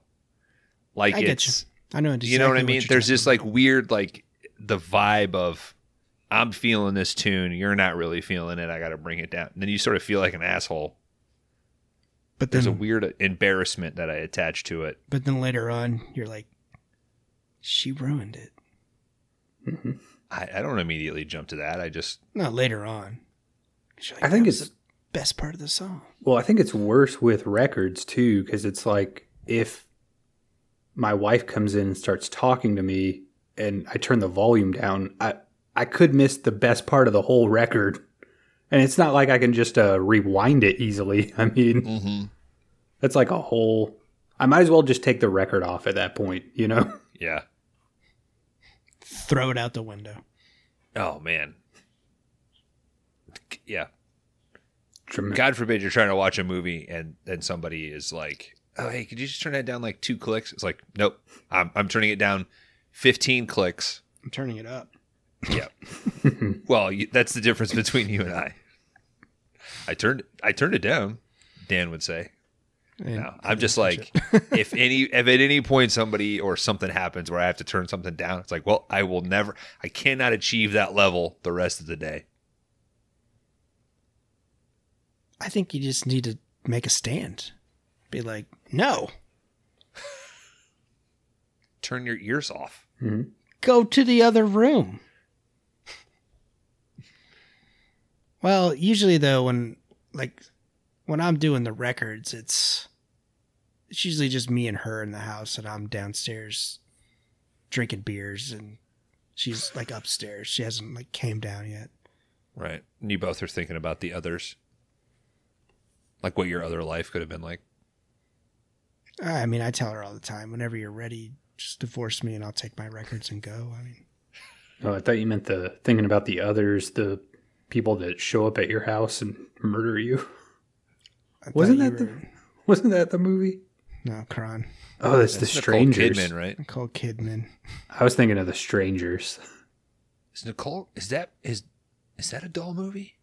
Speaker 1: Like,
Speaker 3: I
Speaker 1: it's.
Speaker 3: get you. I know. Exactly
Speaker 1: you know what I mean?
Speaker 3: you're
Speaker 1: There's
Speaker 3: talking
Speaker 1: this like weird like the vibe of I'm feeling this tune, you're not really feeling it. I got to bring it down. And then you sort of feel like an asshole.
Speaker 3: about. but
Speaker 1: There's
Speaker 3: then,
Speaker 1: a weird embarrassment that I attach to it.
Speaker 3: but then later on, you're like, she ruined it.
Speaker 2: Mm-hmm.
Speaker 1: I, I don't immediately jump to that. I just
Speaker 3: Not later on. 'Cause you're like,
Speaker 2: I think
Speaker 3: "That was
Speaker 2: it's
Speaker 3: the best part of the song.
Speaker 2: well. I think it's worse with records too, because it's like if my wife comes in and starts talking to me, and I turn the volume down, I I could miss the best part of the whole record, and it's not like I can just uh, rewind it easily. [laughs] I mean,
Speaker 3: Mm-hmm.
Speaker 2: that's like a whole. I might as well just take the record off at that point, you know. [laughs]
Speaker 1: yeah.
Speaker 3: Throw it out the window.
Speaker 1: Oh man. Yeah.
Speaker 2: Trem-
Speaker 1: God forbid you're trying to watch a movie and then somebody is like, "Oh, hey, could you just turn that down like two clicks?" It's like, "Nope. I'm I'm turning it down 15 clicks."
Speaker 3: I'm turning it up.
Speaker 1: Yeah. well, you, that's the difference between you and I. I turned I turned it down. Dan would say. No, I'm just like
Speaker 3: [laughs]
Speaker 1: [laughs] if any if at any point somebody or something happens where I have to turn something down, it's like, well, I will never I cannot achieve that level the rest of the day.
Speaker 3: I think you just need to make a stand. Be like, no,
Speaker 1: Turn your ears off.
Speaker 2: mm-hmm.
Speaker 3: go to the other room. [laughs] well, usually though, when like when I'm doing the records, it's it's usually just me and her in the house, and I'm downstairs drinking beers, and she's like upstairs. She hasn't like came down yet.
Speaker 1: Right. And you both are thinking about the others. Like what your other life could have been like.
Speaker 3: I mean, I tell her all the time, whenever you're ready, just divorce me, and I'll take my records and go. I mean,
Speaker 2: Oh, I thought you meant the thinking about the others, the people that show up at your house and murder you. [laughs]
Speaker 3: I thought
Speaker 2: Wasn't
Speaker 3: you
Speaker 2: that the-
Speaker 3: were-
Speaker 2: Wasn't that the movie?
Speaker 3: no, Kron,
Speaker 2: Oh, that's, the
Speaker 1: Nicole
Speaker 2: strangers.
Speaker 1: Kidman, right?
Speaker 3: Nicole Kidman.
Speaker 2: I was thinking of the strangers.
Speaker 1: Is Nicole is that is is that a doll movie?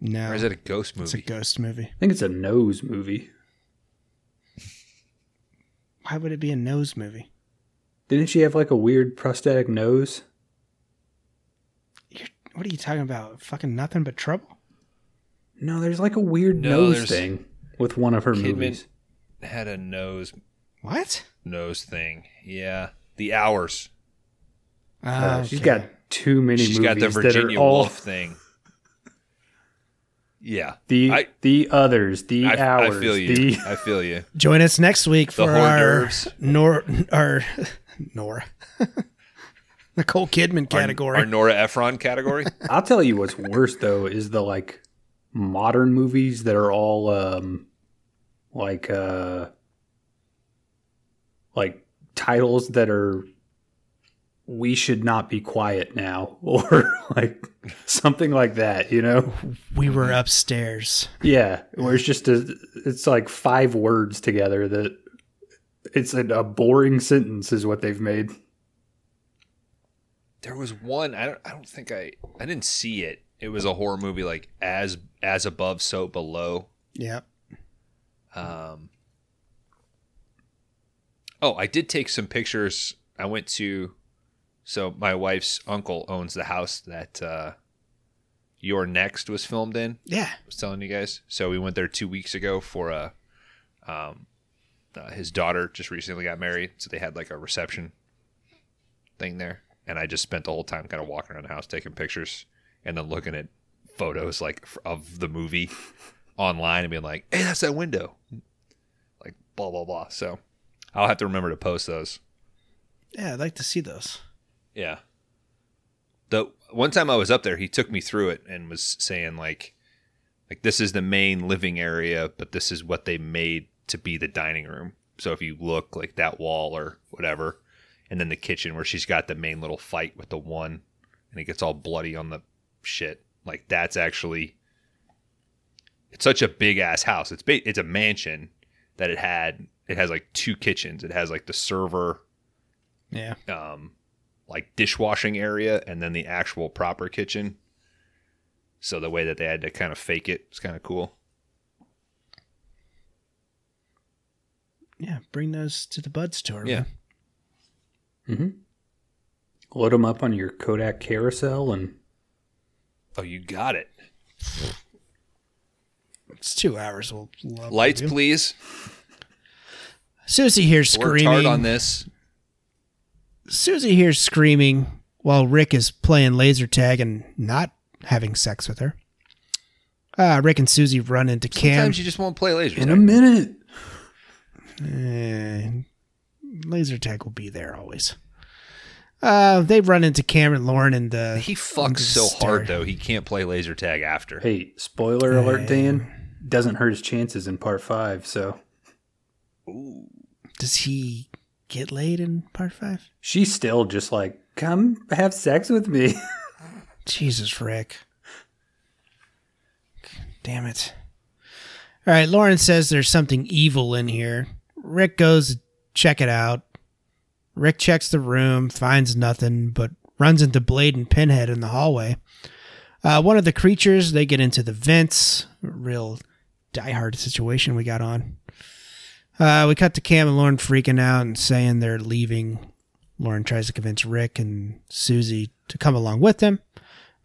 Speaker 3: No,
Speaker 1: Or is it a ghost
Speaker 3: it's a
Speaker 1: movie?
Speaker 3: ghost movie.
Speaker 2: I think it's a nose movie.
Speaker 3: Why would it be a nose movie?
Speaker 2: Didn't she have like a weird prosthetic nose?
Speaker 3: What are you talking about? Fucking nothing but trouble.
Speaker 2: No, there's like a weird
Speaker 1: No,
Speaker 2: nose
Speaker 1: there's-
Speaker 2: thing with one of her
Speaker 1: Kidman-
Speaker 2: movies.
Speaker 1: Had a nose
Speaker 3: What?
Speaker 1: nose thing. Yeah. The hours.
Speaker 2: Uh,
Speaker 3: Oh,
Speaker 2: She's
Speaker 3: okay.
Speaker 2: got too many
Speaker 1: She's got
Speaker 2: movies
Speaker 1: the
Speaker 2: that
Speaker 1: Virginia
Speaker 2: are all
Speaker 1: Woolf thing. Yeah.
Speaker 2: the
Speaker 1: I-
Speaker 2: the others, the
Speaker 1: I,
Speaker 2: hours,
Speaker 1: I feel you.
Speaker 2: the
Speaker 1: I feel you.
Speaker 3: Join us next week
Speaker 1: The
Speaker 3: for
Speaker 1: hors
Speaker 3: our
Speaker 1: d'oeuvres.
Speaker 3: Nor our [laughs] Nora [laughs] Nicole Kidman category.
Speaker 1: Our Nora Ephron category?
Speaker 2: I'll tell you what's worse though is the like modern movies that are all um like uh like titles that are we should not be quiet now [laughs] or like something like that, you know?
Speaker 3: we were upstairs.
Speaker 2: Yeah, where it's just a, it's like five words together that it's a, a boring sentence is what they've made.
Speaker 1: [laughs] There was one I don't I don't think I I didn't see it. It was a horror movie like as as above so below.
Speaker 3: Yep.
Speaker 1: Um Oh, I did take some pictures. I went to so my wife's uncle owns the house that uh Your Next was filmed in.
Speaker 3: Yeah.
Speaker 1: was telling you guys. So we went there two weeks ago for a, um, uh, his daughter just recently got married, so they had like a reception thing there, and I just spent the whole time kind of walking around the house taking pictures and then looking at photos like f- of the movie online and being like, "Hey, that's that window," like blah blah blah. So I'll have to remember to post those.
Speaker 3: Yeah, I'd like to see those.
Speaker 1: Yeah. The one time I was up there, he took me through it and was saying like, like this is the main living area, but this is what they made to be the dining room. So if you look like that wall or whatever, and then the kitchen where she's got the main little fight with the one, and it gets all bloody on the shit. Like that's actually, it's such a big ass house. It's ba- it's a mansion that it had. It has like two kitchens. It has like the server
Speaker 3: Yeah.
Speaker 1: um, like dishwashing area and then the actual proper kitchen. So the way that they had to kind of fake it is kind of cool.
Speaker 3: Yeah. Bring those to the Buds tour.
Speaker 1: Yeah.
Speaker 3: man.
Speaker 2: Load them up on your Kodak carousel and
Speaker 1: Oh, you got it.
Speaker 3: It's two hours. We'll love
Speaker 1: Lights,
Speaker 3: you.
Speaker 1: please.
Speaker 3: Susie here
Speaker 1: Worked hard
Speaker 3: screaming.
Speaker 1: on this.
Speaker 3: Susie hears screaming while Rick is playing laser tag and not having sex with her. Uh, Rick and Susie run into Cam.
Speaker 1: Sometimes you just won't play laser
Speaker 2: in a
Speaker 1: tag.
Speaker 2: minute.
Speaker 3: Eh, laser tag will be there always. Uh, they run into Cameron Lauren and the
Speaker 1: He fucks
Speaker 3: Just
Speaker 1: so hard
Speaker 3: stare.
Speaker 1: though. He can't play laser tag after.
Speaker 2: Hey, spoiler alert, Dan doesn't hurt his chances in part five. So
Speaker 3: does he get laid in part five?
Speaker 2: she's still just like, come have sex with me. [laughs]
Speaker 3: Jesus, Rick. Damn it. All right, Lauren says there's something evil in here. Rick goes to check it out. Rick checks the room, finds nothing, but runs into Blade and Pinhead in the hallway. Uh, one of the creatures, they get into the vents. Real diehard situation we got on. Uh, we cut to Cam and Lauren freaking out and saying they're leaving. Lauren tries to convince Rick and Susie to come along with them.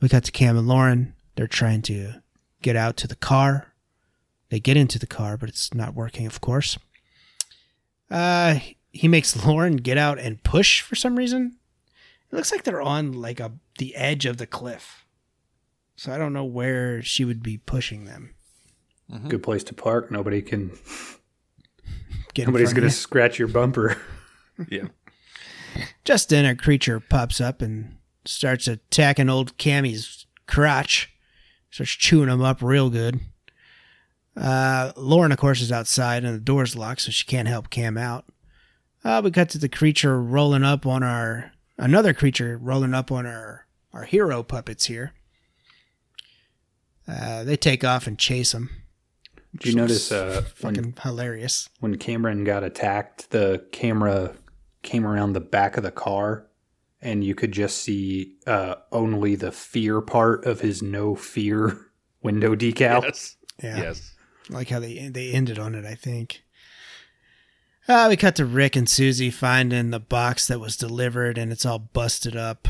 Speaker 3: We cut to Cam and Lauren. They're trying to get out to the car. They get into the car, but it's not working, of course. Uh, he makes [laughs] Lauren get out and push for some reason. It looks like they're on like a the edge of the cliff, so I don't know where she would be pushing them.
Speaker 2: Good place to park. Nobody can.
Speaker 3: Get in
Speaker 2: Nobody's
Speaker 3: front of
Speaker 2: gonna
Speaker 3: you.
Speaker 2: scratch your bumper. [laughs]
Speaker 3: Just then, a creature pops up and starts attacking old Cammy's crotch. Starts chewing him up real good. Uh, Lauren, of course, is outside and the door's locked, so she can't help Cam out. Uh, we cut to the creature rolling up on our another creature rolling up on our our hero puppets here. Uh, they take off and chase him.
Speaker 2: Did you notice uh, when
Speaker 3: Fucking hilarious.
Speaker 2: when Cameron got attacked, the camera came around the back of the car, and you could just see uh, only the fear part of his no fear [laughs] window decal.
Speaker 1: Yes.
Speaker 3: Yeah.
Speaker 1: Yes.
Speaker 3: like how they they ended on it. I think. Uh, we cut to Rick and Susie finding the box that was delivered, and it's all busted up.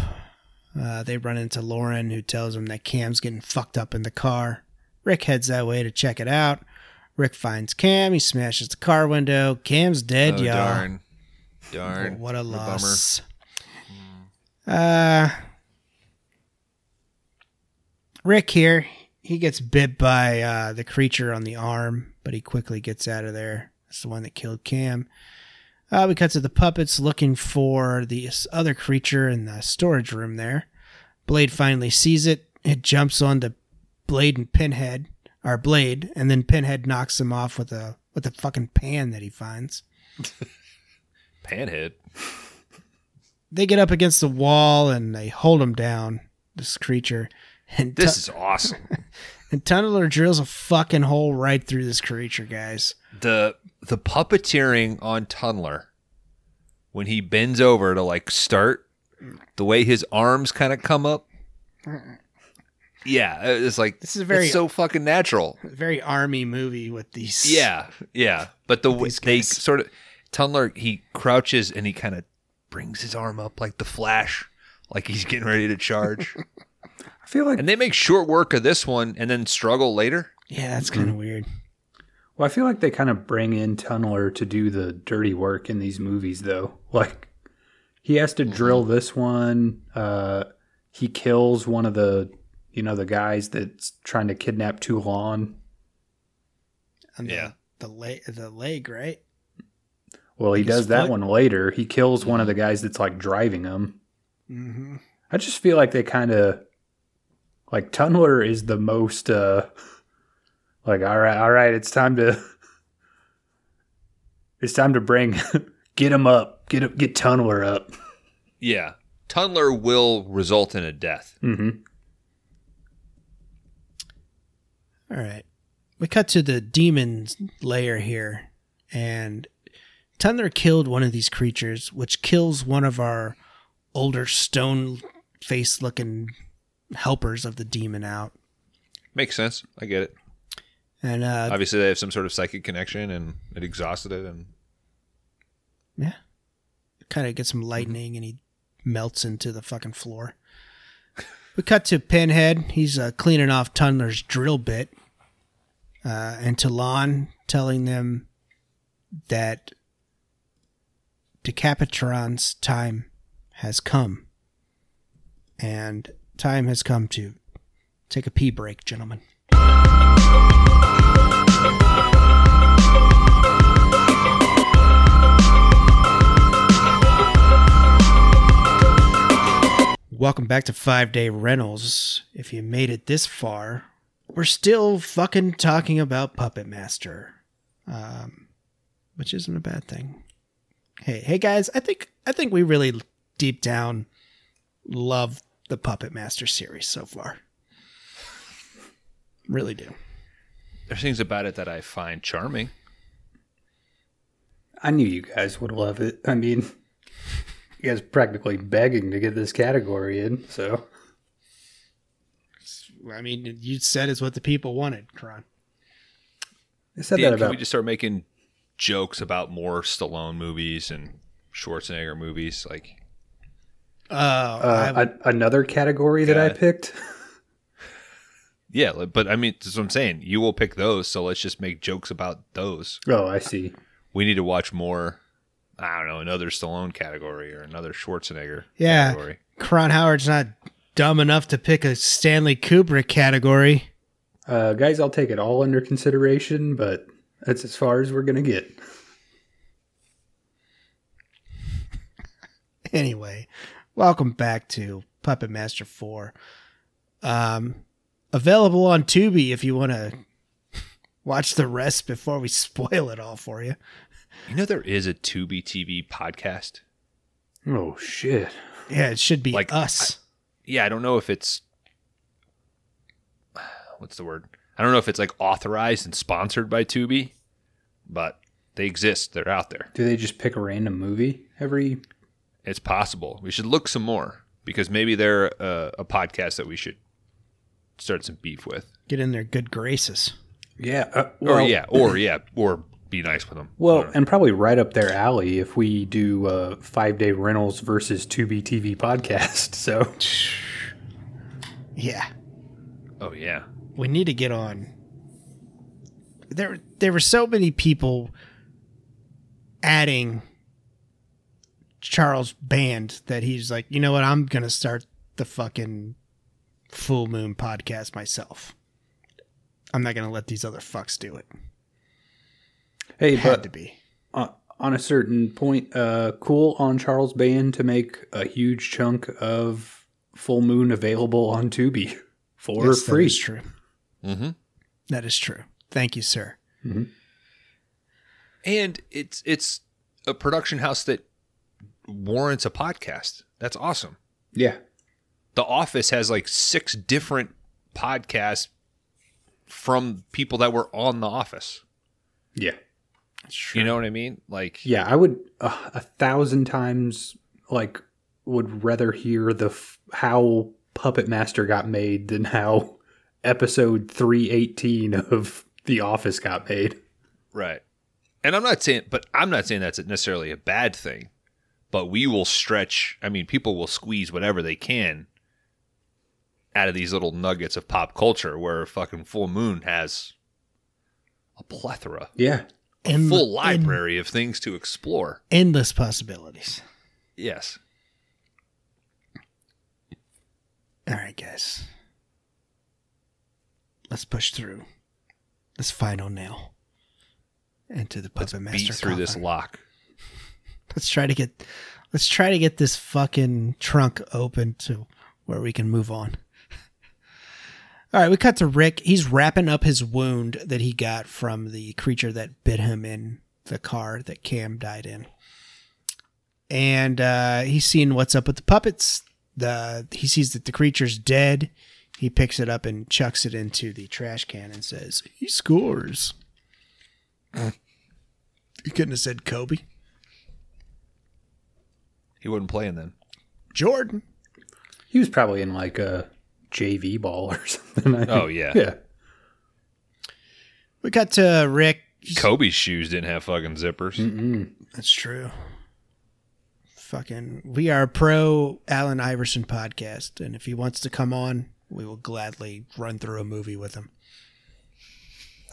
Speaker 3: Uh, they run into Lauren, who tells them that Cam's getting fucked up in the car. Rick heads that way to check it out. Rick finds Cam. He smashes the car window. Cam's dead,
Speaker 1: Oh,
Speaker 3: y'all.
Speaker 1: darn. Darn.
Speaker 3: What a
Speaker 1: bummer.
Speaker 3: loss. Uh, Rick here, he gets bit by uh, the creature on the arm, but he quickly gets out of there. It's the one that killed Cam. Uh, we cut to the puppets looking for the s- other creature in the storage room there. Blade finally sees it. It jumps onto Blade and Pinhead, or Blade, and then Pinhead knocks him off with a with a fucking pan that he finds.
Speaker 1: Panhead.
Speaker 3: they get up against the wall and they hold him down. This creature and
Speaker 1: This is awesome.
Speaker 3: and Tunneler drills a fucking hole right through this creature, guys.
Speaker 1: the the puppeteering on Tunler when he bends over to like start the way his arms kind of come up. Yeah, it's like
Speaker 3: This is very-
Speaker 1: it's so fucking
Speaker 3: [laughs]
Speaker 1: natural.
Speaker 3: Very army movie with these.
Speaker 1: Yeah, yeah. But the way
Speaker 3: These
Speaker 1: they
Speaker 3: guys.
Speaker 1: sort of Tunler he crouches and he kind of brings his arm up like the Flash, like he's getting ready to
Speaker 3: [laughs]
Speaker 1: charge.
Speaker 2: I feel like
Speaker 1: and they make short work of this one and then struggle later.
Speaker 3: yeah, that's kind
Speaker 1: Mm-hmm.
Speaker 3: of weird.
Speaker 2: Well, I feel like they kind of bring in Tunneler to do the dirty work in these movies, though. [laughs] Like, he has to drill this one. Uh, he kills one of the, you know, the guys that's trying to kidnap Toulon.
Speaker 3: And
Speaker 1: Yeah.
Speaker 3: the, the leg, the leg, right?
Speaker 2: Well, he
Speaker 3: Like his
Speaker 2: does that
Speaker 3: foot?
Speaker 2: one later. He kills one of the guys that's like driving him.
Speaker 3: Mm-hmm.
Speaker 2: I just feel like they kind of, like Tunneler is the most, uh, like all right, all right, it's time to, it's time to bring, [laughs] get him up, get him, get Tunneler up.
Speaker 1: Yeah. Tunler will result in a death.
Speaker 2: Mm-hmm.
Speaker 3: All right. We cut to the demon's lair here, and Tundra killed one of these creatures, which kills one of our older stone face looking helpers of the demon out.
Speaker 1: Makes sense. I get it.
Speaker 3: And uh,
Speaker 1: obviously they have some sort of psychic connection and it exhausted it and
Speaker 3: kind of gets some lightning and he melts into the fucking floor. We cut to Pinhead. He's uh, cleaning off Tundler's drill bit. Uh, and Talon telling them that Decapitron's time has come. And time has come to take a pee break, gentlemen. Welcome back to Five Day Rentals. If you made it this far, we're still fucking talking about Puppet Master, um, which isn't a bad thing. Hey, hey guys, I think I think we really deep down love the Puppet Master series so far. Really do.
Speaker 1: there's things about it that i find charming
Speaker 2: I knew you guys would love it. I mean, you guys practically begging to get this category in. So
Speaker 3: I mean, you said it's what the people wanted, Kron.
Speaker 2: I said
Speaker 1: Dan,
Speaker 2: that
Speaker 1: can we
Speaker 2: about
Speaker 1: just start making jokes about more stallone movies and schwarzenegger movies like
Speaker 3: Oh, I
Speaker 2: uh, a- another category that I
Speaker 1: God.
Speaker 2: picked.
Speaker 1: Yeah, li- but I mean, that's what I'm saying. You will pick those, so let's just make jokes about those.
Speaker 2: Oh, I see.
Speaker 1: We need to watch more. I don't know another Stallone category or another Schwarzenegger
Speaker 3: Yeah.
Speaker 1: category.
Speaker 3: Cron Howard's not dumb enough to pick a Stanley Kubrick category.
Speaker 2: Uh, guys, I'll take it all under consideration, but that's as far as we're going to get.
Speaker 3: Anyway, welcome back to Puppet Master 4. Um, available on Tubi if you want to [laughs] watch the rest before we [laughs] spoil it all for you.
Speaker 1: You know, there is a Tubi TV podcast.
Speaker 2: Oh, shit.
Speaker 3: Yeah, it should be
Speaker 1: Like,
Speaker 3: us.
Speaker 1: Yeah, I don't know if it's [sighs] what's the word. I don't know if it's like authorized and sponsored by Tubi, but they exist. They're out there.
Speaker 2: Do they just pick a random movie every.
Speaker 1: It's possible. We should look some more because maybe they're a, a podcast that we should start some beef with.
Speaker 3: Get in their good graces.
Speaker 2: Yeah. Uh,
Speaker 1: Or
Speaker 2: well,
Speaker 1: yeah, or yeah, or be nice with them.
Speaker 2: Well, and probably right up their alley if we do uh, five day rentals versus 2B TV podcast. [laughs] So
Speaker 3: Yeah.
Speaker 1: oh yeah,
Speaker 3: we need to get on. There, there were so many people adding Charles Band that he's like, you know what? I'm gonna start the fucking Full Moon podcast myself. I'm not gonna let these other fucks do it.
Speaker 2: hey,
Speaker 3: It had
Speaker 2: but
Speaker 3: to be.
Speaker 2: [laughs] uh, on a certain point, uh, cool on Charles Band to make a huge chunk of Full Moon available on Tubi [laughs] for
Speaker 3: Yes, That
Speaker 2: free.
Speaker 3: is true.
Speaker 1: mm-hmm.
Speaker 3: That is true. Thank you, sir.
Speaker 1: and it's it's a production house that warrants a podcast. That's awesome.
Speaker 2: Yeah,
Speaker 1: The Office has like six different podcasts from people that were on The Office.
Speaker 2: yeah,
Speaker 1: You know what I mean? Like
Speaker 2: yeah. I would uh, a thousand times like would rather hear the f- how Puppet Master got made than how episode three eighteen of The Office got made.
Speaker 1: Right. And I'm not saying, but I'm not saying that's necessarily a bad thing. But we will stretch. I mean, people will squeeze whatever they can out of these little nuggets of pop culture, where fucking Full Moon has a plethora,
Speaker 2: Yeah,
Speaker 1: a
Speaker 3: Em-
Speaker 1: full library of things to explore.
Speaker 3: Endless possibilities.
Speaker 1: Yes.
Speaker 3: All right, guys. Let's push through this final nail into the puppet master.
Speaker 1: Beat through this
Speaker 3: coffin.
Speaker 1: lock.
Speaker 3: Let's try to get. Let's try to get this fucking trunk open to where we can move on. [laughs] All right, we cut to Rick. He's wrapping up his wound that he got from the creature that bit him in the car that Cam died in. And uh, he's seeing what's up with the puppets. The he sees that the creature's dead. He picks it up and chucks it into the trash can and says, "He scores." Uh, he couldn't have said Kobe.
Speaker 1: He wasn't playing then.
Speaker 3: Jordan.
Speaker 2: he was probably in like a JV ball or [laughs] something. I
Speaker 1: Oh
Speaker 2: think. [laughs]
Speaker 1: yeah.
Speaker 2: yeah.
Speaker 3: We got to Rick.
Speaker 1: Kobe's shoes didn't have fucking zippers.
Speaker 3: That's true. Fucking, we are a pro Allen Iverson podcast, and if he wants to come on, we will gladly run through a movie with him.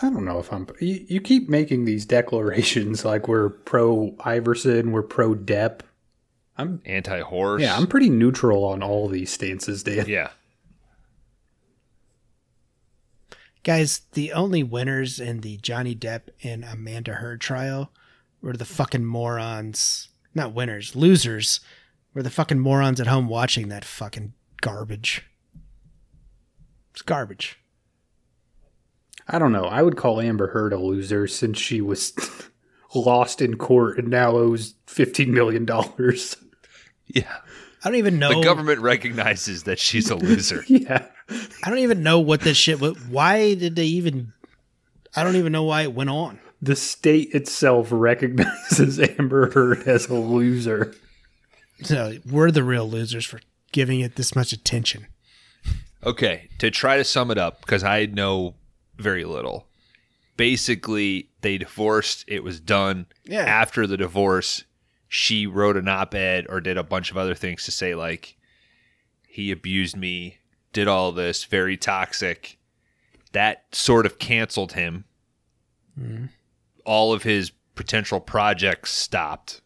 Speaker 2: I don't know if I'm. You, you keep making these declarations like we're pro Iverson, we're pro Depp.
Speaker 1: Anti horse.
Speaker 2: Yeah, I'm pretty neutral on all these stances, Dan.
Speaker 1: yeah.
Speaker 3: Guys, the only winners in the Johnny Depp and Amanda Heard trial were the fucking morons. Not winners, losers. Were the fucking morons at home watching that fucking garbage. It's garbage.
Speaker 2: I don't know. I would call Amber Heard a loser since she was [laughs] lost in court and now owes fifteen million dollars. [laughs]
Speaker 1: Yeah.
Speaker 3: I don't even know.
Speaker 1: The government recognizes that she's a loser.
Speaker 2: yeah,
Speaker 3: I don't even know what this shit. wa- Why did they even? I don't even know why it went on.
Speaker 2: the state itself recognizes [laughs] Amber Heard as a loser.
Speaker 3: So we're the real losers for giving it this much attention.
Speaker 1: [laughs] Okay, to try to sum it up, because I know very little. Basically, they divorced. It was done.
Speaker 3: Yeah.
Speaker 1: After the divorce, she wrote an op ed or did a bunch of other things to say, like, he abused me, did all this, very toxic. that sort of canceled him. All of his potential projects stopped.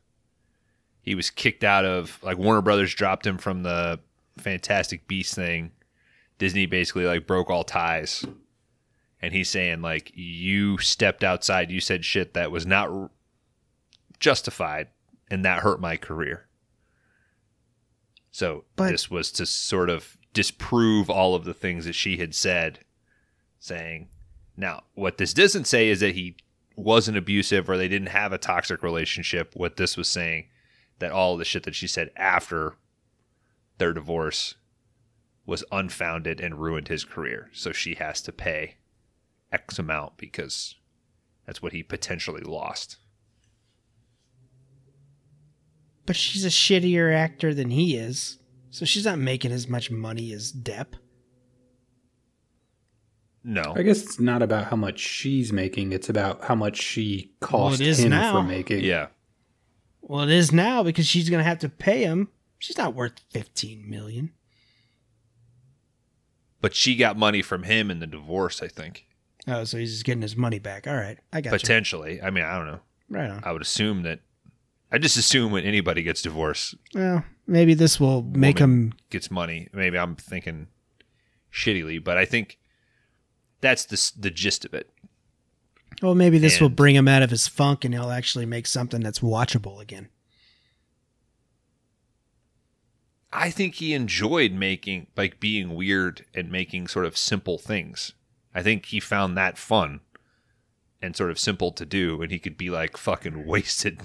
Speaker 1: He was kicked out of like Warner Brothers dropped him from the Fantastic Beast thing. Disney basically like broke all ties. And he's saying like you stepped outside, you said shit that was not r- justified and that hurt my career. So
Speaker 3: But-
Speaker 1: this was to sort of disprove all of the things that she had said saying. Now, what this doesn't say is that he wasn't abusive or they didn't have a toxic relationship. What this was saying that all the shit that she said after their divorce was unfounded and ruined his career. So she has to pay X amount because that's what he potentially lost.
Speaker 3: But she's a shittier actor than he is, so she's not making as much money as Depp.
Speaker 1: No.
Speaker 2: I guess it's not about how much she's making; it's about how much she cost
Speaker 3: is
Speaker 2: him
Speaker 3: now.
Speaker 2: for making.
Speaker 1: Yeah.
Speaker 3: Well, it is now because she's going to have to pay him. She's not worth 15 million.
Speaker 1: But she got money from him in the divorce, I think.
Speaker 3: Oh, so he's just getting his money back. All right. I got you.
Speaker 1: Potentially. I mean, I don't know.
Speaker 3: Right on.
Speaker 1: I would assume that. I just assume when anybody gets divorced,
Speaker 3: Well, maybe this will make
Speaker 1: woman
Speaker 3: him
Speaker 1: gets money. Maybe I'm thinking shittily, but I think that's the s- the gist of it.
Speaker 3: Well, maybe this will
Speaker 1: And-
Speaker 3: bring him out of his funk and he'll actually make something that's watchable again.
Speaker 1: I think he enjoyed making like being weird and making sort of simple things. I think he found that fun and sort of simple to do and he could be like fucking [laughs] wasted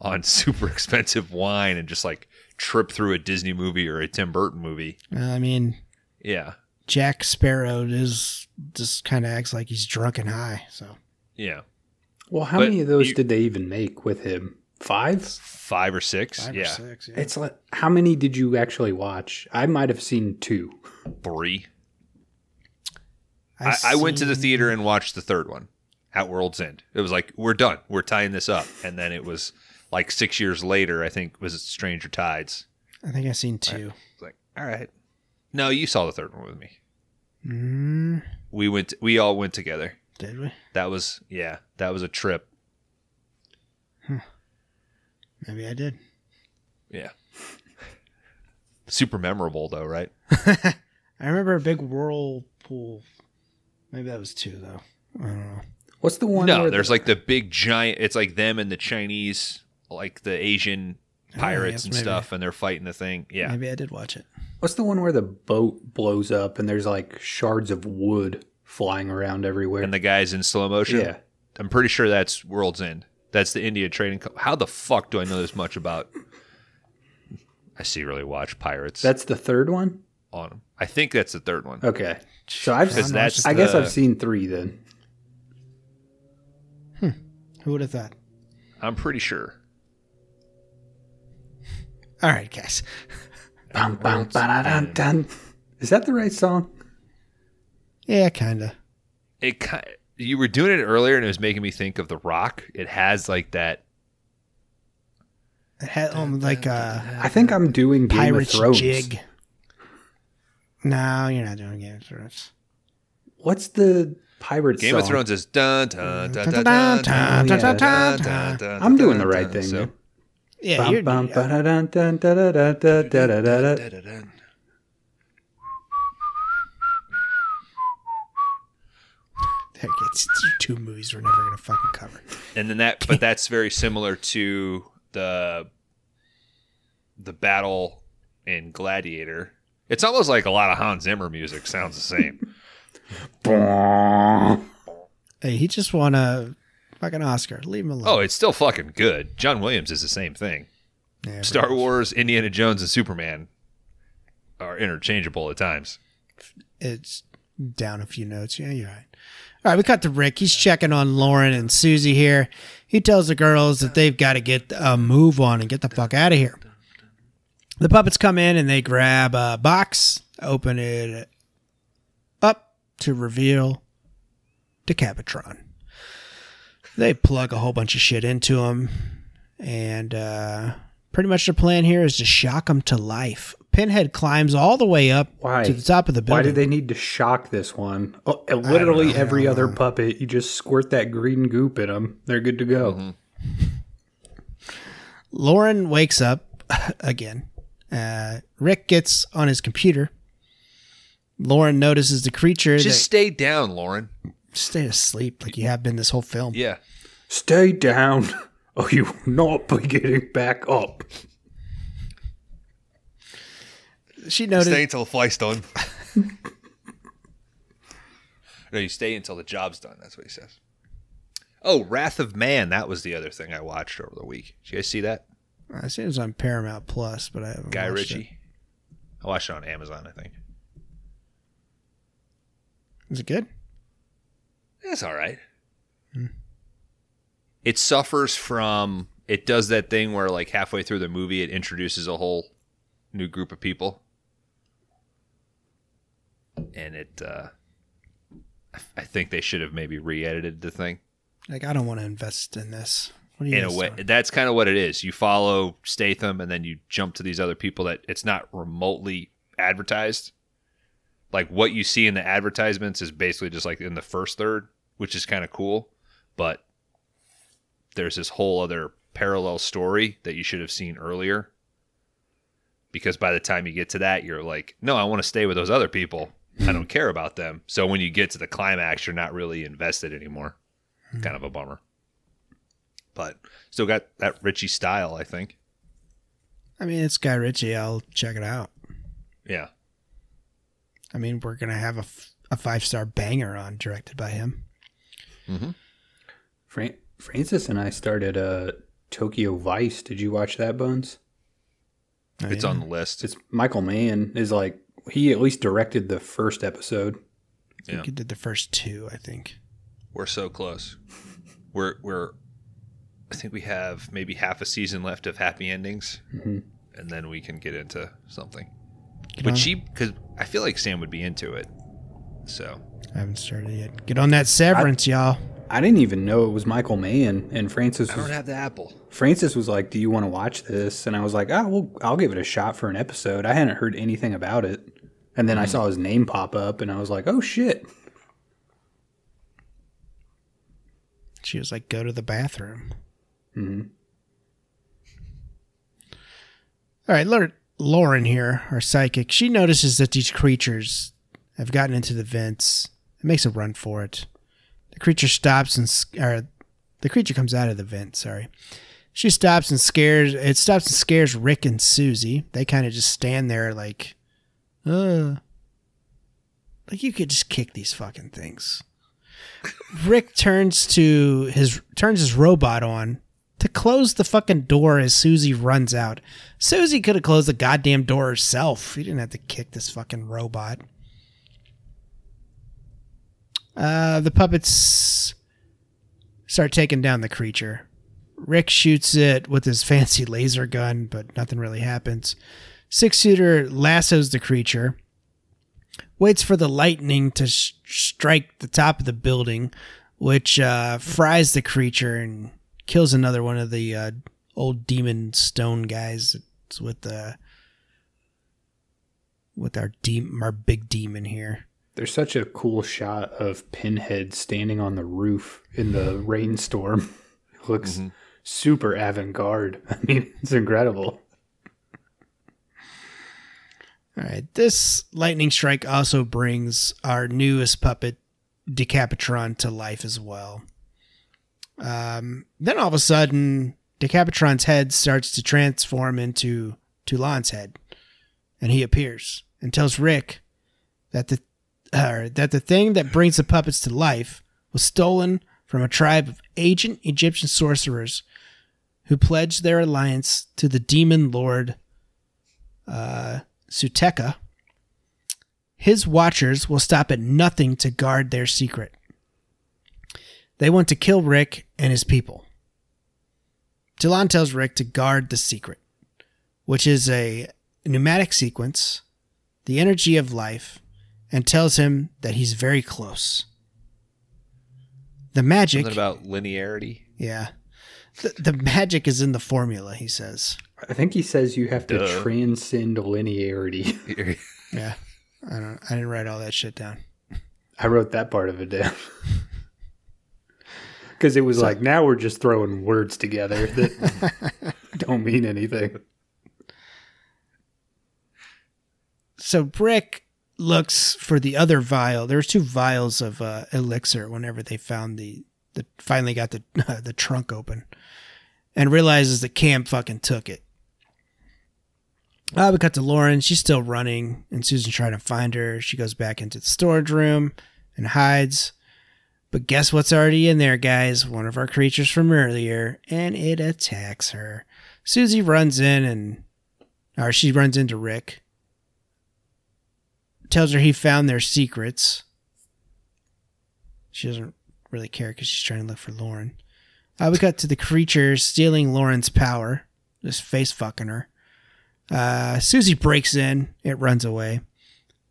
Speaker 1: on [laughs] super expensive wine and just like trip through a Disney movie or a Tim Burton movie.
Speaker 3: Uh, I mean,
Speaker 1: Yeah.
Speaker 3: Jack Sparrow is just kind of acts like he's drunk and high. So
Speaker 1: Yeah.
Speaker 2: Well, how
Speaker 1: But
Speaker 2: many of those
Speaker 1: you-
Speaker 2: did they even make with him? Five.
Speaker 1: Five or six.
Speaker 3: five or
Speaker 1: yeah.
Speaker 3: six. Yeah.
Speaker 2: It's like how many did you actually watch? I might have seen two.
Speaker 1: Three. I, I went to the
Speaker 3: seen-
Speaker 1: theater and watched the third one at World's End. It was like, we're done. We're tying this up. And then it was like six years later, I think, was Stranger Tides.
Speaker 3: I think I seen two.
Speaker 1: It's like, all right. No, you saw the third one with me.
Speaker 3: Mm,
Speaker 1: We went we all went together.
Speaker 3: did we?
Speaker 1: That was yeah, that was a trip.
Speaker 3: Maybe
Speaker 1: [laughs]
Speaker 3: I did.
Speaker 1: Yeah. Super memorable though, right?
Speaker 3: I remember a big whirlpool. Maybe that was two though. I don't know.
Speaker 2: What's the one?
Speaker 1: No,
Speaker 2: where
Speaker 1: there's
Speaker 2: the,
Speaker 1: like the big giant it's like them and the Chinese, like the Asian
Speaker 2: Ah,
Speaker 1: pirates
Speaker 3: yes,
Speaker 1: and
Speaker 3: maybe.
Speaker 1: stuff, and they're fighting the thing. Yeah.
Speaker 3: Maybe I did watch it.
Speaker 2: what's the one where the boat blows up and there's like shards of wood flying around everywhere?
Speaker 1: And the guys in slow motion.
Speaker 2: yeah,
Speaker 1: I'm pretty sure that's World's End. That's the India Trading Co- How the fuck do I know this much about? I see really watch pirates
Speaker 2: that's the third one.
Speaker 1: on 'em. I think that's the third one.
Speaker 2: Okay, so I've
Speaker 1: Because that's
Speaker 2: I guess
Speaker 1: the-
Speaker 2: I've seen three then.
Speaker 3: Who would have thought?
Speaker 1: I'm pretty sure.
Speaker 3: All right, guys.
Speaker 2: Bum, bum, ba-da-dun, dun. Is that the right song?
Speaker 3: Yeah, kinda.
Speaker 1: It ki- you were doing it earlier and it was making me think of The Rock. It has like that
Speaker 3: It had um, like a
Speaker 2: I think I'm doing Game
Speaker 3: pirate's
Speaker 2: of Thrones.
Speaker 3: jig. No, you're not doing Game of Thrones.
Speaker 2: What's the pirate
Speaker 1: Game
Speaker 2: song?
Speaker 1: of Thrones is dun dun dun dun dun dun
Speaker 2: dun,
Speaker 1: dun
Speaker 3: Yeah,
Speaker 1: dun dun.
Speaker 2: I'm doing the
Speaker 1: dun,
Speaker 2: right
Speaker 1: dun.
Speaker 2: thing.
Speaker 1: So-
Speaker 2: man.
Speaker 3: you're-
Speaker 2: Bum, bum, ba-da-dun, dun, da-da-da, da-da-da-da.
Speaker 3: Heck, it's it's two movies we're never gonna fucking cover.
Speaker 1: and then that but that's very similar to the the battle in Gladiator. It's almost like a lot of Hans Zimmer music sounds the [laughs] same.
Speaker 3: Hey, he just won a fucking Oscar. Leave him alone.
Speaker 1: oh, it's still fucking good. John Williams is the same thing.
Speaker 3: Yeah,
Speaker 1: Star Wars, Indiana Jones, and Superman are interchangeable at times.
Speaker 3: It's down a few notes. Yeah, you're right. All right, we cut to Rick. He's checking on Lauren and Susie here. He tells the girls that they've got to get a move on and get the fuck out of here. The puppets come in and they grab a box, open it up to reveal Decapitron. They plug a whole bunch of shit into him, and uh, pretty much the plan here is to shock him to life Pinhead climbs all the way up
Speaker 2: Why?
Speaker 3: to the top of the
Speaker 2: Why
Speaker 3: building.
Speaker 2: did they need to shock this one? Oh, and literally every other puppet, you just squirt that green goop in them. They're good to go.
Speaker 3: Lauren wakes up [laughs] again. Uh, Rick gets on his computer. Lauren notices the creature
Speaker 1: Just stay down, Lauren.
Speaker 3: that stayed asleep like you have been this whole film.
Speaker 1: Yeah.
Speaker 2: Stay down, [laughs] or you will not be getting back up.
Speaker 3: She noticed
Speaker 1: until the flight's done. no, you stay until the job's done. That's what he says. Oh, Wrath of Man. That was the other thing I watched over the week. Did you guys see that?
Speaker 3: I see it's uh, on Paramount Plus, but I haven't
Speaker 1: Guy
Speaker 3: watched
Speaker 1: Ritchie. I watched it on Amazon, I think.
Speaker 3: It. Is it good?
Speaker 1: It's all right. It suffers from it does that thing where like halfway through the movie it introduces a whole new group of people. And it uh I- I think they should have maybe re-edited the thing.
Speaker 3: Like I don't want to invest in this. What are you
Speaker 1: in a
Speaker 3: guys
Speaker 1: way.
Speaker 3: doing?
Speaker 1: That's kind of what it is. You follow Statham and then you jump to these other people that it's not remotely advertised. Like what you see in the advertisements is basically just like in the first third, which is kind of cool, but there's this whole other parallel story that you should have seen earlier. Because by the time you get to that, you're like, no, I want to stay with those other people. I don't care about them. So when you get to the climax, you're not really invested anymore.
Speaker 3: Hmm.
Speaker 1: Kind of a bummer but still got that Richie style, I think.
Speaker 3: I mean, it's Guy Ritchie. I'll check it out.
Speaker 1: Yeah.
Speaker 3: I mean, we're gonna have a, f- a five star banger on directed by him.
Speaker 1: Mm-hmm.
Speaker 2: Fran- Francis and I started uh, Tokyo Vice. Did you watch that, Buns?
Speaker 1: It's on the list.
Speaker 2: It's Michael Mann is like he at least directed the first episode.
Speaker 3: I think
Speaker 1: Yeah.
Speaker 3: he did the first two. I think.
Speaker 1: We're so close. We're we're I think we have maybe half a season left of happy endings. And then we can get into something.
Speaker 3: Get
Speaker 1: But
Speaker 3: on-
Speaker 1: she cuz I feel like Sam would be into it. So,
Speaker 3: I haven't started yet. Get on that severance, y'all.
Speaker 2: I didn't even know it was Michael Mann, and Francis
Speaker 1: I don't
Speaker 2: was,
Speaker 1: have the apple.
Speaker 2: Francis was like, "Do you want to watch this?" And I was like, "Oh, well, I'll give it a shot for an episode." I hadn't heard anything about it, and then I saw his name pop up, and I was like, "Oh shit!"
Speaker 3: She was like, "Go to the bathroom."
Speaker 2: Hmm.
Speaker 3: All right, Lor- Lauren here, our psychic. She notices that these creatures have gotten into the vents. It makes a run for it. The creature stops and sc- or the creature comes out of the vent. Sorry. She stops and scares. It stops and scares Rick and Susie. They kind of just stand there like, uh, like you could just kick these fucking things. Rick turns to his turns his robot on to close the fucking door as Susie runs out. Susie could have closed the goddamn door herself. He didn't have to kick this fucking robot. Uh, the puppets start taking down the creature. Rick shoots it with his [laughs] fancy laser gun, but nothing really happens. Six shooter lassos the creature waits for the lightning to sh- strike the top of the building, which uh, fries the creature and kills another one of the uh, old demon stone guys that's with the with our deep our big demon here.
Speaker 2: There's such a cool shot of Pinhead standing on the roof in the rainstorm. It looks super avant-garde. [laughs] I mean, it's incredible.
Speaker 3: All right, this lightning strike also brings our newest puppet Decapitron to life as well. Um, then all of a sudden, Decapitron's head starts to transform into Toulon's head, and he appears and tells Rick that the uh, that the thing that brings the puppets to life was stolen from a tribe of ancient Egyptian sorcerers who pledged their alliance to the demon lord uh, Suteka. His watchers will stop at nothing to guard their secret. They want to kill Rick and his people. Talon tells Rick to guard the secret, which is a pneumatic sequence, the energy of life, and tells him that he's very close. The magic.
Speaker 1: Something about linearity. [laughs]
Speaker 3: Yeah. The, the magic is in the formula, he says.
Speaker 2: I think he says you have to transcend linearity.
Speaker 3: Yeah. I don't I didn't write all that shit down.
Speaker 2: I wrote that part of it down. [laughs] Because it was like, now we're just throwing words together that [laughs] don't mean anything.
Speaker 3: So Brick looks for the other vial. There was two vials of uh, elixir whenever they found the, the finally got the [laughs] the trunk open, and realizes that Cam fucking took it. Uh, we cut to Lauren. She's still running, and Susan's trying to find her. She goes back into the storage room and hides. But guess what's already in there, guys? One of our creatures from earlier, and it attacks her. Susie runs in and, or she runs into Rick tells her he found their secrets. She doesn't really care because she's trying to look for Lauren. Uh, we cut to the creature stealing Lauren's power, just face fucking her. Uh, Susie breaks in, it runs away.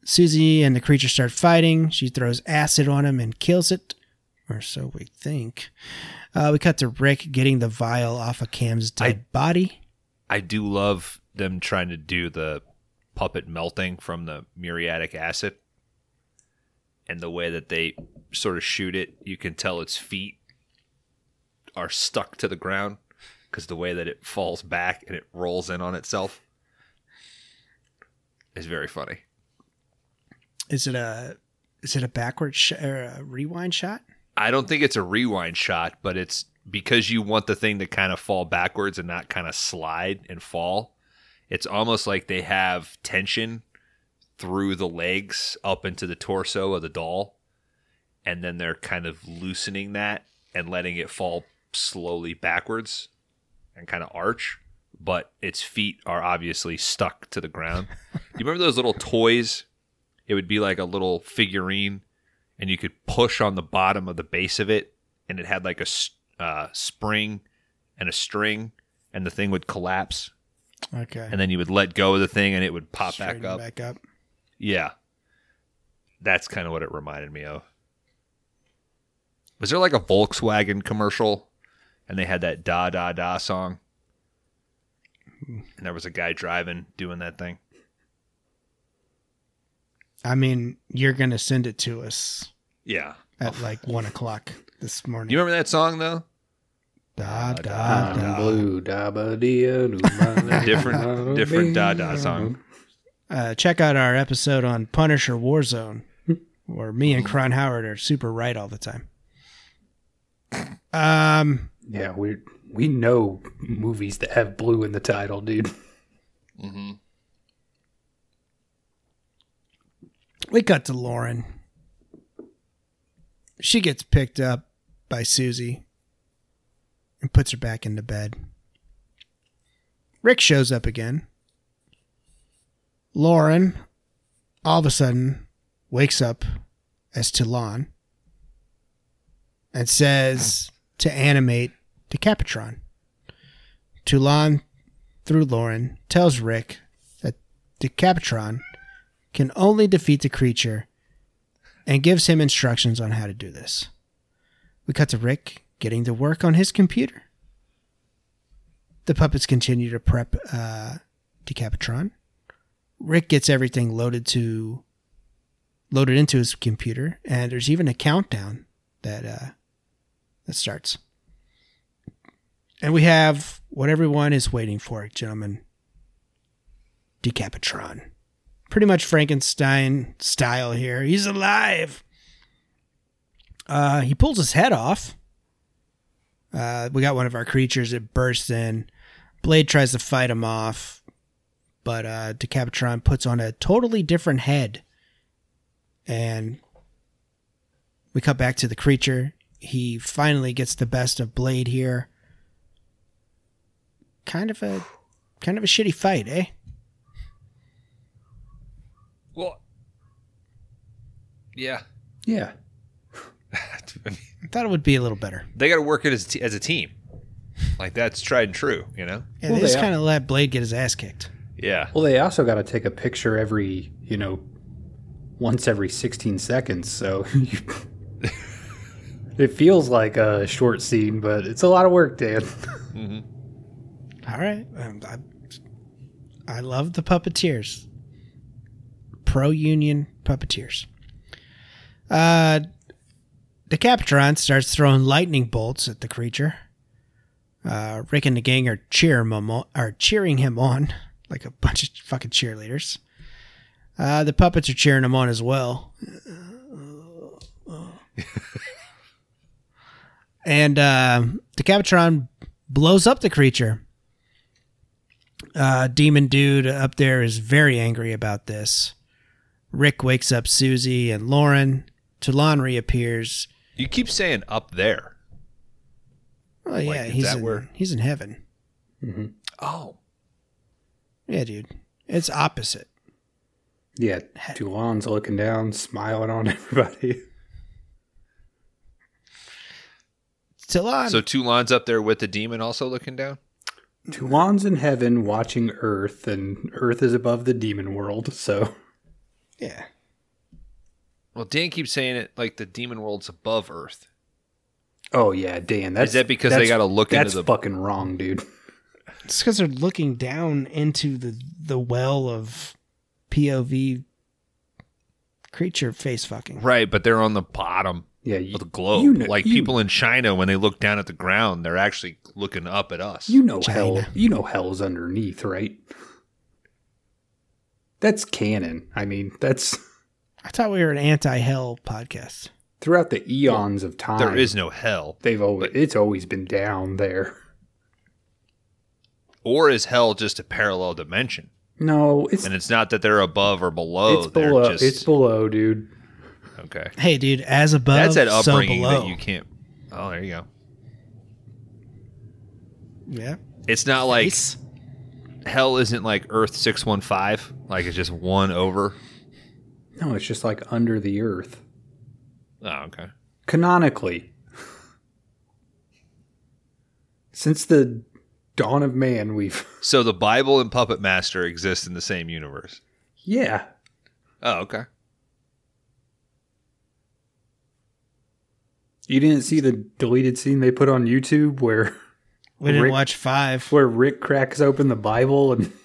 Speaker 3: Susie and the creature start fighting. She throws acid on him and kills it, or so we think. Uh, we cut to Rick getting the vial off of Cam's dead body.
Speaker 1: I do love them trying to do the puppet melting from the muriatic acid. And the way that they sort of shoot it, you can tell its feet are stuck to the ground because the way that it falls back and it rolls in on itself is very funny.
Speaker 3: Is it a is it a backward sh- or a rewind shot?
Speaker 1: I don't think it's a rewind shot, but it's because you want the thing to kind of fall backwards and not kind of slide and fall. It's almost like they have tension through the legs up into the torso of the doll, and then they're kind of loosening that and letting it fall slowly backwards and kind of arch. But its feet are obviously stuck to the ground. you remember those little toys? It would be like a little figurine and you could push on the bottom of the base of it, and it had like a s- uh, spring and a string, and the thing would collapse,
Speaker 3: Okay.
Speaker 1: and then you would let go of the thing, and it would pop
Speaker 3: Straighten
Speaker 1: back up.
Speaker 3: Back up.
Speaker 1: Yeah, that's kind of what it reminded me of. Was there like a Volkswagen commercial, and they had that da da da song, and there was a guy driving doing that thing?
Speaker 3: I mean, you're gonna send it to us
Speaker 1: Yeah,
Speaker 3: at like one o'clock this morning.
Speaker 1: you remember that song though?
Speaker 3: da, da,
Speaker 2: Ah,
Speaker 3: da.
Speaker 2: blue, da, ba, dee, doo, ba, [laughs] da,
Speaker 1: Different- different
Speaker 2: dee,
Speaker 1: da-da song.
Speaker 3: Uh, check out our episode on Punisher Warzone, where me and Cron Howard are super right all the time. Um,
Speaker 2: Yeah, we we know movies that have blue in the title, dude.
Speaker 3: we cut to Lauren. She gets picked up by Susie and puts her back into bed. Rick shows up again. Lauren, all of a sudden, wakes up as Talon and says to animate to Capitron. Toulon, through Lauren, tells Rick that the Capitron can only defeat the creature and gives him instructions on how to do this. We cut to Rick getting to work on his computer. The puppets continue to prep uh, Decapitron. Rick gets everything loaded to loaded into his computer, and there's even a countdown that uh, that starts. And we have what everyone is waiting for, gentlemen. Decapitron pretty much Frankenstein style here. He's alive. Uh, he pulls his head off. Uh, we got one of our creatures. It bursts in. Blade tries to fight him off, but uh, Decapitron puts on a totally different head. And we cut back to the creature. He finally gets the best of Blade here. Kind of a, kind of a shitty fight, eh?
Speaker 1: Well, yeah. [laughs]
Speaker 2: Yeah.
Speaker 3: I thought it would be a little better.
Speaker 1: they got to work it as a, t- as a team. Like that's tried and true, you know.
Speaker 3: Yeah,
Speaker 2: Well,
Speaker 3: they just
Speaker 2: they are-
Speaker 3: kind of let Blade get his ass kicked.
Speaker 1: Yeah,
Speaker 2: Well, they also got to take a picture every, you [laughs] know, once every 16 seconds. So you- It feels like a short scene, but it's a lot of work, Dan.
Speaker 3: All right. Um, I, I love the puppeteers. Pro union puppeteers. Uh, the Captron starts throwing lightning bolts at the creature. Uh, Rick and the gang are, cheer him on, are cheering him on like a bunch of fucking cheerleaders. Uh, the puppets are cheering him on as well. and uh, the Captron blows up the creature. Uh, Demon Dude up there is very angry about this. Rick wakes up Susie and Lauren. Talon reappears.
Speaker 1: You keep saying up there.
Speaker 3: Oh yeah,
Speaker 1: is
Speaker 3: he's
Speaker 1: that
Speaker 3: in,
Speaker 1: where-
Speaker 3: he's in heaven.
Speaker 1: Oh,
Speaker 3: Yeah, dude, it's opposite.
Speaker 2: Yeah, Toulon's looking down, smiling on [laughs] everybody.
Speaker 3: Talon,
Speaker 1: so Toulon's up there with the demon, also looking down.
Speaker 2: Toulon's in heaven watching Earth, and Earth is above the demon world, so
Speaker 3: yeah,
Speaker 1: Well, Dan keeps saying it like the demon world's above Earth.
Speaker 2: Oh yeah, Dan. That's,
Speaker 1: that because they
Speaker 2: that's-
Speaker 1: gotta look into
Speaker 2: that's
Speaker 1: the-
Speaker 2: fucking wrong, dude.
Speaker 3: it's because they're looking down into the the well of POV creature face fucking.
Speaker 1: Right, but they're on the bottom
Speaker 2: Yeah, you,
Speaker 1: of the globe.
Speaker 2: You know,
Speaker 1: like
Speaker 2: you-
Speaker 1: people in China, when they look down at the ground, they're actually looking up at us.
Speaker 2: You know hell.
Speaker 3: China.
Speaker 2: You know hell's underneath, right? That's canon. I mean, that's
Speaker 3: I thought we were an anti hell podcast.
Speaker 2: throughout the eons of time.
Speaker 1: there is no hell.
Speaker 2: They've always. It's always been down there.
Speaker 1: Or is hell just a parallel dimension?
Speaker 2: No, it's
Speaker 1: And it's not that they're above or below.
Speaker 2: it's
Speaker 1: they're
Speaker 2: below.
Speaker 1: Just,
Speaker 2: It's below, dude.
Speaker 1: okay.
Speaker 3: Hey, dude, as above,
Speaker 1: That's that upbringing
Speaker 3: so below.
Speaker 1: that you can't. Oh, there you go.
Speaker 3: yeah,
Speaker 1: It's not like
Speaker 3: Face.
Speaker 1: hell isn't like Earth six one five. Like it's just one over.
Speaker 2: No, it's just like under the earth,
Speaker 1: Oh, okay.
Speaker 2: canonically. Since the dawn of man, we've [laughs]
Speaker 1: So the Bible and Puppet Master exist in the same universe.
Speaker 2: yeah.
Speaker 1: Oh, okay.
Speaker 2: You didn't see the deleted scene they put on YouTube where [laughs]
Speaker 3: we didn't
Speaker 2: Rick-
Speaker 3: watch five.
Speaker 2: where Rick cracks open the Bible and [laughs]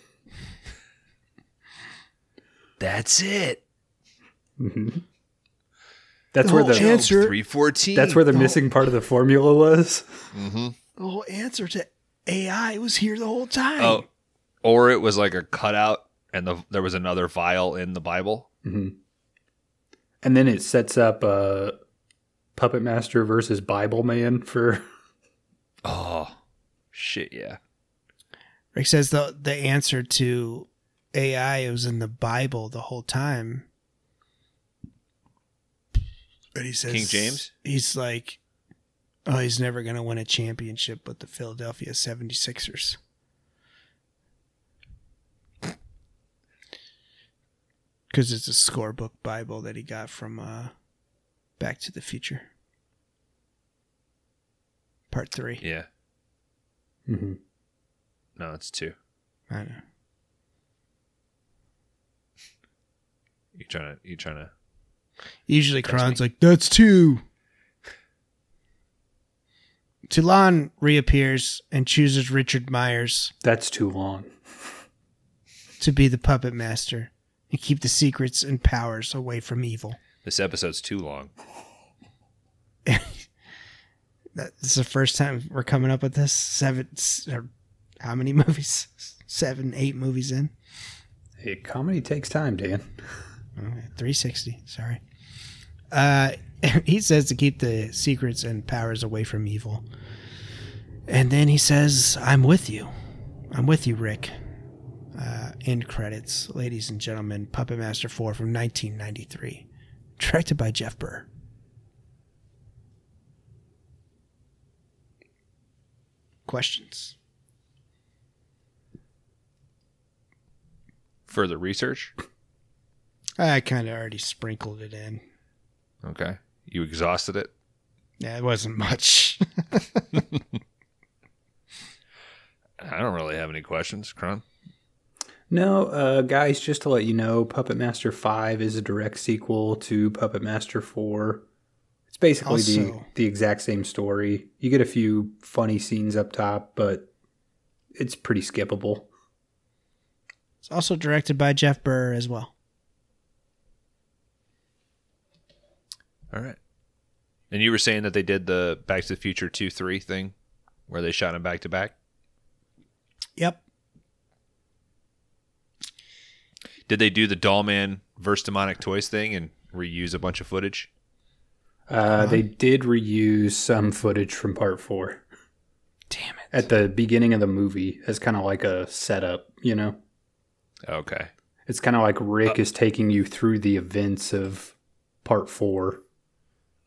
Speaker 1: That's it.
Speaker 2: Mm-hmm. that's
Speaker 1: Oh,
Speaker 2: where the
Speaker 3: answer-
Speaker 1: Three fourteen.
Speaker 2: that's where the missing part of the formula was.
Speaker 1: Mm-hmm.
Speaker 4: The whole answer to AI was here the whole time.
Speaker 1: Oh, or it was like a cutout, and the, there was another vial in the Bible.
Speaker 2: Mm-hmm. And then it sets up uh, Puppet Master versus Bible Man for [laughs]
Speaker 1: Oh, shit! Yeah,
Speaker 3: Rick says the the answer to AI was in the Bible the whole time. But he says
Speaker 1: King James?
Speaker 3: He's like, oh, he's never gonna win a championship with the Philadelphia 76ers. Because it's a scorebook Bible that he got from uh, Back to the Future, Part Three.
Speaker 1: yeah.
Speaker 2: Mm-hmm.
Speaker 1: No, it's two.
Speaker 3: I know.
Speaker 1: You trying to? You trying to?
Speaker 3: Usually Kron's like, that's two. Toulon reappears and chooses Richard Myers
Speaker 2: that's too long.
Speaker 3: to be the puppet master and keep the secrets and powers away from evil.
Speaker 1: This episode's too long.
Speaker 3: That- This is the first time we're coming up with this. Seven, s- or how many [laughs] movies? Seven, eight movies in?
Speaker 2: Hey, comedy takes time, Dan.
Speaker 3: Okay, 360, sorry. Uh, [laughs] he says to keep the secrets and powers away from evil. And then he says, I'm with you. I'm with you, Rick. Uh, end credits, ladies and gentlemen, Puppet Master 4 from 1993, directed by Jeff Burr. Questions?
Speaker 1: Further research.
Speaker 3: I kind of already sprinkled it in.
Speaker 1: Okay, you exhausted it.
Speaker 3: Yeah, it wasn't much. [laughs]
Speaker 1: I don't really have any questions, Kron.
Speaker 2: No, uh, guys, just to let you know, Puppet Master 5 is a direct sequel to Puppet Master 4. It's It's basically the,
Speaker 3: Also-
Speaker 2: the exact same story. You get a few funny scenes up top, but it's pretty skippable.
Speaker 3: It's also directed by Jeff Burr as well.
Speaker 1: All right. And you were saying that they did the Back to the Future 2 3 thing where they shot them back to back.
Speaker 3: Yep.
Speaker 1: Did they do the Doll Man versus Demonic Toys thing and reuse a bunch of footage?
Speaker 2: Uh, they did reuse some footage from part four. Damn it. At the beginning of the movie, as kind of like a setup, you know?
Speaker 1: Okay.
Speaker 2: It's kind of like Rick is taking you through the events of part four.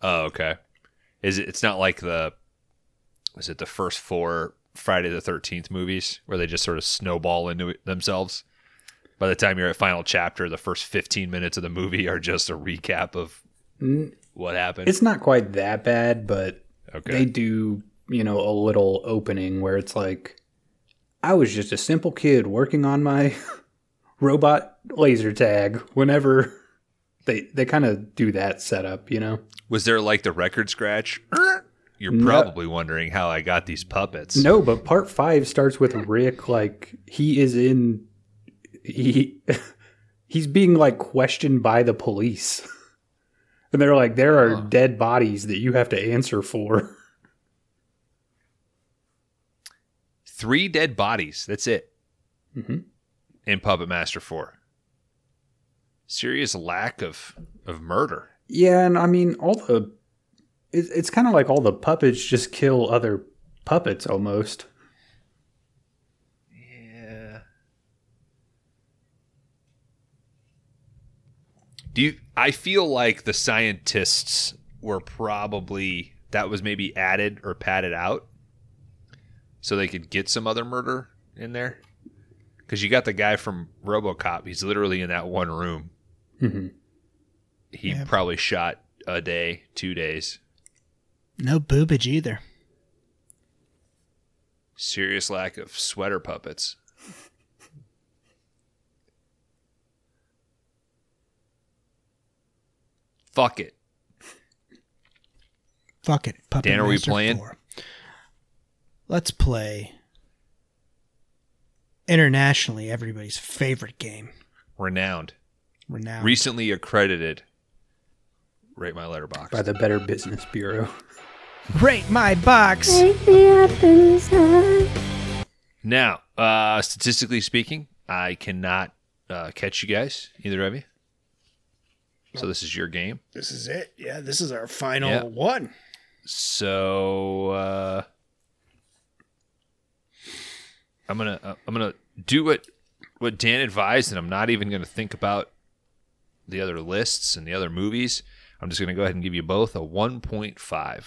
Speaker 1: Oh, okay. Is it? It's not like the. Was it the first four Friday the Thirteenth movies where they just sort of snowball into it themselves? By the time you're at final chapter, the first fifteen minutes of the movie are just a recap of
Speaker 2: N-
Speaker 1: what happened.
Speaker 2: It's not quite that bad, but
Speaker 1: Okay.
Speaker 2: they do, you know, a little opening where it's like, I was just a simple kid working on my [laughs] robot laser tag whenever [laughs] they they kind of do that setup, you know?
Speaker 1: Was there like the record
Speaker 2: [clears throat]
Speaker 1: scratch? You're
Speaker 2: No.
Speaker 1: probably wondering how I got these puppets.
Speaker 2: No, but part five starts with Rick like he is in he [laughs] he's being like questioned by the police. [laughs] And they're like, there are dead bodies that you have to answer for. [laughs]
Speaker 1: Three dead bodies. That's it.
Speaker 2: Mhm.
Speaker 1: In Puppet Master Four. Serious lack of of murder.
Speaker 2: Yeah, and I mean all the it, it's kind of like all the puppets just kill other puppets almost.
Speaker 1: Do you, I feel like the scientists were probably that was maybe added or padded out so they could get some other murder in there? Because you got the guy from RoboCop. He's literally in that one room.
Speaker 2: Mhm.
Speaker 1: He
Speaker 3: Yeah.
Speaker 1: probably shot a day, two days.
Speaker 3: No boobage either.
Speaker 1: Serious lack of sweater puppets. Fuck it.
Speaker 3: Fuck it. Puppet
Speaker 1: Dan, are we
Speaker 3: Master
Speaker 1: playing?
Speaker 3: 4. Let's play internationally everybody's favorite game.
Speaker 1: Renowned.
Speaker 3: Renowned.
Speaker 1: recently accredited. Rate my letterbox.
Speaker 2: By the Better Business Bureau.
Speaker 3: Rate my box.
Speaker 6: Take me up inside.
Speaker 1: now, uh, statistically speaking, I cannot uh, catch you guys, either of you. So this is your game.
Speaker 4: This is it. Yeah, this is our final
Speaker 1: Yeah.
Speaker 4: one.
Speaker 1: So uh, I'm gonna uh, I'm gonna do what what Dan advised, and I'm not even gonna think about the other lists and the other movies. I'm just gonna go ahead and give you both a 1.5.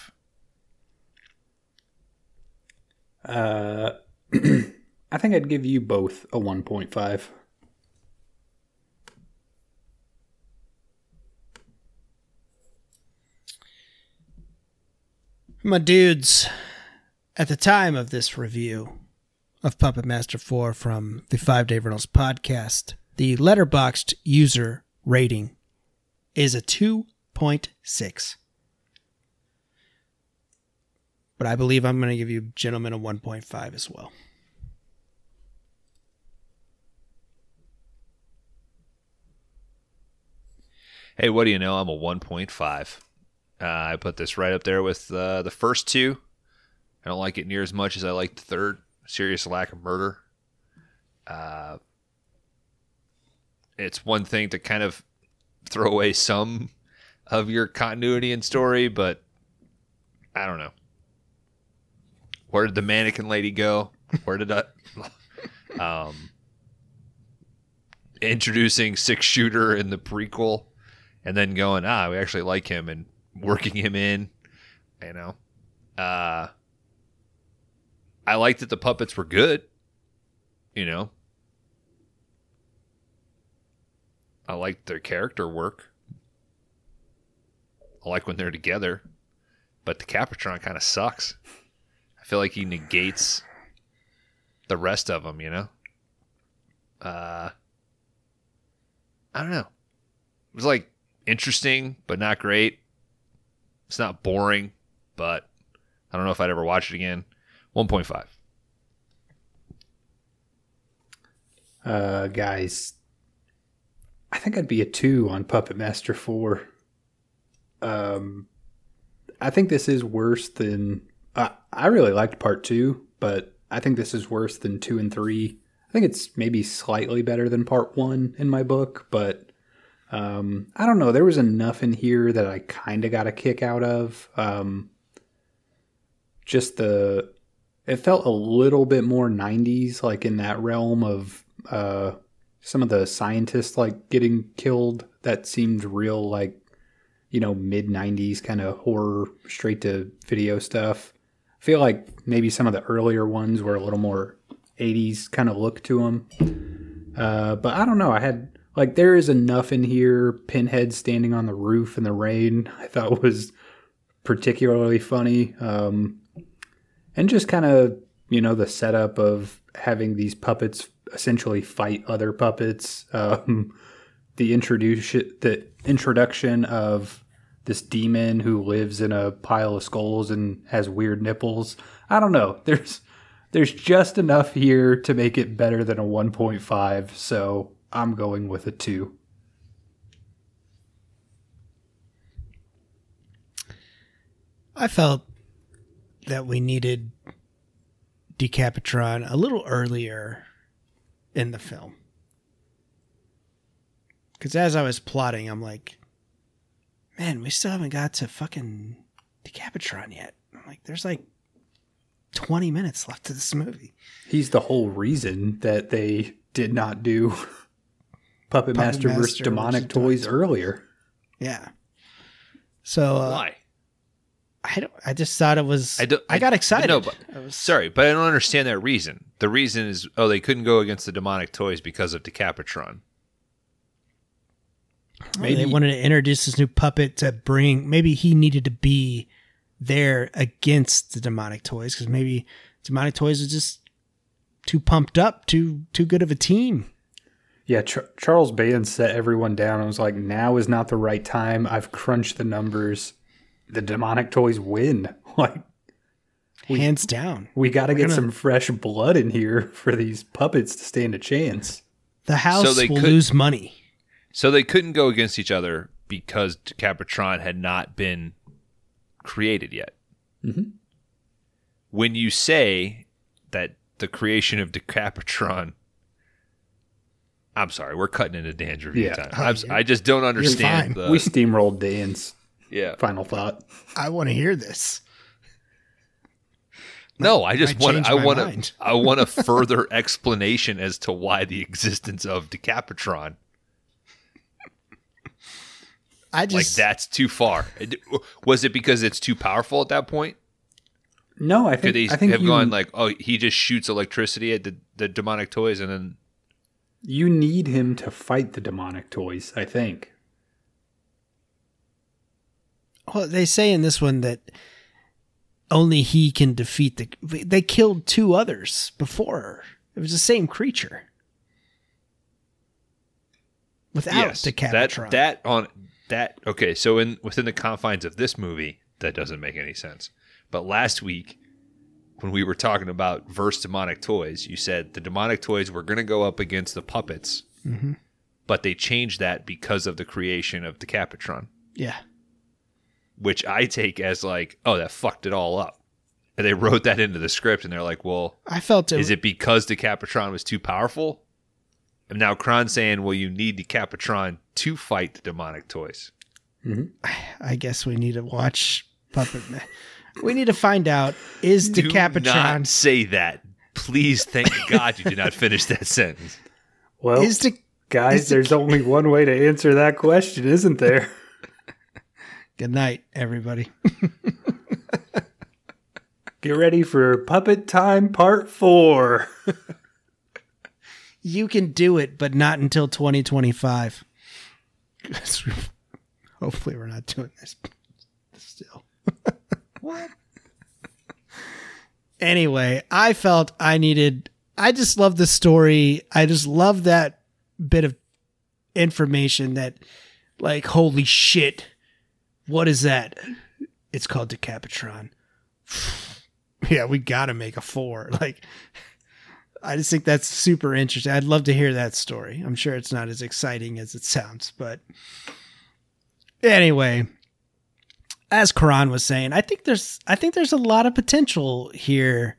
Speaker 2: Uh [clears throat] I think I'd give you both a 1.5.
Speaker 3: My dudes, at the time of this review of Puppet Master 4 from the Five Day Rentals podcast, the letterboxed user rating is a 2.6. But I believe I'm going to give you gentlemen a 1.5 as well.
Speaker 1: Hey, what do you know? I'm a 1.5. Uh, I put this right up there with uh, the first two. I don't like it near as much as I like the third. Serious lack of murder. Uh, it's one thing to kind of throw away some of your continuity and story, but I don't know. Where did the mannequin lady go? Where did I? [laughs] um, introducing six shooter in the prequel and then going, ah, we actually like him and working him in, you know. Uh, I liked that the puppets were good, you know. I liked their character work. I like when they're together, but the Capitron kind of sucks. I feel like he negates the rest of them, you know. Uh, I don't know. It was like interesting but not great. It's not boring, but I don't know if I'd ever watch it again. 1.5.
Speaker 2: Uh, guys, I think I'd be a two on Puppet Master Four. Um, I think this is worse than uh, I really liked Part Two, but I think this is worse than two and three. I think it's maybe slightly better than Part One in my book, but um, I don't know. There was enough in here that I kind of got a kick out of. Um, just the it felt a little bit more 90s like in that realm of uh some of the scientists like getting killed that seemed real like you know mid 90s kind of horror straight to video stuff i feel like maybe some of the earlier ones were a little more 80s kind of look to them uh but i don't know i had like there is enough in here pinhead standing on the roof in the rain [laughs] i thought was particularly funny um and just kind of you know the setup of having these puppets essentially fight other puppets um, [laughs] the introduce the introduction of this demon who lives in a pile of skulls and has weird nipples i don't know [laughs] there's there's just enough here to make it better than a 1.5 so i'm going with a 2
Speaker 3: I felt that we needed Decapitron a little earlier in the film. Because as I was plotting, I'm like, man, we still haven't got to fucking Decapitron yet. I'm like, there's like 20 minutes left of this movie.
Speaker 2: he's the whole reason that they did not do [laughs] puppet,
Speaker 3: Puppet
Speaker 2: master, versus
Speaker 3: Master
Speaker 2: demonic
Speaker 3: versus
Speaker 2: toys
Speaker 3: Demonic
Speaker 2: earlier
Speaker 3: Yeah. So uh,
Speaker 1: Why?
Speaker 3: I don't. I just thought it was. I,
Speaker 1: don't-
Speaker 3: got excited.
Speaker 1: No, but
Speaker 3: I was-
Speaker 1: sorry, but I don't understand that reason. The reason is oh they couldn't go against the demonic toys because of Decapitron.
Speaker 3: they wanted to introduce this new puppet to bring. Maybe he needed to be there against the demonic toys because maybe demonic toys is just too pumped up, too too good of a team.
Speaker 2: Yeah, Char- Charles Band set everyone down and was like, "Now is not the right time. I've crunched the numbers. The demonic toys win. [laughs] Like,
Speaker 3: Hands down,
Speaker 2: we got to get
Speaker 3: gonna-
Speaker 2: some fresh blood in here [laughs] for these puppets to stand a chance."
Speaker 3: the house
Speaker 1: they
Speaker 3: will
Speaker 1: could-
Speaker 3: lose money.
Speaker 1: So they couldn't go against each other because Decapitron had not been created yet.
Speaker 2: Mhm.
Speaker 1: When you say that the creation of Decapitron, I'm sorry, we're cutting into Dan's review
Speaker 2: Yeah.
Speaker 1: time. I'm, s- I just don't understand.
Speaker 4: fine.
Speaker 1: The,
Speaker 2: we steamrolled Dan's
Speaker 1: yeah,
Speaker 2: final thought.
Speaker 4: I want to hear this.
Speaker 1: no, I just
Speaker 3: might
Speaker 1: want
Speaker 3: change
Speaker 1: I
Speaker 3: my
Speaker 1: want
Speaker 3: mind.
Speaker 1: a, I want a further explanation as to why the existence of Decapitron.
Speaker 3: I
Speaker 1: Like
Speaker 3: just
Speaker 1: that's too far. It- Was it because it's too powerful at that point?
Speaker 2: No, I think
Speaker 1: Could they
Speaker 2: I think
Speaker 1: have
Speaker 2: you,
Speaker 1: gone like, oh, he just shoots electricity at the, the demonic toys, and then
Speaker 2: you need him to fight the demonic toys. I think.
Speaker 3: Well, they say in this one that only he can defeat the. They killed two others before. It was the same creature. Without
Speaker 1: yes,
Speaker 3: Decapitron.
Speaker 1: that that on that. Okay, so in within the confines of this movie, that doesn't make any sense. But last week, when we were talking about verse demonic toys, you said the demonic toys were going to go up against the puppets,
Speaker 2: Mm-hmm.
Speaker 1: but they changed that because of the creation of Decapitron.
Speaker 3: yeah.
Speaker 1: which I take as like, oh, that fucked it all up. And they [laughs] wrote that into the script, and they're like, well,
Speaker 3: I felt it.
Speaker 1: is it because Decapitron was too powerful? And now Kron's saying, well, you need Decapitron to fight the demonic toys.
Speaker 3: I guess we need to watch Puppet Man. We need to find out
Speaker 1: [laughs]
Speaker 3: is
Speaker 1: Do not
Speaker 3: Decapitron
Speaker 1: say that. Please, thank God you did not finish that sentence.
Speaker 2: Well,
Speaker 3: is De-
Speaker 2: guys,
Speaker 3: is the-
Speaker 2: there's only one way to answer that question, isn't
Speaker 3: [laughs]
Speaker 2: there?
Speaker 3: Good night, everybody.
Speaker 2: Get ready for Puppet Time Part Four.
Speaker 3: You can do it, but not until 2025. 'Cause we- Hopefully, we're not doing this still. [laughs] what? Anyway, I felt I needed. I just love the story. I just love that bit of information that, like, holy shit, what is that? It's called Decapitron. [sighs] yeah, we got to make a four. Like, I just think that's super interesting. I'd love to hear that story. I'm sure it's not as exciting as it sounds, but anyway, as Karan was saying, I think there's I think there's a lot of potential here,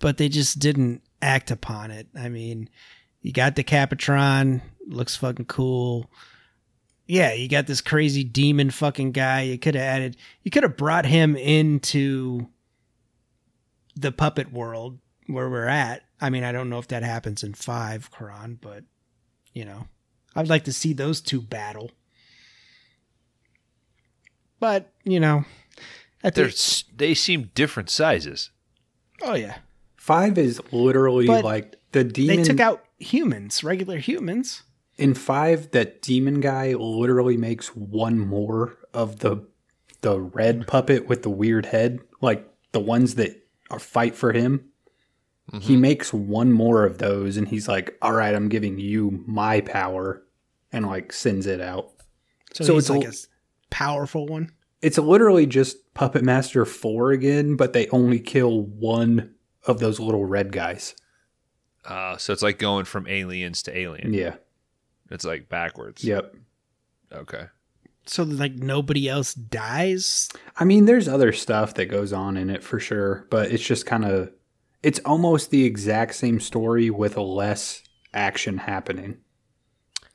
Speaker 3: but they just didn't act upon it. I mean, you got the Capitron, looks fucking cool. Yeah, you got this crazy demon fucking guy. You could have added you could have brought him into the puppet world where we're at. I mean, I don't know if that happens in five, Karan, but you know. I'd like to see those two battle. But, you know, at
Speaker 1: They're,
Speaker 3: the,
Speaker 1: s- they seem different sizes.
Speaker 3: oh yeah.
Speaker 2: Five is literally
Speaker 3: But
Speaker 2: like the demon.
Speaker 3: They took out humans, regular humans.
Speaker 2: in five. That demon guy literally makes one more of the the red puppet with the weird head, like the ones that are fight for him.
Speaker 1: Mm-hmm. Hmm.
Speaker 2: He makes one more of those, and he's like, "All right, I'm giving you my power," and like sends it out.
Speaker 3: So,
Speaker 2: So
Speaker 3: he's
Speaker 2: it's
Speaker 3: like
Speaker 2: a-
Speaker 3: a s- powerful one.
Speaker 2: it's literally just Puppet Master 4 again, but they only kill one of those little red guys.
Speaker 1: Uh, so it's like going from aliens to alien.
Speaker 2: Yeah.
Speaker 1: It's like backwards.
Speaker 2: Yep.
Speaker 1: Okay.
Speaker 3: So that, like nobody else dies.
Speaker 2: I mean, there's other stuff that goes on in it for sure, but it's just kind of it's almost the exact same story with less action happening.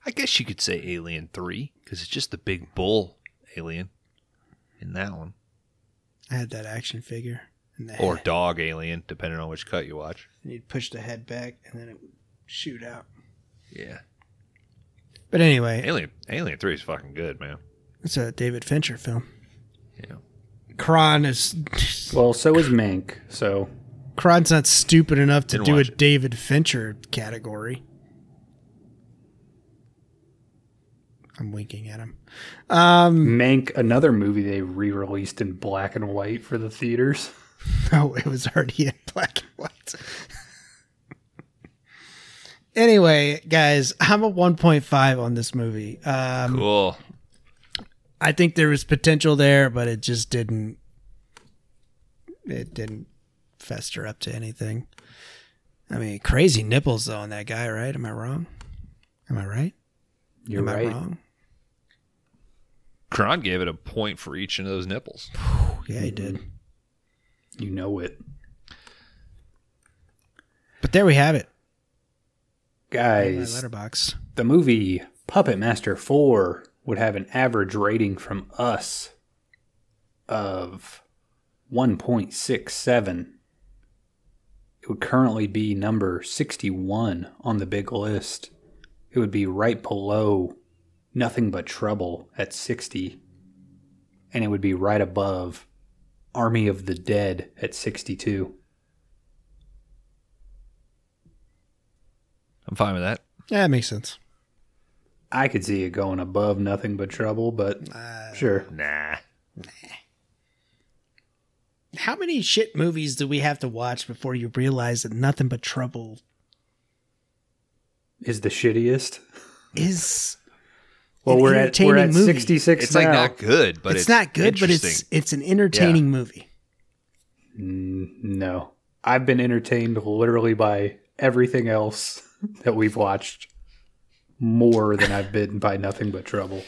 Speaker 1: I guess you could say Alien 3 because it's just the big bull alien in that one.
Speaker 3: I had that action figure. And the
Speaker 1: Or
Speaker 3: head-
Speaker 1: dog alien, depending on which cut you watch.
Speaker 3: and you'd push the head back and then it would shoot out.
Speaker 1: Yeah.
Speaker 3: But anyway,
Speaker 1: Alien Alien 3 is fucking good, man.
Speaker 3: it's a David Fincher film.
Speaker 1: Yeah.
Speaker 3: Kron is
Speaker 2: Well, so is Mank. So,
Speaker 3: Kron's not stupid enough to
Speaker 1: Didn't
Speaker 3: do a
Speaker 1: watch it.
Speaker 3: David Fincher category. I'm winking at him. Um,
Speaker 2: Mank, another movie they re-released in black and white for the theaters.
Speaker 3: [laughs] No, it was already in black and white. [laughs] anyway, guys, I'm a 1.5 on this movie. Um,
Speaker 1: Cool.
Speaker 3: I think there was potential there, but it just didn't. It didn't fester up to anything. I mean, crazy nipples though on that guy, right? Am I wrong? Am I right?
Speaker 2: You're
Speaker 3: Am I
Speaker 2: right.
Speaker 3: wrong?
Speaker 1: Kron gave it a point for each of those nipples.
Speaker 3: Yeah, he
Speaker 2: mm-hmm.
Speaker 3: did.
Speaker 2: You know it.
Speaker 3: But there we have it. My
Speaker 2: Guys,
Speaker 3: letterbox.
Speaker 2: The movie Puppet Master 4 would have an average rating from us of 1.67. It would currently be number 61 on the big list. It would be right below Nothing But Trouble at 60. And it would be right above Army of the Dead at 62.
Speaker 1: I'm fine with that.
Speaker 3: Yeah, it makes sense.
Speaker 2: I could see it going above Nothing But Trouble, but sure.
Speaker 1: Nah.
Speaker 3: How many shit movies do we have to watch before you realize that nothing but trouble
Speaker 2: Is the shittiest.
Speaker 3: is
Speaker 2: Well,
Speaker 3: an
Speaker 2: we're at we're
Speaker 3: entertaining
Speaker 2: at
Speaker 3: movie.
Speaker 2: sixty six.
Speaker 1: It's like not good, but
Speaker 3: it's,
Speaker 1: it's,
Speaker 3: not good, but it's
Speaker 1: interesting.
Speaker 3: it's an entertaining movie.
Speaker 2: No, I've been entertained literally by everything else [laughs] that we've watched more than I've been by nothing but trouble.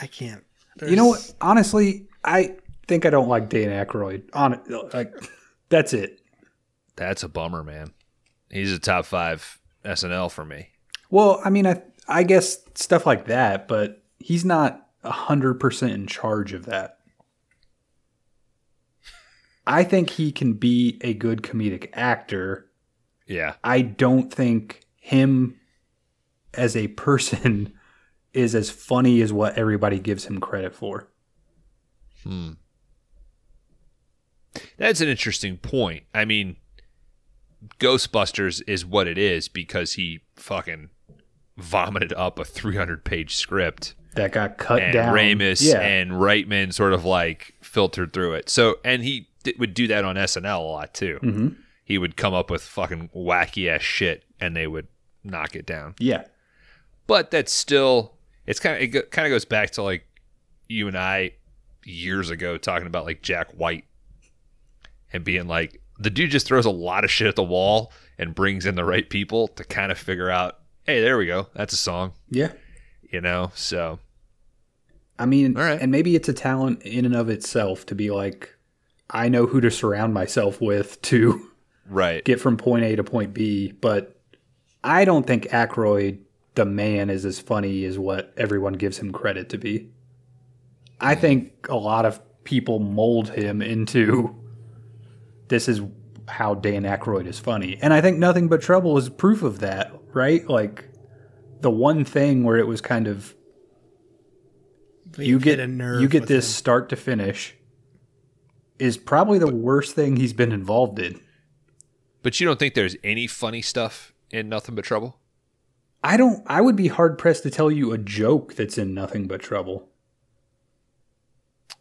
Speaker 3: I can't.
Speaker 2: You know what? Honestly, I think I don't like Dan Aykroyd. On like, that's it.
Speaker 1: That's a bummer, man. He's a top five SNL for me.
Speaker 2: Well, I mean, I I guess stuff like that, but he's not hundred percent in charge of that. I think he can be a good comedic actor.
Speaker 1: Yeah.
Speaker 2: I don't think him as a person [laughs] is as funny as what everybody gives him credit for.
Speaker 1: Hmm. That's an interesting point. I mean, Ghostbusters is what it is because he fucking vomited up a 300 page script
Speaker 2: That got cut
Speaker 1: and
Speaker 2: down.
Speaker 1: Ramis
Speaker 2: yeah.
Speaker 1: and Reitman sort of like filtered through it. So, and he d- would do that on SNL a lot too.
Speaker 2: Mhm.
Speaker 1: He would come up with fucking wacky ass shit and they would knock it down.
Speaker 2: yeah,
Speaker 1: But that's still it's kind of it go, kind of goes back to like you and I years ago talking about like Jack White and being like the dude just throws a lot of shit at the wall and brings in the right people to kind of figure out, hey, there we go, that's a song,
Speaker 2: Yeah.
Speaker 1: you know. So
Speaker 2: I mean,
Speaker 1: All right.
Speaker 2: and maybe it's a talent in and of itself to be like, I know who to surround myself with to
Speaker 1: right,
Speaker 2: get from point A to point B. But I don't think Aykroyd, the man, is as funny as what everyone gives him credit to be. I think a lot of people mold him into this is how Dan Aykroyd is funny. And I think Nothing But Trouble is proof of that, right? Like, the one thing where it was kind of you get
Speaker 3: a nerve.
Speaker 2: you get
Speaker 3: with
Speaker 2: this
Speaker 3: him.
Speaker 2: start to finish is probably the worst thing he's been involved in.
Speaker 1: but you don't think there's any funny stuff in Nothing But Trouble?
Speaker 2: I don't I would be hard pressed to tell you a joke that's in nothing but trouble.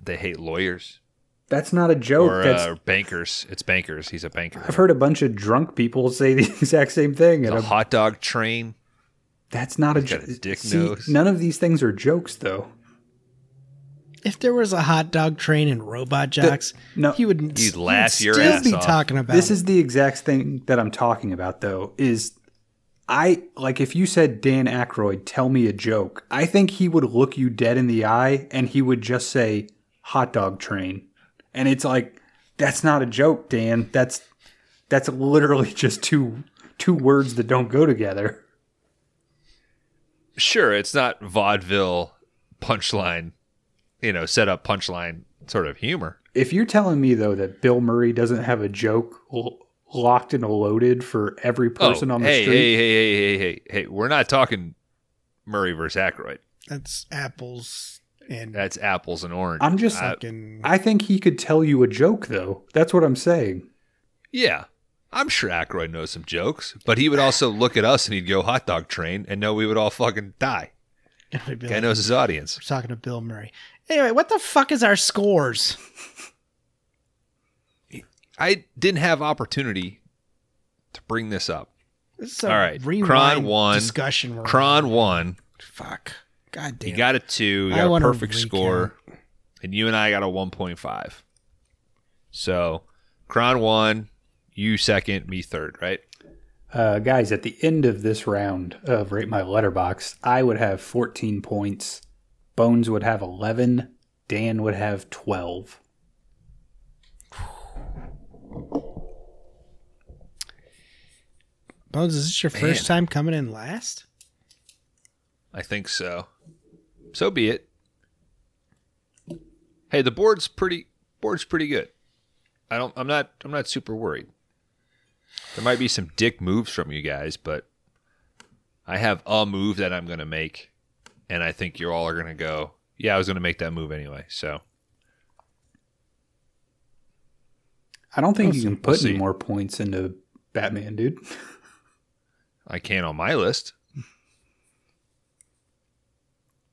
Speaker 1: They hate lawyers
Speaker 2: That's not a joke.
Speaker 1: or
Speaker 2: Oh, that's
Speaker 1: uh, bankers. It's bankers. He's a banker.
Speaker 2: I've heard a bunch of drunk people [laughs] say the exact same thing and
Speaker 1: The
Speaker 2: I'm-
Speaker 1: hot dog train.
Speaker 2: that's not a
Speaker 1: got
Speaker 2: joke.
Speaker 1: a dick
Speaker 2: See,
Speaker 1: nose.
Speaker 2: None of these things are jokes though.
Speaker 3: If there was a hot dog train and robot jocks,
Speaker 2: no.
Speaker 3: you would
Speaker 1: You'd laugh your
Speaker 3: still
Speaker 1: ass
Speaker 3: be
Speaker 1: off.
Speaker 3: talking about
Speaker 2: This
Speaker 3: it.
Speaker 2: is the exact thing that I'm talking about, though. Is I like if you said Dan Aykroyd, tell me a joke. I think he would look you dead in the eye and he would just say hot dog train, and it's like that's not a joke, Dan. That's that's literally [laughs] just two two words that don't go together.
Speaker 1: sure it's not vaudeville punchline you know set up punchline sort of humor
Speaker 2: If you're telling me though that Bill Murray doesn't have a joke l- locked and loaded for every person
Speaker 1: oh,
Speaker 2: on the
Speaker 1: hey,
Speaker 2: street,
Speaker 1: hey hey hey hey hey hey we're not talking murray versus Aykroyd.
Speaker 3: That's apples and
Speaker 1: that's apples and oranges
Speaker 2: I'm just
Speaker 1: Uh, I-
Speaker 3: fucking.
Speaker 2: I think he could tell you a joke though. That's what I'm saying.
Speaker 1: yeah i'm sure Aykroyd knows some jokes but he would also look at us and he'd go hot dog train and know we would all fucking die
Speaker 3: [laughs] I'd be
Speaker 1: guy
Speaker 3: like,
Speaker 1: knows his audience
Speaker 3: I'm talking to Bill Murray. Anyway, what the fuck is our scores?
Speaker 1: i didn't have opportunity to bring this up
Speaker 3: This is a
Speaker 1: All right.
Speaker 3: rewind
Speaker 1: Cron won.
Speaker 3: discussion. we're
Speaker 1: kron won
Speaker 3: Fuck. God damn.
Speaker 1: You got a two. You
Speaker 3: I
Speaker 1: got a
Speaker 3: wanna
Speaker 1: perfect
Speaker 3: recount.
Speaker 1: score. And you and I got a 1.5. So, Kron one, you second, me third, right?
Speaker 2: Uh, guys, at the end of this round of Rate My Letterbox, I would have 14 points. Bones would have 11. Dan would have 12.
Speaker 3: Bones, is this your first time coming in last?
Speaker 1: I think so. So be it. Hey, the board's pretty board's pretty good. I don't I'm not I'm not super worried. There might be some dick moves from you guys, but I have a move that I'm going to make and I think you all are going to go, "Yeah, I was going to make that move anyway." So,
Speaker 2: I don't think you can put
Speaker 1: see.
Speaker 2: any more points into Batman, dude.
Speaker 1: I can on my list.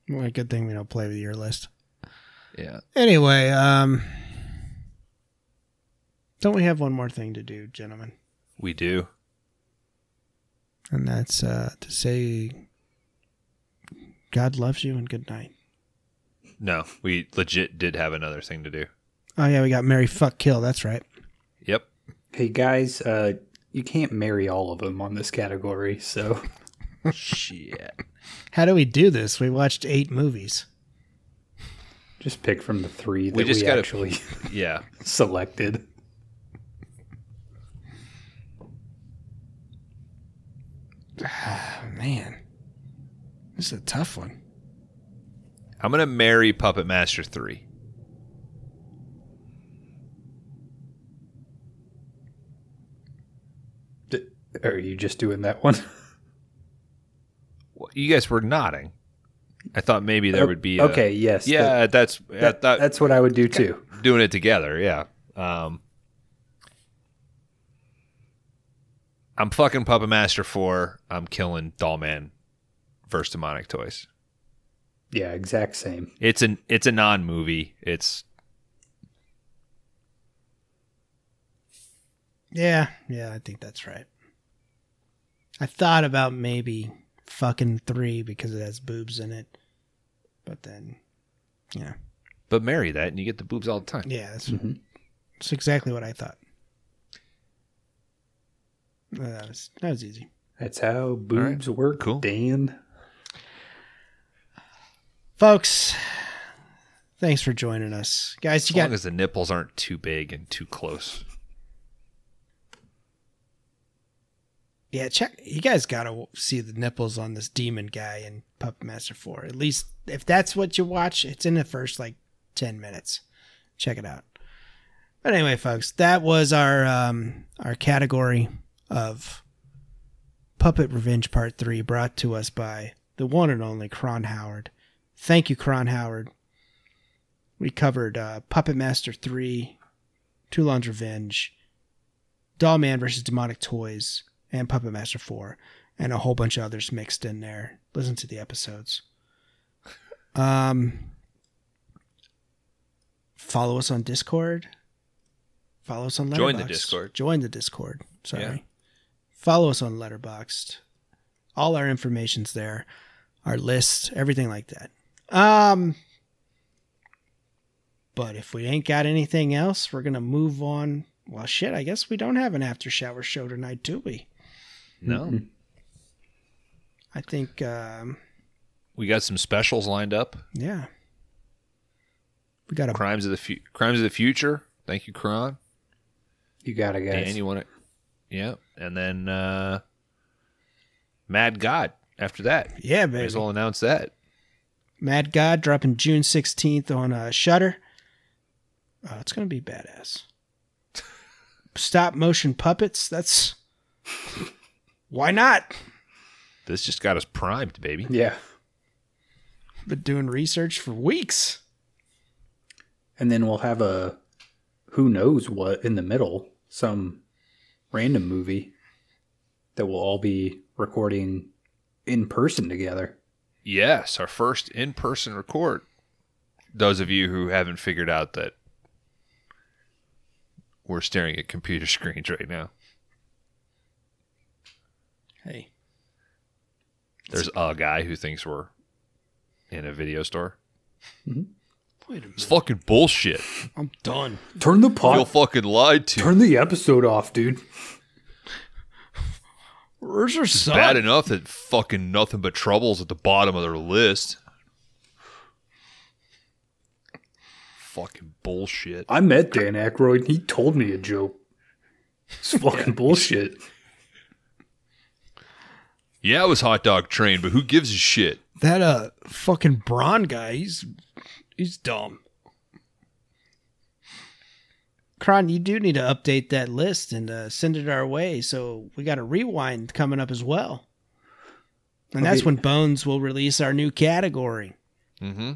Speaker 3: Well, good thing we don't play with your list.
Speaker 1: Yeah.
Speaker 3: Anyway, um, don't we have one more thing to do, gentlemen?
Speaker 1: We do.
Speaker 3: And that's uh, to say, God loves you and good night.
Speaker 1: No, we legit did have another thing to do.
Speaker 3: Oh yeah, we got Mary fuck kill. That's right.
Speaker 1: Yep.
Speaker 2: Hey, guys, uh, you can't marry all of them on this category, so
Speaker 1: [laughs] Shit.
Speaker 3: How do we do this? We watched eight movies.
Speaker 2: just pick from the three that
Speaker 1: We
Speaker 2: we,
Speaker 1: just gotta-
Speaker 2: actually [laughs]
Speaker 1: Yeah.
Speaker 2: selected.
Speaker 3: Oh, man, this is a tough one.
Speaker 1: I'm gonna marry Puppet Master three.
Speaker 2: D- are you just doing that one?
Speaker 1: Well, You guys were nodding. I thought maybe there would be. A,
Speaker 2: Oh, [laughs] okay, yes.
Speaker 1: Yeah, that's
Speaker 2: that-
Speaker 1: I thought
Speaker 2: that's what I would do too.
Speaker 1: doing it together. Yeah. Um. I'm fucking Puppet Master four. I'm killing Dollman versus Demonic Toys.
Speaker 2: Yeah, exact same.
Speaker 1: It's an it's a non movie. It's
Speaker 3: Yeah, yeah, I think that's right. I thought about maybe fucking three because it has boobs in it, but then, yeah,
Speaker 1: But marry that and you get the boobs all the time.
Speaker 3: Yeah, that's,
Speaker 1: Mm-hmm.
Speaker 3: that's exactly what I thought. Uh, That was, that was easy.
Speaker 2: That's how boobs work,
Speaker 1: Cool.
Speaker 2: Dan.
Speaker 3: Folks, thanks for joining us. Guys, you
Speaker 1: As long
Speaker 3: got
Speaker 1: as the nipples aren't too big and too close.
Speaker 3: Yeah, check. You guys gotta see the nipples on this demon guy in Puppet Master Four. At least if that's what you watch, it's in the first like ten minutes. Check it out. But anyway, folks, that was our um, our category of Puppet Revenge Part Three, brought to us by the one and only Cron Howard. Thank you, Cron Howard. We covered uh, Puppet Master Three, Toulon's Revenge, Doll Man versus Demonic Toys and Puppet Master 4 and a whole bunch of others mixed in there. Listen to the episodes. Um follow us on Discord. Follow us on Letterboxd.
Speaker 1: Join the Discord.
Speaker 3: Join the Discord. Sorry.
Speaker 1: Yeah.
Speaker 3: Follow us on Letterboxd. All our information's there. Our lists, everything like that. Um but if we ain't got anything else, we're gonna move on. Well, shit, I guess we don't have an after shower show tonight, do we?
Speaker 2: Mm-hmm.
Speaker 1: No.
Speaker 3: I think, um,
Speaker 1: We got some specials lined up.
Speaker 3: yeah, we got a
Speaker 1: Crimes of the fu- Crimes of the Future. Thank you, Kron.
Speaker 2: You got it, guys.
Speaker 1: Dan, you want to? Yeah, and then uh, Mad God. After that,
Speaker 3: yeah,
Speaker 1: may as
Speaker 3: baby.
Speaker 1: well announce that.
Speaker 3: Mad God dropping June sixteenth on uh, Shutter. Oh, it's gonna be badass. Stop motion puppets. That's why not.
Speaker 1: This just got us primed, baby.
Speaker 2: Yeah.
Speaker 3: Been doing research for weeks.
Speaker 2: And then we'll have a who knows what in the middle, some random movie that we'll all be recording in person together.
Speaker 1: Yes, our first in-person record. Those of you who haven't figured out that we're staring at computer [laughs] screens right now,
Speaker 3: Hey,
Speaker 1: there's a guy who thinks we're in a video store.
Speaker 3: wait a minute.
Speaker 1: It's fucking bullshit.
Speaker 3: I'm done.
Speaker 2: Turn the
Speaker 1: Feel
Speaker 2: pod.
Speaker 1: fucking lied to.
Speaker 2: turn the episode off, dude.
Speaker 3: Where's your son?
Speaker 1: Bad enough that fucking nothing but troubles at the bottom of their list. Fucking bullshit.
Speaker 2: I met Dan Aykroyd. and He told me a joke.
Speaker 1: [laughs]
Speaker 2: It's fucking bullshit.
Speaker 1: Yeah, I was hot dog trained, but who gives a shit?
Speaker 4: That uh fucking Braun guy, he's he's dumb.
Speaker 3: Cron, you do need to update that list and uh, send it our way. So we got a rewind coming up as well. And that's
Speaker 2: Okay.
Speaker 3: when Bones will release our new category.
Speaker 1: Mm-hmm.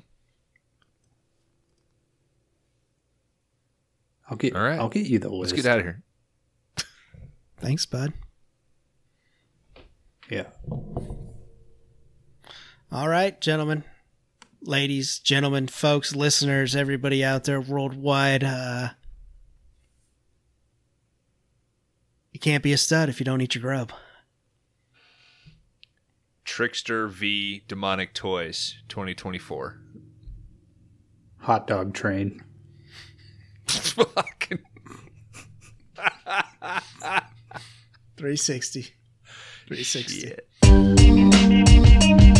Speaker 2: I'll get.
Speaker 1: All right.
Speaker 2: I'll get you the list.
Speaker 1: Let's get out of here.
Speaker 3: Thanks, bud.
Speaker 2: Yeah.
Speaker 3: All right, gentlemen, ladies, gentlemen, folks, listeners, everybody out there worldwide. Uh, you can't be a stud if you don't eat your grub.
Speaker 1: Trickster v Demonic Toys 2024.
Speaker 2: Hot dog train.
Speaker 1: [laughs] fucking
Speaker 3: 360. 360.
Speaker 1: shit.